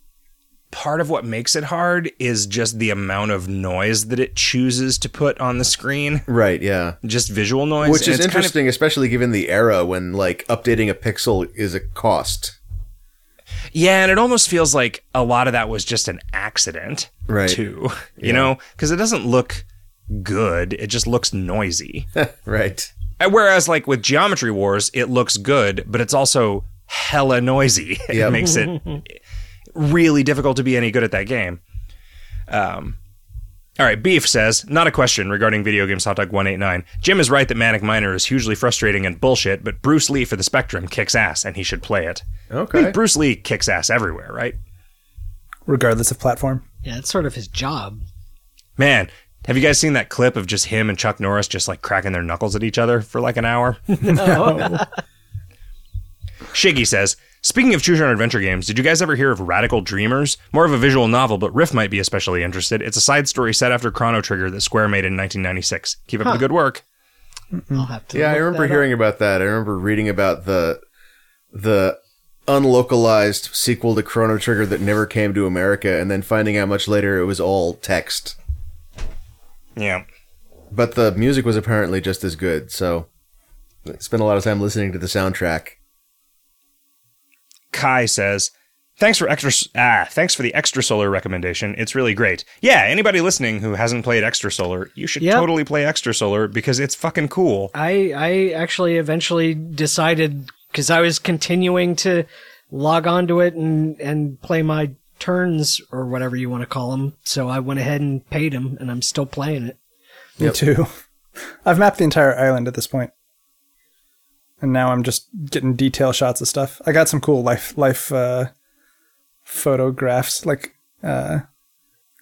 part of what makes it hard is just the amount of noise that it chooses to put on the screen, Right. Yeah. just visual noise. Which and is it's kind of- interesting, especially given the era when like updating a pixel is a cost. Yeah, and it almost feels like a lot of that was just an accident, Right. Too, you know, because it doesn't look good; it just looks noisy. Right. And Whereas, like with Geometry Wars, it looks good, but it's also hella noisy. [laughs] It Yep. makes it really difficult to be any good at that game. Um, all right, Beef says, not a question regarding video games hot dog 189. Jim is right that Manic Miner is hugely frustrating and bullshit, but Bruce Lee for the Spectrum kicks ass and he should play it. I Okay. mean, Bruce Lee kicks ass everywhere, right? regardless of platform. Yeah, it's sort of his job. Man, have you guys seen that clip of just him and Chuck Norris just like cracking their knuckles at each other for like an hour? Shiggy says, Speaking of choose your own adventure games, did you guys ever hear of Radical Dreamers? More of a visual novel, but Riff might be especially interested. It's a side story set after Chrono Trigger that Square made in 1996. Keep up the good work. I'll have to. Hmm. Yeah, I look remember that hearing about that. I remember reading about the the unlocalized sequel to Chrono Trigger that never came to America, and then finding out much later it was all text. Yeah. But the music was apparently just as good, so I spent a lot of time listening to the soundtrack. Kai says, "Thanks for extra ah, thanks for the extra solar recommendation. It's really great. Yeah, anybody listening who hasn't played extra solar, you should Yep. totally play extra solar because it's fucking cool. I I actually eventually decided because I was continuing to log onto it and and play my turns or whatever you want to call them. So I went ahead and paid him, and I'm still playing it. Me too. [laughs] I've mapped the entire island at this point. And now I'm just getting detail shots of stuff. I got some cool life life uh, photographs, like uh,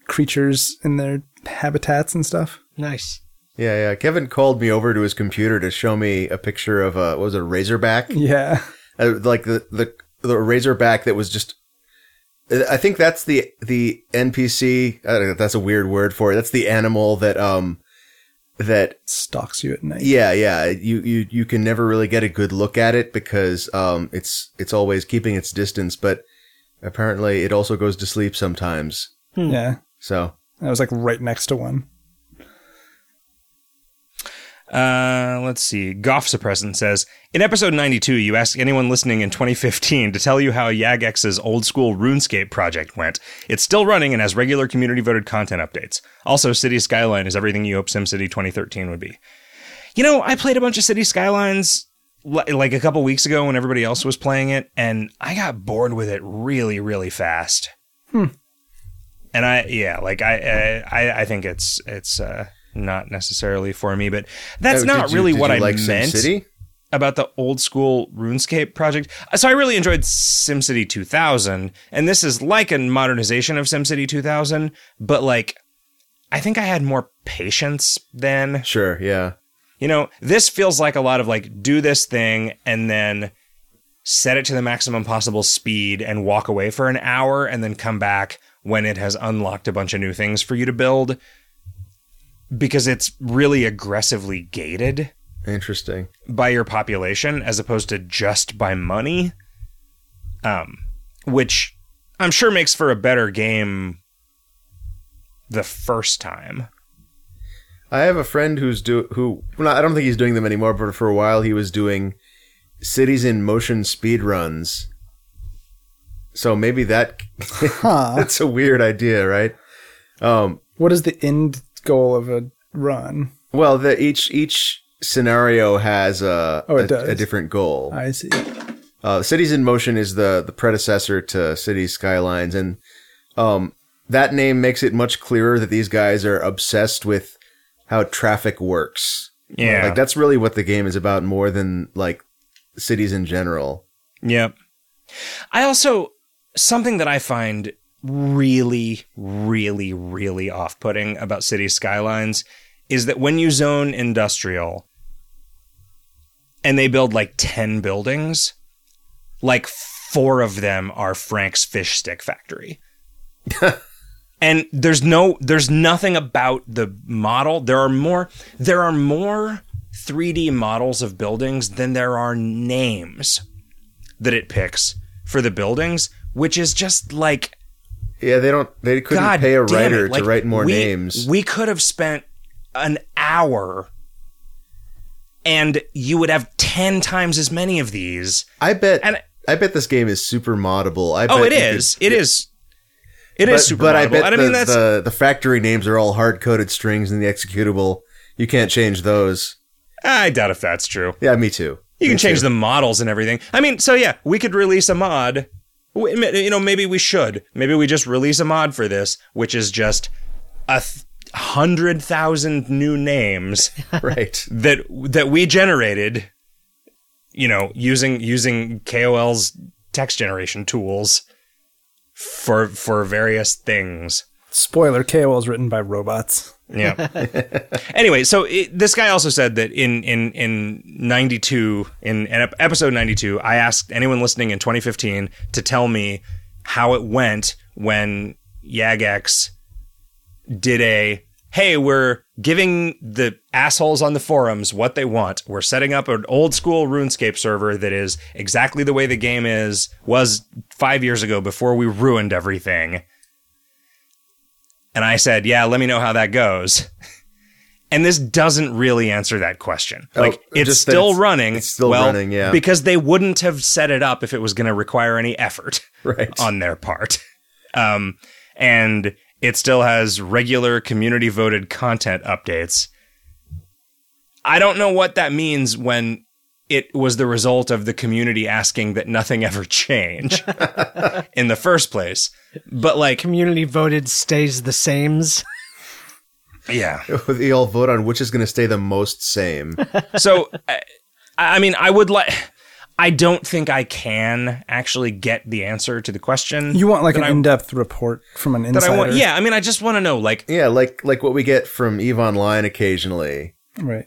creatures in their habitats and stuff. Nice. Yeah, yeah. Kevin called me over to his computer to show me a picture of a what was it, a Razorback? Yeah. [laughs] uh, like the the the Razorback that was just. I think that's the the NPC. I don't know, that's a weird word for it. That's the animal that um that Stalks you at night. yeah yeah you you you can never really get a good look at it because um it's it's always keeping its distance, but apparently it also goes to sleep sometimes. Yeah. So I was like right next to one. Uh, let's see. Goff Suppressant says In episode 92, you asked anyone listening in 2015 to tell you how Yagex's old school RuneScape project went. It's still running and has regular community voted content updates. Also, City Skyline is everything you hope SimCity 2013 would be. You know, I played a bunch of City Skylines li- like a couple weeks ago when everybody else was playing it, and I got bored with it really, really fast. Hmm. And I, yeah, like I, I, I- I think it's it's uh, not necessarily for me, but that's Uh, not did you- really did what you I like meant SimCity? about the old school RuneScape project. Uh, So I really enjoyed SimCity 2000, and this is like a modernization of SimCity 2000, but like I think I had more patience then. Sure, yeah. You know, this feels like a lot of like do this thing and then set it to the maximum possible speed and walk away for an hour and then come back when it has unlocked a bunch of new things for you to build because it's really aggressively gated Interesting. by your population as opposed to just by money, um, which I'm sure makes for a better game the first time. I have a friend who's do who well, I don't think he's doing them anymore, but for a while he was doing cities in motion speed runs. So maybe that [laughs] Huh. that's a weird idea, right? Um, what is the end goal of a run? well, the each each scenario has a Oh, it a, does. a different goal. I see. Uh, cities in motion is the the predecessor to Cities Skylines, and um, that name makes it much clearer that these guys are obsessed with how traffic works. Yeah. Like that's really what the game is about more than like cities in general. Yep. I also something that I find really, really, really off-putting about city skylines is that when you zone industrial and they build like 10 buildings, like four of them are Frank's fish stick factory. and there's no there's nothing about the model. There are more there are more 3D models of buildings than there are names that it picks for the buildings, which is just like Yeah, they don't they couldn't God pay a damn it, writer like, to write more we- names. We could have spent an hour and you would have 10 times as many of these. I bet And I bet this game is super moddable. I Oh, bet it you is. could- It is. It is but, super. but I moddable. bet And the, I mean, that's the the factory names are all hard coded strings in the executable. You can't change those. I doubt if that's true. Yeah, me too. You can [laughs] change the models and everything. I mean, so yeah, we could release a mod. We- ma- You know, maybe we should. Maybe we just release a mod for this, which is just a th- hundred thousand new names right. that that we generated. You know, using using KOL's text generation tools for for various things. Spoiler: KOL is written by robots. Yeah. anyway, so it, this guy also said that in in in 92 in, in ep- episode 92, I asked anyone listening in 2015 to tell me how it went when Yagex did a hey, we're giving the assholes on the forums what they want. We're setting up an old school RuneScape server that is exactly the way the game is was 5 years ago before we ruined everything. And I said, "Yeah, let me know how that goes." [laughs] And this doesn't really answer that question. Like it's Oh, just that still it's- running. it's still well, running, yeah. Because they wouldn't have set it up if it was going to require any effort [laughs] Right. [laughs] on their part. [laughs] Um, and it still has regular community voted content updates. I don't know what that means when it was the result of the community asking that nothing ever change [laughs] in the first place. But like, Community voted stays the same's. yeah. they all vote on which is going to stay the most [laughs] same. so I, I mean i would like i don't think i can actually get the answer to the question You want like that an I- in-depth report from an that insider, i want yeah i mean i just want to know like yeah, like like what we get from Eve Online occasionally. right?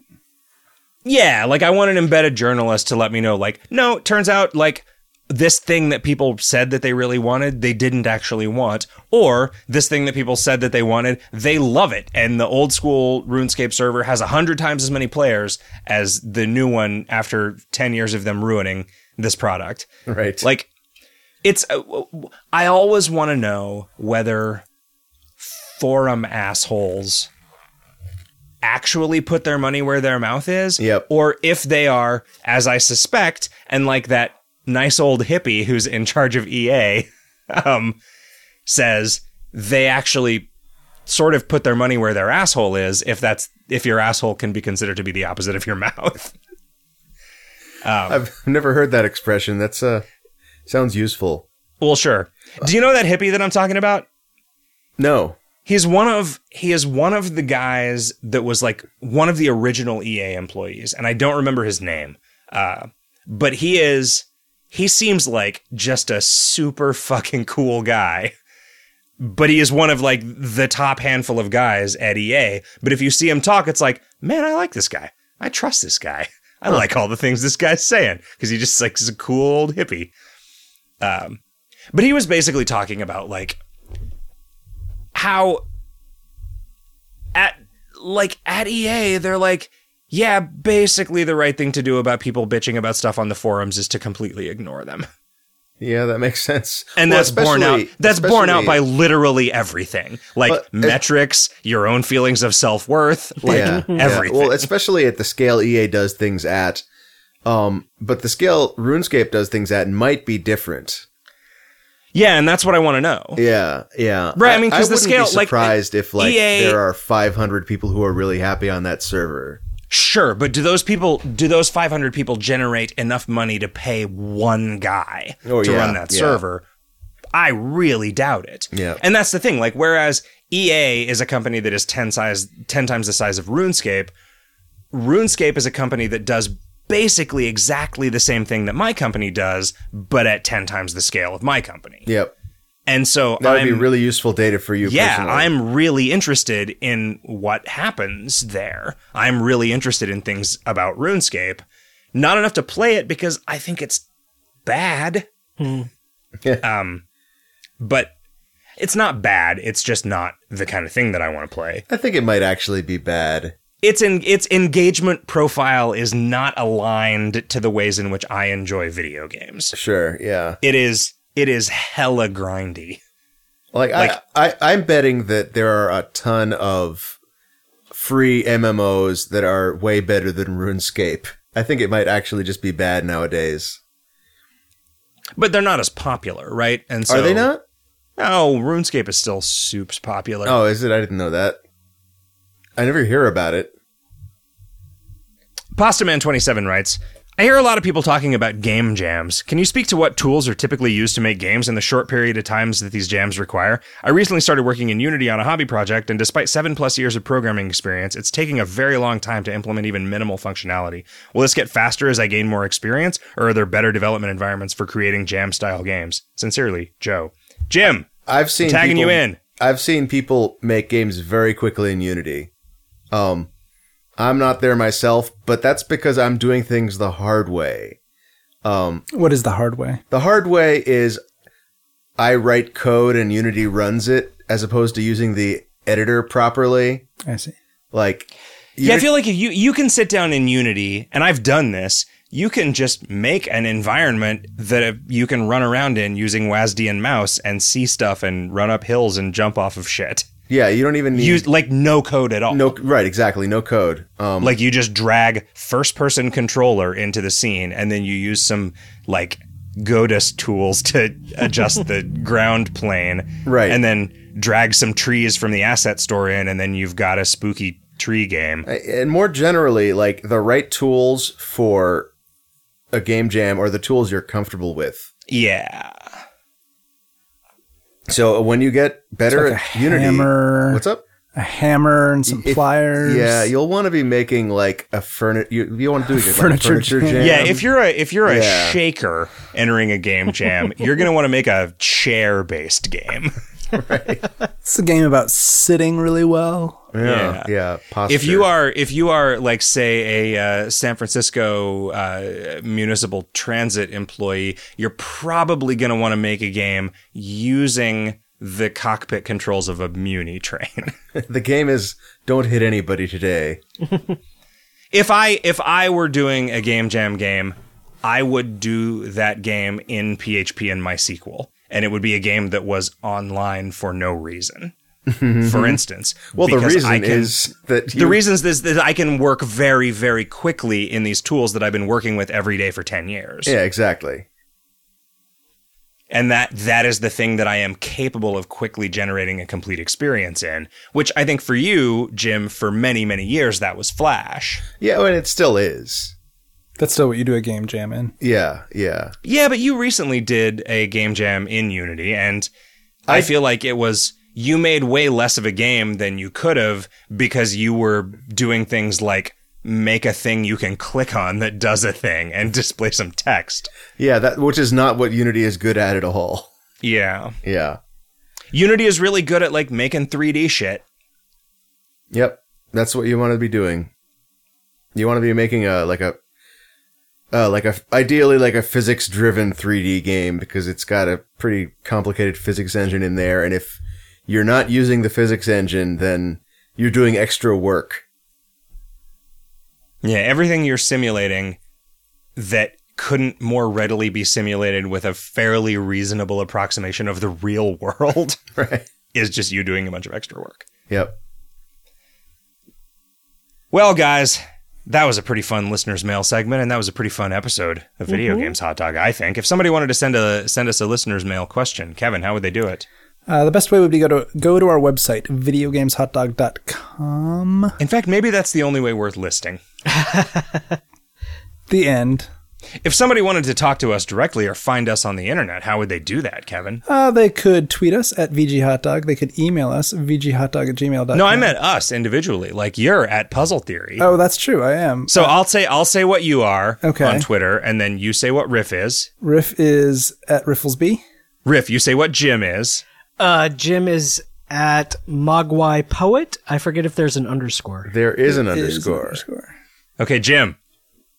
yeah like i want an embedded journalist to let me know like no it turns out like this thing that people said that they really wanted they didn't actually want or this thing that people said that they wanted they love it and the old school runescape server has 100 times as many players as the new one after 10 years of them ruining this product Right. Like, it's. uh, I always want to know whether forum assholes actually put their money where their mouth is, Yep. or if they are, as I suspect, and like that nice old hippie who's in charge of EA [laughs] um, says, they actually sort of put their money where their asshole is. If that's if your asshole can be considered to be the opposite of your [laughs] mouth. I've [laughs] never heard that expression. That's uh sounds useful. Well, sure. Do you know that hippie that I'm talking about? No. He's one of he is one of the guys that was like one of the original EA employees, and I don't remember his name. Uh, but he is he seems like just a super fucking cool guy. But he is one of like the top handful of guys at EA. But if you see him talk, it's like, man, I like this guy. I trust this guy. I like all the things this guy's saying because he just like is a cool old hippie. Um, but he was basically talking about like how at like at EA they're like yeah basically the right thing to do about people bitching about stuff on the forums is to completely ignore them Yeah, that makes [laughs] sense. and Well, that's borne out especially- that's borne out especially- by literally everything like But- metrics your own feelings of self-worth like everything Well, especially at the scale EA does things at. Um, but the scale RuneScape does things at might be different. yeah and that's what I want to know Yeah, yeah. Right, I mean, 'cause the wouldn't scale- be like, E surprised if like EA there are 500 people who are really happy on that server. sure but do those people do those 500 people generate enough money to pay one guy Oh, to yeah, run that yeah. server I really doubt it. Yeah. And that's the thing. Like, whereas EA is a company that is 10 size, 10 times the size of RuneScape, RuneScape is a company that does basically exactly the same thing that my company does, but at 10 times the scale of my company. Yep. And so That would I'm be really useful data for you. yeah, personally. I'm really interested in what happens there. I'm really interested in things about RuneScape. Not enough to play it because I think it's bad. Yeah. um, but it's not bad. It's just not the kind of thing that I want to play. I think it might actually be bad. Its en- its engagement profile is not aligned to the ways in which I enjoy video games. Sure. Yeah. It is it is hella grindy. Like, Like- I, I, I'm betting that there are a ton of free MMOs that are way better than RuneScape. I think it might actually just be bad nowadays. but they're not as popular, right? And so Are they not? No, Oh, RuneScape is still soups popular. Oh, is it? I didn't know that. I never hear about it. Pasta Man 27 writes, I hear a lot of people talking about game jams. Can you speak to what tools are typically used to make games in the short period of times that these jams require? I recently started working in Unity on a hobby project, and despite seven plus years of programming experience, it's taking a very long time to implement even minimal functionality. Will this get faster as I gain more experience, or are there better development environments for creating jam style games? Sincerely, Joe. Jim, I've seen tagging people- you in. I've seen people make games very quickly in Unity. Um, I'm not there myself, but that's because I'm doing things the hard way. Um, What is the hard way? the hard way is I write code and Unity runs it, as opposed to using the editor properly. I see. Like, Yeah, I Unity- feel like if you you can sit down in Unity, and I've done this. You can just make an environment that uh, you can run around in using WASD and mouse and see stuff and run up hills and jump off of shit. yeah, you don't even need Use like no code at all. no right, exactly, no code. Um, Like you just drag first person controller into the scene and then you use some like godus tools to [laughs] adjust the ground plane. Right. And then drag some trees from the asset store in and then you've got a spooky tree game. and more generally, like the right tools for a game jam are the tools you're comfortable with. Yeah. So when you get better Like a at Unity, hammer, what's up? a hammer and some If- pliers. Yeah, you'll want to be making like a furniture. You, you want to do like, a Furniture furniture, jam. jam. Yeah, if you're a if you're a Um, Yeah. shaker entering a game jam, you're gonna want to make a chair based game. It's a game about sitting really well. yeah, yeah. yeah, posture. If you are if you are like say a uh, San Francisco uh, municipal transit employee, you're probably gonna want to make a game using the cockpit controls of a Muni train. the game is don't hit anybody today. if I if I were doing a game jam game, I would do that game in PHP and MySQL, and it would be a game that was online for no [laughs] reason. for instance, Well, the because reason I can- is that you, the reasons is that I can work very very quickly in these tools that I've been working with every day for ten years, Yeah, exactly. and that that is the thing that I am capable of quickly generating a complete experience in. Which I think for you, Jim, for many many years that was Flash. Yeah, and it still is. That's still what you do a game jam in. Yeah, yeah. Yeah, but you recently did a game jam in Unity, and I, feel like it was you made way less of a game than you could have because you were doing things like make a thing you can click on that does a thing and [laughs] display some text. Yeah, that which is not what Unity is good at at all. [laughs] Yeah. Yeah. Unity is really good at like making 3D shit. Yep. That's what you want to be doing. You want to be making a like a uh, like a ideally like a physics driven 3D game because it's got a pretty complicated physics engine in there and if you're not using the physics engine then you're doing extra work. [laughs] Yeah, everything you're simulating that couldn't more readily be simulated with a fairly reasonable approximation of the real [laughs] world Right. is just you doing a bunch of extra work. Yep. Well, guys, that was a pretty fun listeners' mail segment, and that was a pretty fun episode of Video Mm-hmm. Games Hot Dog. I think if somebody wanted to send a send us a listeners' mail question, Kevin, how would they do it? Uh, the best way would be go to go to our website, videogameshotdog.com. In fact, maybe that's the only way worth listing. The end. If somebody wanted to talk to us directly or find us on the internet, how would they do that, Kevin? Uh, they could tweet us at VGHotdog. They could email us, VGHotdog at gmail.com. No, I meant us individually. Like you're at Puzzle Theory. Uh, Oh, that's true. I am. So I'll say I'll say what you are Okay. on Twitter, and then you say what Riff is. Riff is at Rifflesby. Riff, you say what Jim is. Uh, Jim is at Mogwai Poet. I forget if there's an underscore. There is an Is underscore. underscore. Okay, Jim.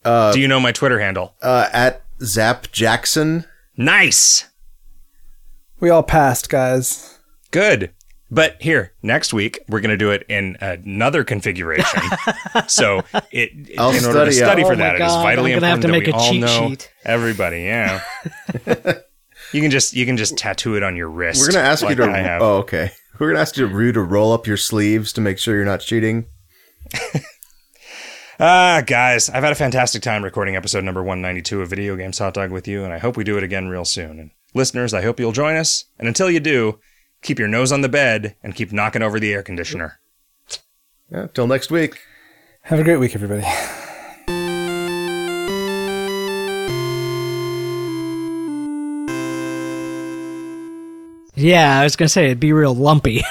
Uh, do you know my Twitter handle? Uh, at Zap Jackson. Nice. We all passed, guys. Good. But here, next week, we're going to do it in another [laughs] configuration. so it, in I'll order to study, study yeah. for Oh my that, it is God, vitally I'm gonna important have to that make we a all cheat know sheet. everybody. [laughs] Yeah. you can just you can just tattoo it on your wrist. We're going to ask like you I to have. Oh, okay. We're going to ask you to, you to roll up your sleeves to make sure you're not cheating. Ah, guys, I've had a fantastic time recording episode number 192 of Video Games Hot Dog with you, and I hope we do it again real soon. And listeners, I hope you'll join us. And until you do, keep your nose on the bed and keep knocking over the air conditioner. Yeah, till next week. Have a great week, everybody. Yeah, I was gonna say it'd be real lumpy.